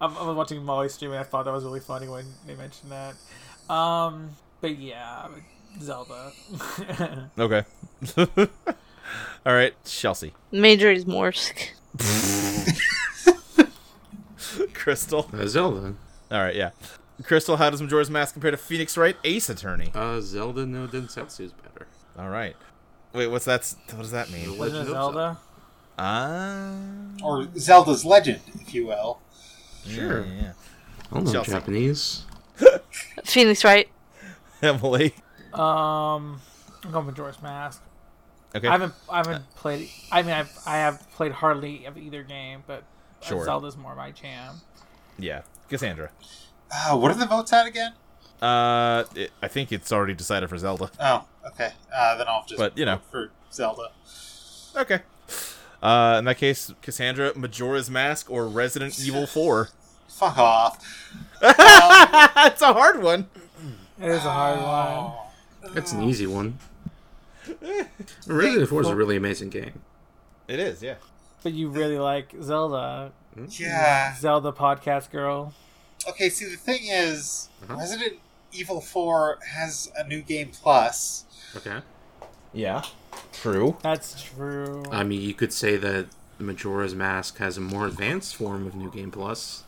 [SPEAKER 5] I'm, I was watching Molly stream and I thought that was really funny when they mentioned that. Um, but yeah, Zelda.
[SPEAKER 2] Okay. All right, Chelsea,
[SPEAKER 4] Major is Morsk.
[SPEAKER 2] Crystal.
[SPEAKER 3] Uh, Zelda.
[SPEAKER 2] All right, yeah. Crystal, how does Majora's Mask compare to Phoenix Wright Ace Attorney?
[SPEAKER 3] Uh, Zelda no Densetsu is better.
[SPEAKER 2] All right. Wait, what's that? s- What does that
[SPEAKER 3] The
[SPEAKER 2] mean?
[SPEAKER 3] Legend of
[SPEAKER 5] Zelda.
[SPEAKER 2] Ah,
[SPEAKER 6] or Zelda's legend, if you will.
[SPEAKER 2] sure. Yeah,
[SPEAKER 3] I don't know
[SPEAKER 2] Chelsea.
[SPEAKER 3] Japanese.
[SPEAKER 4] Phoenix, right?
[SPEAKER 2] yeah. Emily.
[SPEAKER 5] Um, I'm going Majora's Mask.
[SPEAKER 2] Okay. Uh,
[SPEAKER 5] I haven't I haven't played. I mean, I've I have played hardly of either game, but uh,
[SPEAKER 2] Sure.
[SPEAKER 5] Zelda's more my jam.
[SPEAKER 2] Yeah, Cassandra.
[SPEAKER 6] Uh, what are the votes at again?
[SPEAKER 2] Uh, it, I think it's already decided for Zelda.
[SPEAKER 6] Oh, okay. Uh, then I'll just
[SPEAKER 2] But, you know.
[SPEAKER 6] vote for Zelda.
[SPEAKER 2] Okay. Uh, in that case, Cassandra, Majora's Mask, or Resident Evil Four.
[SPEAKER 6] Fuck off.
[SPEAKER 2] it's a hard one.
[SPEAKER 5] It is a hard one.
[SPEAKER 6] Oh.
[SPEAKER 3] That's an easy one. Resident Evil 4 is a really amazing game.
[SPEAKER 2] It is, yeah.
[SPEAKER 5] But you really like Zelda,
[SPEAKER 2] Mm-hmm.
[SPEAKER 6] Yeah.
[SPEAKER 5] Zelda podcast girl.
[SPEAKER 6] Okay. See, the thing is,
[SPEAKER 2] Mm-hmm.
[SPEAKER 6] Resident Evil Four has a new game plus.
[SPEAKER 3] Okay.
[SPEAKER 7] Yeah.
[SPEAKER 2] True.
[SPEAKER 5] That's true.
[SPEAKER 2] Uh,
[SPEAKER 3] I mean, you could say that Majora's Mask has a more advanced form of New Game Plus.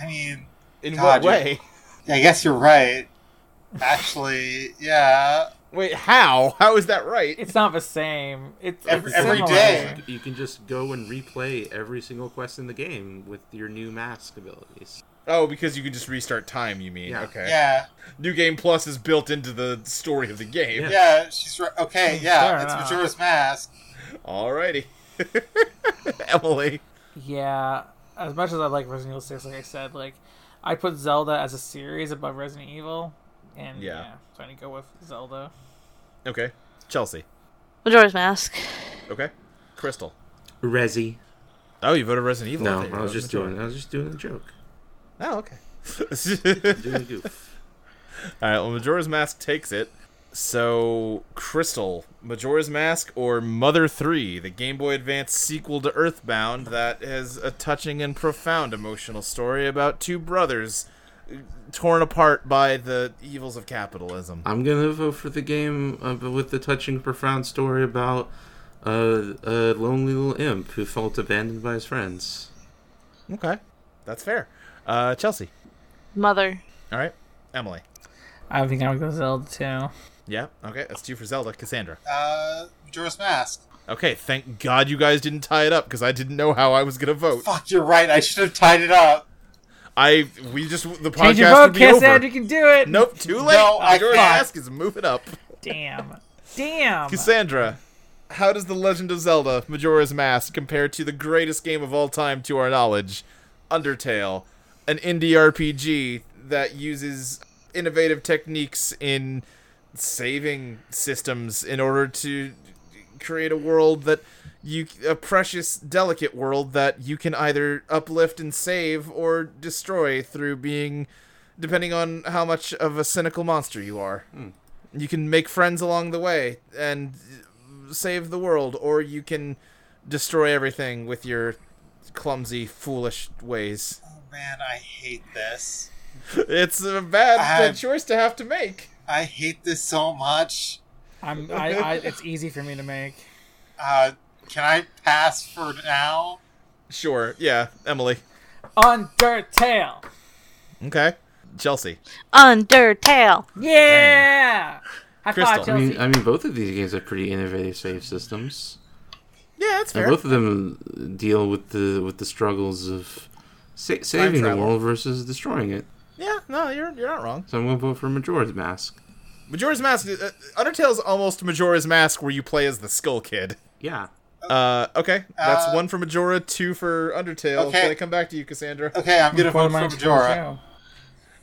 [SPEAKER 6] I mean,
[SPEAKER 2] In
[SPEAKER 6] God,
[SPEAKER 2] what way?
[SPEAKER 6] I guess you're right. Actually, yeah.
[SPEAKER 2] Wait, how? How is that right?
[SPEAKER 5] It's not the same. It's
[SPEAKER 6] Every-
[SPEAKER 5] it's
[SPEAKER 6] every
[SPEAKER 5] similar.
[SPEAKER 6] day.
[SPEAKER 3] You can just go and replay every single quest in the game with your new mask abilities.
[SPEAKER 2] Oh, because you can just restart time. You mean?
[SPEAKER 3] Yeah.
[SPEAKER 2] Okay.
[SPEAKER 6] Yeah.
[SPEAKER 2] New Game Plus is built into the story of the game.
[SPEAKER 6] Yeah. She's right. Okay. Yeah.
[SPEAKER 5] Hmm, Fair
[SPEAKER 6] it's
[SPEAKER 5] enough.
[SPEAKER 6] Majora's Mask.
[SPEAKER 2] Alrighty. Emily.
[SPEAKER 5] Yeah, as much as I like Resident Evil Six, like I said, like I put Zelda as a series above Resident Evil, and
[SPEAKER 2] Yeah.
[SPEAKER 5] yeah, so I need to go with Zelda.
[SPEAKER 2] Okay. Chelsea.
[SPEAKER 4] Majora's Mask.
[SPEAKER 2] Okay. Crystal.
[SPEAKER 3] Resi.
[SPEAKER 2] Oh, you voted Resident Evil.
[SPEAKER 3] No,
[SPEAKER 2] thought you
[SPEAKER 3] I was
[SPEAKER 2] voted
[SPEAKER 3] just
[SPEAKER 2] Majora's.
[SPEAKER 3] doing. I was just doing a joke.
[SPEAKER 2] Oh, okay.
[SPEAKER 3] Doing a goof.
[SPEAKER 2] All right. Well, Majora's Mask takes it. So, Crystal, Majora's Mask or Mother 3, the Game Boy Advance sequel to Earthbound that has a touching and profound emotional story about two brothers uh, torn apart by the evils of capitalism.
[SPEAKER 3] I'm gonna vote for the game uh, but with the touching, profound story about uh, a lonely little imp who felt abandoned by his friends.
[SPEAKER 2] Okay. That's fair. Uh, Chelsea.
[SPEAKER 4] Mother.
[SPEAKER 2] All right. Emily.
[SPEAKER 5] I think I would go Zelda too.
[SPEAKER 2] Yeah. Okay. That's two for Zelda. Cassandra.
[SPEAKER 6] Uh, Majora's Mask.
[SPEAKER 2] Okay. Thank God you guys didn't tie it up because I didn't know how I was gonna vote.
[SPEAKER 6] Fuck. You're right. I should have tied it up.
[SPEAKER 2] I we just the
[SPEAKER 5] Change your
[SPEAKER 2] podcast would
[SPEAKER 5] vote,
[SPEAKER 2] be
[SPEAKER 5] Cassandra.
[SPEAKER 2] over.
[SPEAKER 5] You can do it.
[SPEAKER 2] Nope. Too late.
[SPEAKER 6] No, I
[SPEAKER 2] Majora's
[SPEAKER 6] can't.
[SPEAKER 2] Mask is moving up.
[SPEAKER 5] Damn. Damn.
[SPEAKER 2] Cassandra. How does The Legend of Zelda Majora's Mask compare to the greatest game of all time to our knowledge, Undertale, an indie RPG that uses innovative techniques in saving systems in order to create a world that you a precious delicate world that you can either uplift and save or destroy through being depending on how much of a cynical monster you are. You can make friends along the way and save the world, or you can destroy everything with your clumsy, foolish ways.
[SPEAKER 6] Oh man, I hate this.
[SPEAKER 2] It's a bad
[SPEAKER 6] I-
[SPEAKER 2] choice to have to make.
[SPEAKER 6] I hate this so much.
[SPEAKER 5] I'm. I, I. It's easy for me to make.
[SPEAKER 6] Uh, can I pass for now?
[SPEAKER 2] Sure, yeah, Emily.
[SPEAKER 5] Undertale.
[SPEAKER 2] Okay. Chelsea.
[SPEAKER 4] Undertale.
[SPEAKER 5] Yeah. High
[SPEAKER 2] Crystal.
[SPEAKER 5] five,
[SPEAKER 3] I
[SPEAKER 5] Chelsea.
[SPEAKER 3] mean, I mean, both of these games have pretty innovative save systems.
[SPEAKER 2] Yeah, that's
[SPEAKER 3] And both of them deal with the with the struggles of sa- saving the
[SPEAKER 2] travel.
[SPEAKER 3] world versus destroying it.
[SPEAKER 2] Yeah, no, you're you're not wrong.
[SPEAKER 3] So I'm gonna vote for Majora's Mask.
[SPEAKER 2] Majora's Mask, uh, Undertale's almost Majora's Mask, where you play as the Skull Kid.
[SPEAKER 3] Yeah.
[SPEAKER 2] Uh, okay, that's
[SPEAKER 6] Uh,
[SPEAKER 2] one for Majora, two for Undertale.
[SPEAKER 6] Okay.
[SPEAKER 2] Can I come back to you, Cassandra?
[SPEAKER 6] Okay, I'm gonna
[SPEAKER 5] Quarter
[SPEAKER 6] vote for
[SPEAKER 5] mine to
[SPEAKER 6] Majora.
[SPEAKER 5] Undertale.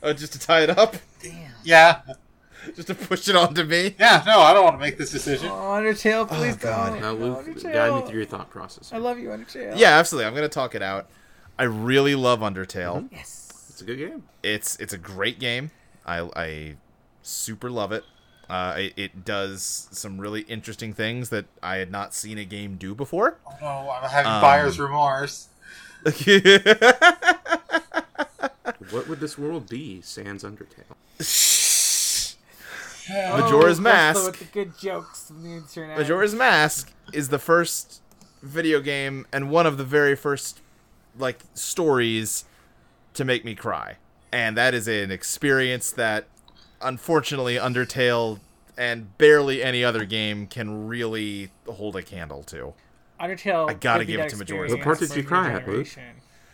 [SPEAKER 2] Uh, just to tie it up,
[SPEAKER 6] Yeah,
[SPEAKER 2] just to push it onto me.
[SPEAKER 6] yeah. No, I don't want to make this decision.
[SPEAKER 5] Oh,
[SPEAKER 2] Uh,
[SPEAKER 5] Undertale, please don't.
[SPEAKER 3] Now, Luke,
[SPEAKER 5] Undertale.
[SPEAKER 3] guide me through your thought process.
[SPEAKER 5] I love you, Undertale.
[SPEAKER 2] Yeah, absolutely. I'm gonna talk it out. I really love Undertale.
[SPEAKER 5] Mm-hmm. Yes.
[SPEAKER 3] It's a good game.
[SPEAKER 2] It's it's a great game. I I super love it. Uh, it, it does some really interesting things that I had not seen a game do before.
[SPEAKER 6] Oh no, I'm having
[SPEAKER 2] Um,
[SPEAKER 6] buyer's remorse.
[SPEAKER 3] What would this world be sans Undertale?
[SPEAKER 2] Majora's
[SPEAKER 5] Oh, Crystal
[SPEAKER 2] Mask.
[SPEAKER 5] With the good jokes from the internet.
[SPEAKER 2] Majora's Mask is the first video game and one of the very first like stories to make me cry. And that is an experience that unfortunately Undertale and barely any other game can really hold a candle to.
[SPEAKER 5] Undertale.
[SPEAKER 2] I gotta
[SPEAKER 5] could be
[SPEAKER 2] give
[SPEAKER 5] that
[SPEAKER 2] it to Majora's
[SPEAKER 5] experience
[SPEAKER 3] What part did
[SPEAKER 5] for
[SPEAKER 3] you
[SPEAKER 5] the
[SPEAKER 3] cry at, Luke?
[SPEAKER 5] generation.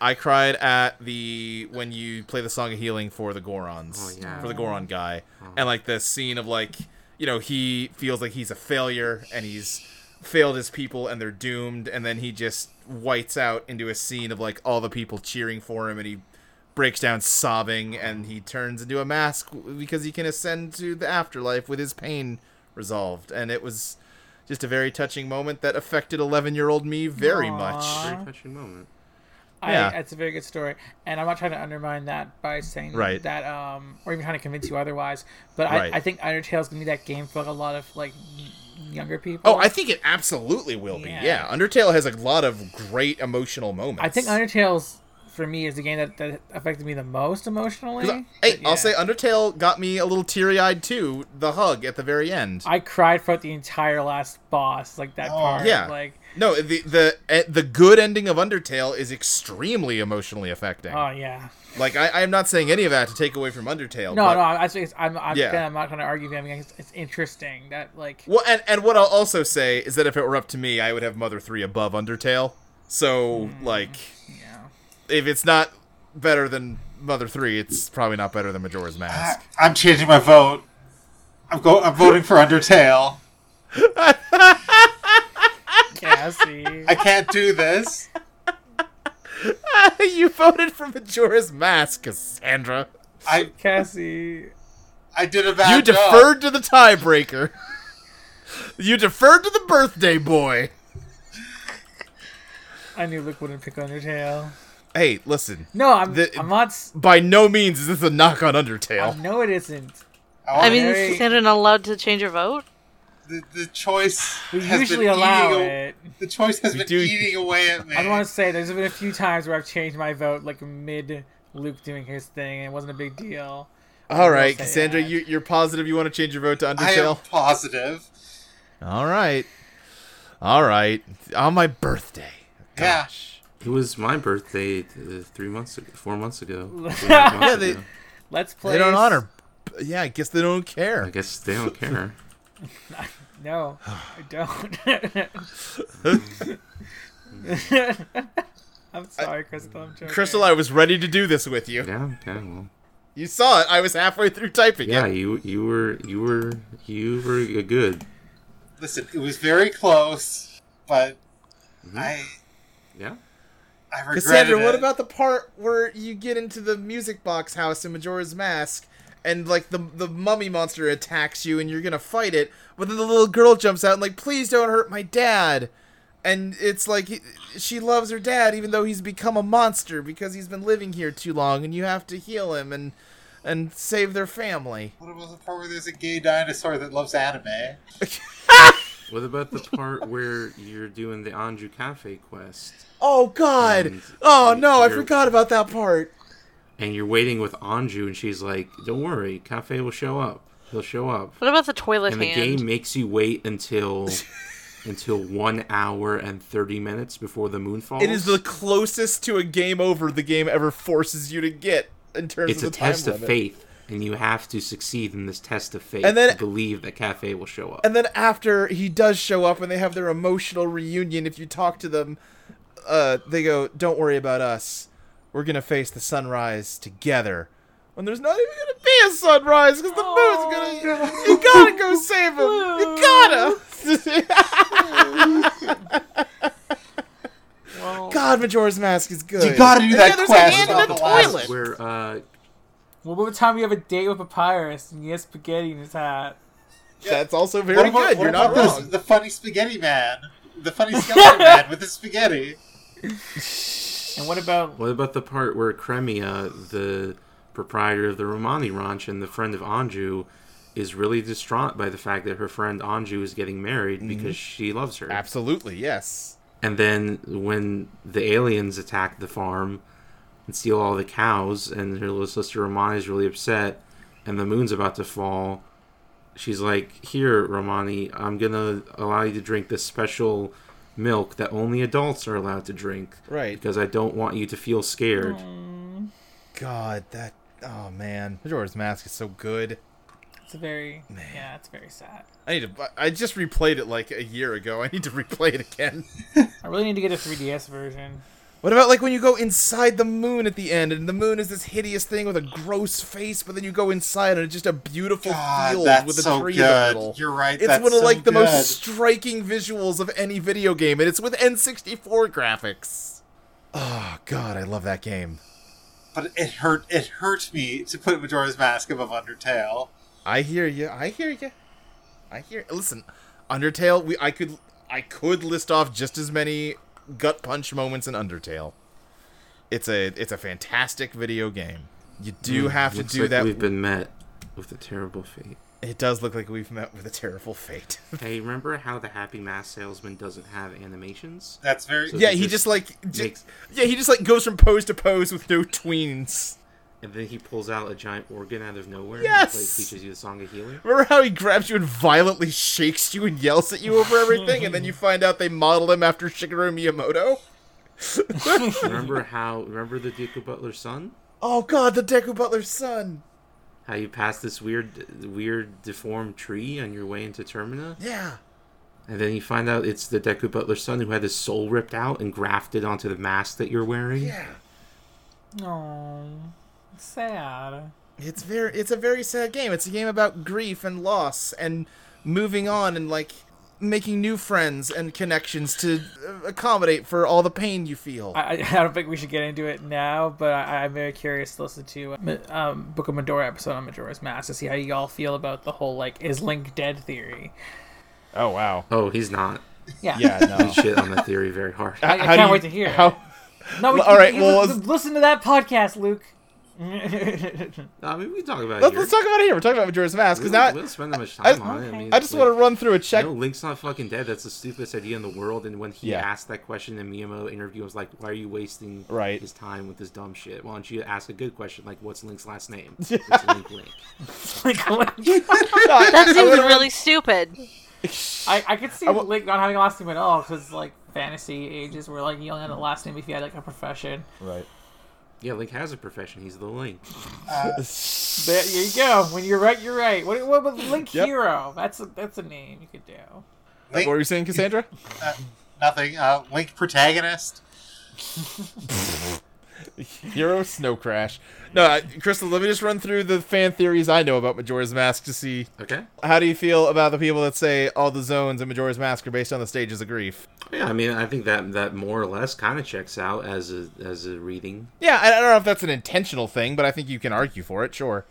[SPEAKER 2] I cried at the when you play the song of healing for the Gorons,
[SPEAKER 3] Oh, yeah. Oh.
[SPEAKER 2] for the Goron guy, and like the scene of like you know he feels like he's a failure and he's failed his people and they're doomed, and then he just whites out into a scene of like all the people cheering for him, and he breaks down sobbing, and he turns into a mask because he can ascend to the afterlife with his pain resolved, and it was just a very touching moment that affected 11 year old me very much.
[SPEAKER 3] Very touching moment.
[SPEAKER 5] I,
[SPEAKER 2] Yeah.
[SPEAKER 5] That's a very good story, and I'm not trying to undermine that by saying
[SPEAKER 2] Right.
[SPEAKER 5] that, um, or even trying to convince you otherwise. But
[SPEAKER 2] Right.
[SPEAKER 5] I, I think Undertale's gonna be that game for like, a lot of like y- younger people.
[SPEAKER 2] Oh, I think it absolutely will be.
[SPEAKER 5] Yeah.
[SPEAKER 2] Yeah, Undertale has a lot of great emotional moments.
[SPEAKER 5] I think Undertale's for me is the game that, that affected me the most emotionally.
[SPEAKER 2] 'Cause I- Hey,
[SPEAKER 5] But yeah.
[SPEAKER 2] I'll say Undertale got me a little teary-eyed too. The hug at the very end.
[SPEAKER 5] I cried throughout the entire last boss, like that
[SPEAKER 6] Oh.
[SPEAKER 5] part.
[SPEAKER 2] Yeah.
[SPEAKER 5] Like,
[SPEAKER 2] no, the the eh, the good ending of Undertale is extremely emotionally affecting.
[SPEAKER 5] oh yeah.
[SPEAKER 2] like I, I'm not saying any of that to take away from Undertale.
[SPEAKER 5] No,
[SPEAKER 2] but,
[SPEAKER 5] no, I, I think it's, I'm, I'm,
[SPEAKER 2] Yeah.
[SPEAKER 5] again, I'm not trying to argue with him. It's, it's interesting that like
[SPEAKER 2] Well, and and what I'll also say is that if it were up to me, I would have Mother Three above Undertale. So like,
[SPEAKER 5] Hmm, yeah.
[SPEAKER 2] if it's not better than Mother Three, it's probably not better than Majora's Mask.
[SPEAKER 6] I, I'm changing my vote. I'm go. I'm voting for Undertale.
[SPEAKER 5] Cassie.
[SPEAKER 6] I can't do this.
[SPEAKER 2] you voted for Majora's Mask, Cassandra.
[SPEAKER 6] I
[SPEAKER 5] Cassie.
[SPEAKER 6] I did a bad
[SPEAKER 2] you
[SPEAKER 6] job.
[SPEAKER 2] deferred to the tiebreaker. you deferred to the birthday boy.
[SPEAKER 5] I knew Luke wouldn't pick Undertale.
[SPEAKER 2] Hey, listen.
[SPEAKER 5] No, I'm,
[SPEAKER 2] The-
[SPEAKER 5] I'm not. s-
[SPEAKER 2] By no means is this a knock on
[SPEAKER 5] I
[SPEAKER 2] Undertale.
[SPEAKER 5] know it isn't.
[SPEAKER 6] I
[SPEAKER 4] I
[SPEAKER 6] mean,
[SPEAKER 4] mean,
[SPEAKER 5] Very-
[SPEAKER 4] is Sandra not allowed to change her vote?
[SPEAKER 6] the, the choice
[SPEAKER 5] We
[SPEAKER 6] has
[SPEAKER 5] usually
[SPEAKER 6] been
[SPEAKER 5] allow
[SPEAKER 6] eating a-
[SPEAKER 5] it.
[SPEAKER 6] The choice has
[SPEAKER 2] We
[SPEAKER 6] been
[SPEAKER 2] do-
[SPEAKER 6] eating away at me.
[SPEAKER 5] I want to say there's been a few times where I've changed my vote, like mid Luke doing his thing, and it wasn't a big deal.
[SPEAKER 2] All right,
[SPEAKER 5] say
[SPEAKER 2] Cassandra,
[SPEAKER 5] that.
[SPEAKER 2] you, you're positive you want to change your vote to
[SPEAKER 6] I am
[SPEAKER 2] Undertale?
[SPEAKER 6] positive.
[SPEAKER 2] All right. All right. On my birthday.
[SPEAKER 6] Yeah.
[SPEAKER 2] Gosh.
[SPEAKER 3] It was my birthday uh, three months ago, four months ago. Four months
[SPEAKER 2] Yeah, they,
[SPEAKER 3] ago.
[SPEAKER 5] Let's play.
[SPEAKER 2] they don't honor. Yeah, I guess they don't care.
[SPEAKER 3] I guess they don't care.
[SPEAKER 5] No, I don't. I'm sorry, Crystal. I'm joking.
[SPEAKER 2] Crystal, I was ready to do this with you.
[SPEAKER 3] Yeah, okay, well,
[SPEAKER 2] You saw it. I was halfway through typing
[SPEAKER 3] yeah,
[SPEAKER 2] it.
[SPEAKER 3] you you were you were you were good.
[SPEAKER 6] Listen, it was very close, but I
[SPEAKER 3] Mm-hmm. Yeah,
[SPEAKER 6] I regretted
[SPEAKER 2] Cassandra, what
[SPEAKER 6] it.
[SPEAKER 2] about the part where you get into the music box house in Majora's Mask and like the the mummy monster attacks you and you're gonna fight it, but then the little girl jumps out and like, please don't hurt my dad. And it's like he- she loves her dad even though he's become a monster because he's been living here too long and you have to heal him and and save their family.
[SPEAKER 6] What about the part where there's a gay dinosaur that loves anime?
[SPEAKER 3] What about the part where you're doing the Anju Cafe quest
[SPEAKER 2] Oh god.
[SPEAKER 3] And
[SPEAKER 2] oh
[SPEAKER 3] you-
[SPEAKER 2] no, I
[SPEAKER 3] you're-
[SPEAKER 2] forgot about that part.
[SPEAKER 3] and you're waiting with Anju and she's like, "Don't worry, Cafe will show up. He'll show up."
[SPEAKER 4] What about the toilet
[SPEAKER 3] And the
[SPEAKER 4] hand?
[SPEAKER 3] game makes you wait until until one hour and thirty minutes before the moon falls.
[SPEAKER 2] It is the closest to a game over the game ever forces you to get in terms
[SPEAKER 3] it's
[SPEAKER 2] of
[SPEAKER 3] a
[SPEAKER 2] the time
[SPEAKER 3] test of
[SPEAKER 2] limit.
[SPEAKER 3] faith, and you have to succeed in this test of faith.
[SPEAKER 2] And then-
[SPEAKER 3] to believe that Cafe will show up.
[SPEAKER 2] And then after he does show up and they have their emotional reunion, if you talk to them, uh, they go, "Don't worry about us. We're gonna face the sunrise together." When there's not even gonna be a sunrise because the moon's gonna. You gotta go save him. You gotta.
[SPEAKER 4] Well,
[SPEAKER 2] God, Majora's Mask is good.
[SPEAKER 6] You gotta do
[SPEAKER 2] And
[SPEAKER 6] that
[SPEAKER 2] yeah, there's
[SPEAKER 6] quest
[SPEAKER 2] A hand
[SPEAKER 6] about
[SPEAKER 2] in the
[SPEAKER 6] the last-
[SPEAKER 2] toilet.
[SPEAKER 3] where uh,
[SPEAKER 5] Well, what about the time you have a date with Papyrus and he has spaghetti in his hat?
[SPEAKER 2] That's also very
[SPEAKER 6] What about,
[SPEAKER 2] good.
[SPEAKER 6] what
[SPEAKER 2] You're not
[SPEAKER 6] about this-
[SPEAKER 2] wrong.
[SPEAKER 6] the funny spaghetti man? The funny skeleton man with the spaghetti.
[SPEAKER 5] And what about
[SPEAKER 3] what about the part where Kremia, the proprietor of the Romani Ranch and the friend of Anju, is really distraught by the fact that her friend Anju is getting married
[SPEAKER 2] Mm-hmm.
[SPEAKER 3] because she loves her.
[SPEAKER 2] Absolutely, yes.
[SPEAKER 3] And then when the aliens attack the farm and steal all the cows, and her little sister Romani is really upset, and the moon's about to fall, she's like, "Here, Romani, I'm gonna allow you to drink this special milk that only adults are allowed to drink
[SPEAKER 2] Right.
[SPEAKER 3] because I don't want you to feel scared."
[SPEAKER 2] God, that. Oh man, Majora's Mask is so good.
[SPEAKER 5] It's a very yeah, it's very sad.
[SPEAKER 2] I need to. I just replayed it like a year ago. I need to replay it again.
[SPEAKER 5] I really need to get a 3DS version.
[SPEAKER 2] What about like when you go inside the moon at the end, and the moon is this hideous thing with a gross face, but then you go inside and it's just a beautiful
[SPEAKER 6] God,
[SPEAKER 2] field
[SPEAKER 6] that's
[SPEAKER 2] with a
[SPEAKER 6] so
[SPEAKER 2] tree in the
[SPEAKER 6] good.
[SPEAKER 2] middle.
[SPEAKER 6] You're right.
[SPEAKER 2] It's
[SPEAKER 6] that's
[SPEAKER 2] one of
[SPEAKER 6] so
[SPEAKER 2] like the
[SPEAKER 6] good.
[SPEAKER 2] most striking visuals of any video game, and it's with N64 graphics. Oh God, I love that game.
[SPEAKER 6] But it hurt. It hurt me to put Majora's Mask above Undertale.
[SPEAKER 2] I hear you. I hear you. I hear. Listen, Undertale. We I could I could list off just as many gut punch moments in Undertale. It's a it's a fantastic video game. You do have to
[SPEAKER 3] Mm, Looks
[SPEAKER 2] do
[SPEAKER 3] like
[SPEAKER 2] that.
[SPEAKER 3] We've been met with a terrible fate.
[SPEAKER 2] It does look like we've met with a terrible fate.
[SPEAKER 3] Hey, remember how the Happy Mask salesman doesn't have animations?
[SPEAKER 6] That's very.
[SPEAKER 3] So-
[SPEAKER 2] yeah,
[SPEAKER 3] it
[SPEAKER 2] he
[SPEAKER 3] just
[SPEAKER 2] just like ju-
[SPEAKER 3] makes-
[SPEAKER 2] yeah he just like goes from pose to pose with no tweens.
[SPEAKER 3] And then he pulls out a giant organ out of nowhere.
[SPEAKER 2] Yes!
[SPEAKER 3] And plays, teaches you the song of healing.
[SPEAKER 2] Remember how he grabs you and violently shakes you and yells at you over everything, and then you find out they modeled him after Shigeru Miyamoto.
[SPEAKER 3] remember how? Remember the Duke of Butler's son?
[SPEAKER 2] Oh God, the Deku Butler's son.
[SPEAKER 3] How you passed this weird, weird deformed tree on your way into Termina,
[SPEAKER 2] Yeah.
[SPEAKER 3] and then you find out it's the Deku Butler's son who had his soul ripped out and grafted onto the mask that you're wearing.
[SPEAKER 2] Yeah,
[SPEAKER 5] No, sad.
[SPEAKER 2] it's very it's a very sad game. It's a game about grief and loss and moving on and like making new friends and connections to uh, accommodate for all the pain you feel.
[SPEAKER 5] I, I- I don't think we should get into it now, but I, I'm very curious to listen to uh, um, Book of Medora episode on Majora's Mask to see how y'all feel about the whole like is Link dead theory.
[SPEAKER 2] oh wow.
[SPEAKER 3] Oh, he's not.
[SPEAKER 5] Yeah,
[SPEAKER 2] no.
[SPEAKER 3] Shit on that theory very hard.
[SPEAKER 5] I, I can't wait to hear. it. No, we,
[SPEAKER 2] All
[SPEAKER 5] you-
[SPEAKER 2] right,
[SPEAKER 5] you
[SPEAKER 2] well,
[SPEAKER 5] li-
[SPEAKER 2] let's-
[SPEAKER 5] listen to that podcast, Luke.
[SPEAKER 3] I mean, we can talk about it
[SPEAKER 2] Let's,
[SPEAKER 3] here.
[SPEAKER 2] let's talk about it here. We're talking about Majora's Mask
[SPEAKER 3] we,
[SPEAKER 2] because
[SPEAKER 3] don't,
[SPEAKER 2] now
[SPEAKER 3] we don't spend that much
[SPEAKER 2] I-
[SPEAKER 3] time on it. I, mean,
[SPEAKER 2] I just
[SPEAKER 3] like,
[SPEAKER 2] want to run through a check.
[SPEAKER 3] No, Link's not fucking dead. That's the stupidest idea in the world. And when he
[SPEAKER 2] Yeah.
[SPEAKER 3] asked that question in the Miyamoto interview, I was like, "Why are you wasting
[SPEAKER 2] Right.
[SPEAKER 3] his time with this dumb shit? Why don't you ask a good question like, what's Link's last name? It's Link Link.
[SPEAKER 5] like, what?
[SPEAKER 4] That seems really stupid.
[SPEAKER 5] I, I could see
[SPEAKER 2] I wa-
[SPEAKER 5] Link not having a last name at all because like fantasy ages were like you only had a last name if you had like a profession.
[SPEAKER 2] right.
[SPEAKER 3] Yeah, Link has a profession. He's the Link.
[SPEAKER 5] There there you go. When you're right, you're right. What, what about Link
[SPEAKER 2] Yep.
[SPEAKER 5] Hero? That's a, that's a name you could do.
[SPEAKER 2] What were you saying, Cassandra?
[SPEAKER 6] Nothing. Uh, Link protagonist.
[SPEAKER 2] Hero Snow Crash. No, I- Crystal. Let me just run through the fan theories I know about Majora's Mask to see
[SPEAKER 3] Okay.
[SPEAKER 2] How do you feel about the people that say all the zones in Majora's Mask are based on the stages of grief?
[SPEAKER 3] Yeah, I mean, I think that that more or less kind of checks out as a as a reading.
[SPEAKER 2] Yeah, I I don't know if that's an intentional thing, but I think you can argue for it, sure.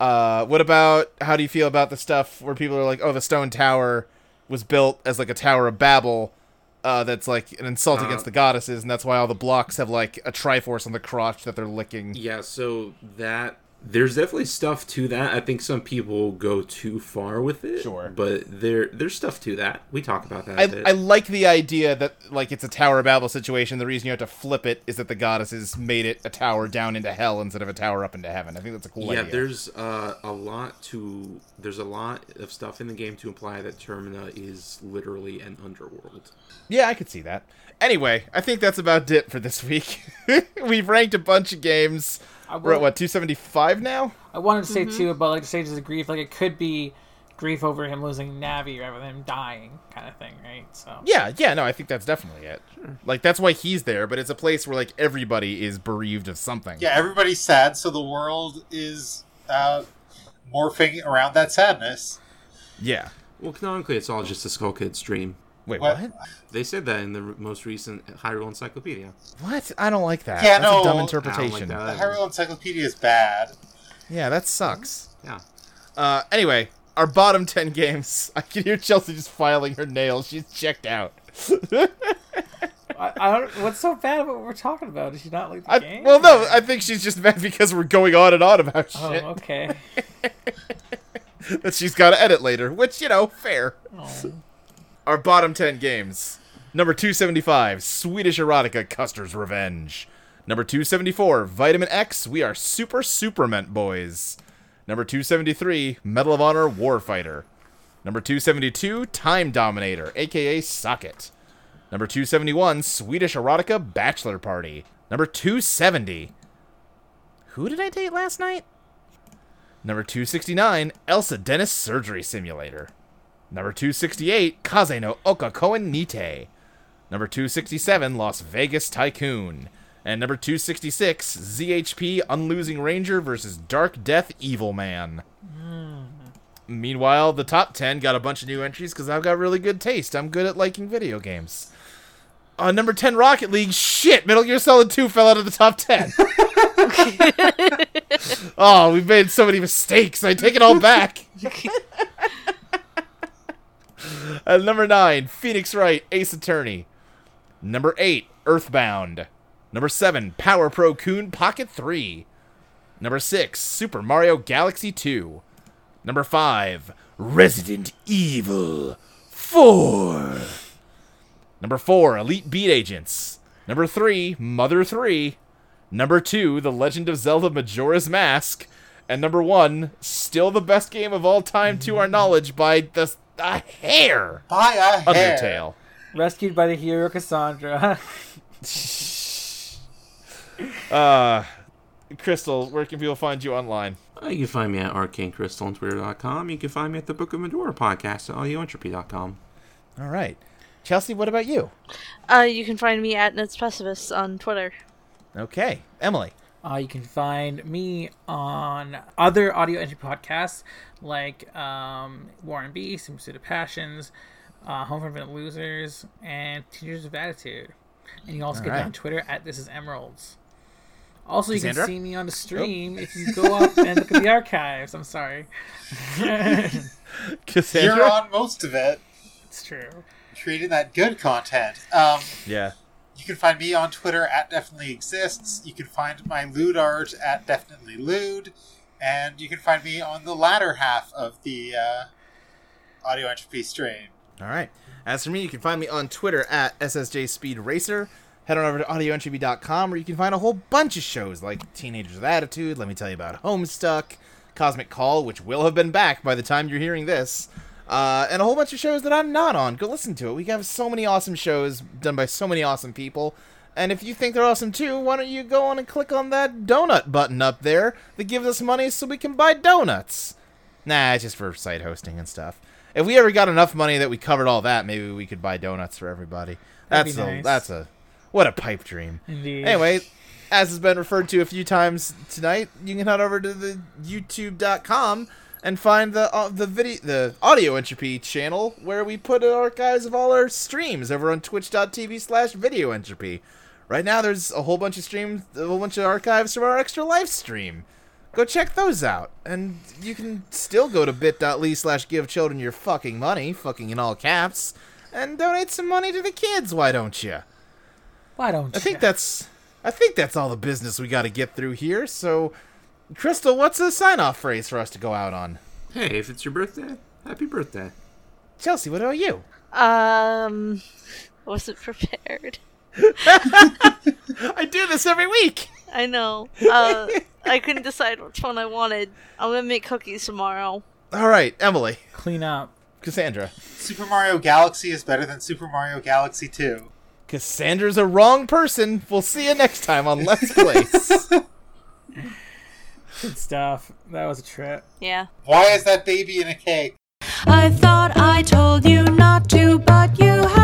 [SPEAKER 2] Uh, what about how do you feel about the stuff where people are like, oh, the stone tower was built as like a Tower of Babel? Uh, that's like an insult
[SPEAKER 3] Uh,
[SPEAKER 2] against the goddesses, and that's why all the blocks have like a Triforce on the crotch that they're licking.
[SPEAKER 3] Yeah, so that there's definitely stuff to that. I think some people go too far with it.
[SPEAKER 2] Sure.
[SPEAKER 3] But there there's stuff to that. We talk about that. a
[SPEAKER 2] I,
[SPEAKER 3] bit.
[SPEAKER 2] I like the idea that like it's a Tower of Babel situation. The reason you have to flip it is that the goddesses made it a tower down into hell instead of a tower up into heaven. I think that's a cool
[SPEAKER 3] yeah,
[SPEAKER 2] idea.
[SPEAKER 3] there's uh, a lot to there's a lot of stuff in the game to imply that Termina is literally an underworld.
[SPEAKER 2] Yeah, I could see that. Anyway, I think that's about it for this week. We've ranked a bunch of games.
[SPEAKER 5] I
[SPEAKER 2] We're at
[SPEAKER 5] will-
[SPEAKER 2] what 275 now.
[SPEAKER 5] I wanted to say too about like the stages of grief. Like it could be grief over him losing Navi rather than him dying, kind of thing, right? So
[SPEAKER 2] Yeah, yeah, no, I think that's definitely it.
[SPEAKER 6] Hmm.
[SPEAKER 2] Like that's why he's there, but it's a place where like everybody is bereaved of something.
[SPEAKER 6] Yeah, everybody's sad, so the world is uh, morphing around that sadness.
[SPEAKER 2] Yeah.
[SPEAKER 3] Well, canonically, it's all just a Skull Kid's dream.
[SPEAKER 2] Wait,
[SPEAKER 6] What?
[SPEAKER 2] what? What?
[SPEAKER 3] They said that in the r- most recent Hyrule Encyclopedia.
[SPEAKER 2] I don't like that.
[SPEAKER 6] Yeah,
[SPEAKER 2] that's
[SPEAKER 6] no,
[SPEAKER 2] a dumb
[SPEAKER 6] I don't like
[SPEAKER 2] interpretation.
[SPEAKER 3] that.
[SPEAKER 6] The Hyrule Encyclopedia is bad.
[SPEAKER 2] Yeah, that sucks.
[SPEAKER 3] Yeah.
[SPEAKER 2] Uh, anyway, our bottom 10 games. I can hear Chelsea just filing her nails. She's checked out.
[SPEAKER 5] I, I don't. What's so bad about what we're talking about? Did you not like the
[SPEAKER 2] I,
[SPEAKER 5] game?
[SPEAKER 2] well, no, I think she's just mad because we're going on and on about shit.
[SPEAKER 5] Oh, okay.
[SPEAKER 2] that she's got to edit later, which, you know, fair.
[SPEAKER 5] Oh.
[SPEAKER 2] Our bottom 10 games. Number 275, Swedish Erotica Custer's Revenge. Number 274, Vitamin X, We Are Super Superment Boys. Number 273, Medal of Honor Warfighter. Number 272, Time Dominator, aka Socket. Number 271, Swedish Erotica Bachelor Party. Number 270, who did I date last night? Number 269, Elsa Dennis Surgery Simulator. Number 268, Kaze no Okakoen Nite. Number 267, Las Vegas Tycoon. And number 266, ZHP Unlosing Ranger versus Dark Death Evil Man. Meanwhile, the top 10 got a bunch of new entries because I've got really good taste. I'm good at liking video games. Uh, number 10, Rocket League. Shit, Metal Gear Solid 2 fell out of the top 10. oh, we've made so many mistakes. I take it all back. At Uh, number nine, Phoenix Wright, Ace Attorney. Number eight, Earthbound. Number seven, Power Pro Coon Pocket 3. Number six, Super Mario Galaxy 2. Number five, Resident Evil 4. Number four, Elite Beat Agents. Number three, Mother 3. Number two, The Legend of Zelda Majora's Mask. And number one, still the best game of all time to our knowledge by the a hair.
[SPEAKER 6] By a hair.
[SPEAKER 2] Undertale.
[SPEAKER 5] Rescued by the hero Cassandra.
[SPEAKER 2] Uh, Crystal, where can people find you online?
[SPEAKER 3] Uh, you can find me at arcanecrystal on twitter.com. You can find me at the Book of Medora podcast at audioentropy.com.
[SPEAKER 2] All right, Chelsea, what about you?
[SPEAKER 4] Uh, you can find me at Nuts Pacifist on Twitter.
[SPEAKER 2] Okay, Emily.
[SPEAKER 5] Uh, you can find me on other audio entry podcasts like um, Warren B, Some Pursuit of Passions, uh, Home for Infinite Losers, and Teachers of Attitude. And you can also get me
[SPEAKER 2] Alright.
[SPEAKER 5] on Twitter at This Is Emeralds. Also, you
[SPEAKER 2] Cassandra?
[SPEAKER 5] can see me on the stream if you go up and look at the archives. I'm sorry. it's
[SPEAKER 6] You're on most of it,
[SPEAKER 5] true.
[SPEAKER 6] creating that good content. Um,
[SPEAKER 2] Yeah.
[SPEAKER 6] you can find me on Twitter at definitely exists. You can find my lewd art at definitely lewd, and you can find me on the latter half of the uh, audio entropy stream.
[SPEAKER 2] All right. As for me, you can find me on Twitter at SSJ Speed Racer. Head on over to audioentropy.com where you can find a whole bunch of shows like Teenagers with Attitude, Let Me Tell You About Homestuck, Cosmic Call, which will have been back by the time you're hearing this, uh, and a whole bunch of shows that I'm not on. Go listen to it. We have so many awesome shows done by so many awesome people. And if you think they're awesome too, why don't you go on and click on that donut button up there that gives us money so we can buy donuts? Nah, it's just for site hosting and stuff. If we ever got enough money that we covered all that, maybe we could buy donuts for everybody.
[SPEAKER 5] That'd
[SPEAKER 2] That's
[SPEAKER 5] be
[SPEAKER 2] a
[SPEAKER 5] nice.
[SPEAKER 2] that's a what a pipe dream.
[SPEAKER 5] Indeed.
[SPEAKER 2] Anyway, as has been referred to a few times tonight, you can head over to the youtube.com and find the uh, the video the audio entropy channel where we put an archives of all our streams over on twitch.tv slash video entropy. Right now there's a whole bunch of streams a whole bunch of archives from our extra live stream. Go check those out. And you can still go to bit.ly E slash give children your fucking money, fucking in all caps, and donate some money to the kids, why don't you?
[SPEAKER 5] Why don't
[SPEAKER 2] I think
[SPEAKER 5] ya?
[SPEAKER 2] that's I think that's all the business we got to get through here. So, Crystal, what's a sign-off phrase for us to go out on?
[SPEAKER 3] Hey, if it's your birthday, happy birthday.
[SPEAKER 2] Chelsea, what about you?
[SPEAKER 4] Um, I wasn't prepared.
[SPEAKER 2] I do this every week.
[SPEAKER 4] I know. Uh, I couldn't decide which one I wanted. I'm gonna make cookies tomorrow.
[SPEAKER 2] All right, Emily,
[SPEAKER 5] Clean up.
[SPEAKER 2] Cassandra.
[SPEAKER 6] Super Mario Galaxy is better than Super Mario Galaxy 2.
[SPEAKER 2] Cassandra's a wrong person. We'll see you next time on Let's Place.
[SPEAKER 5] Good stuff. That was a trip.
[SPEAKER 4] Yeah.
[SPEAKER 6] Why is that baby in a cake?
[SPEAKER 1] I thought I told you not to, but you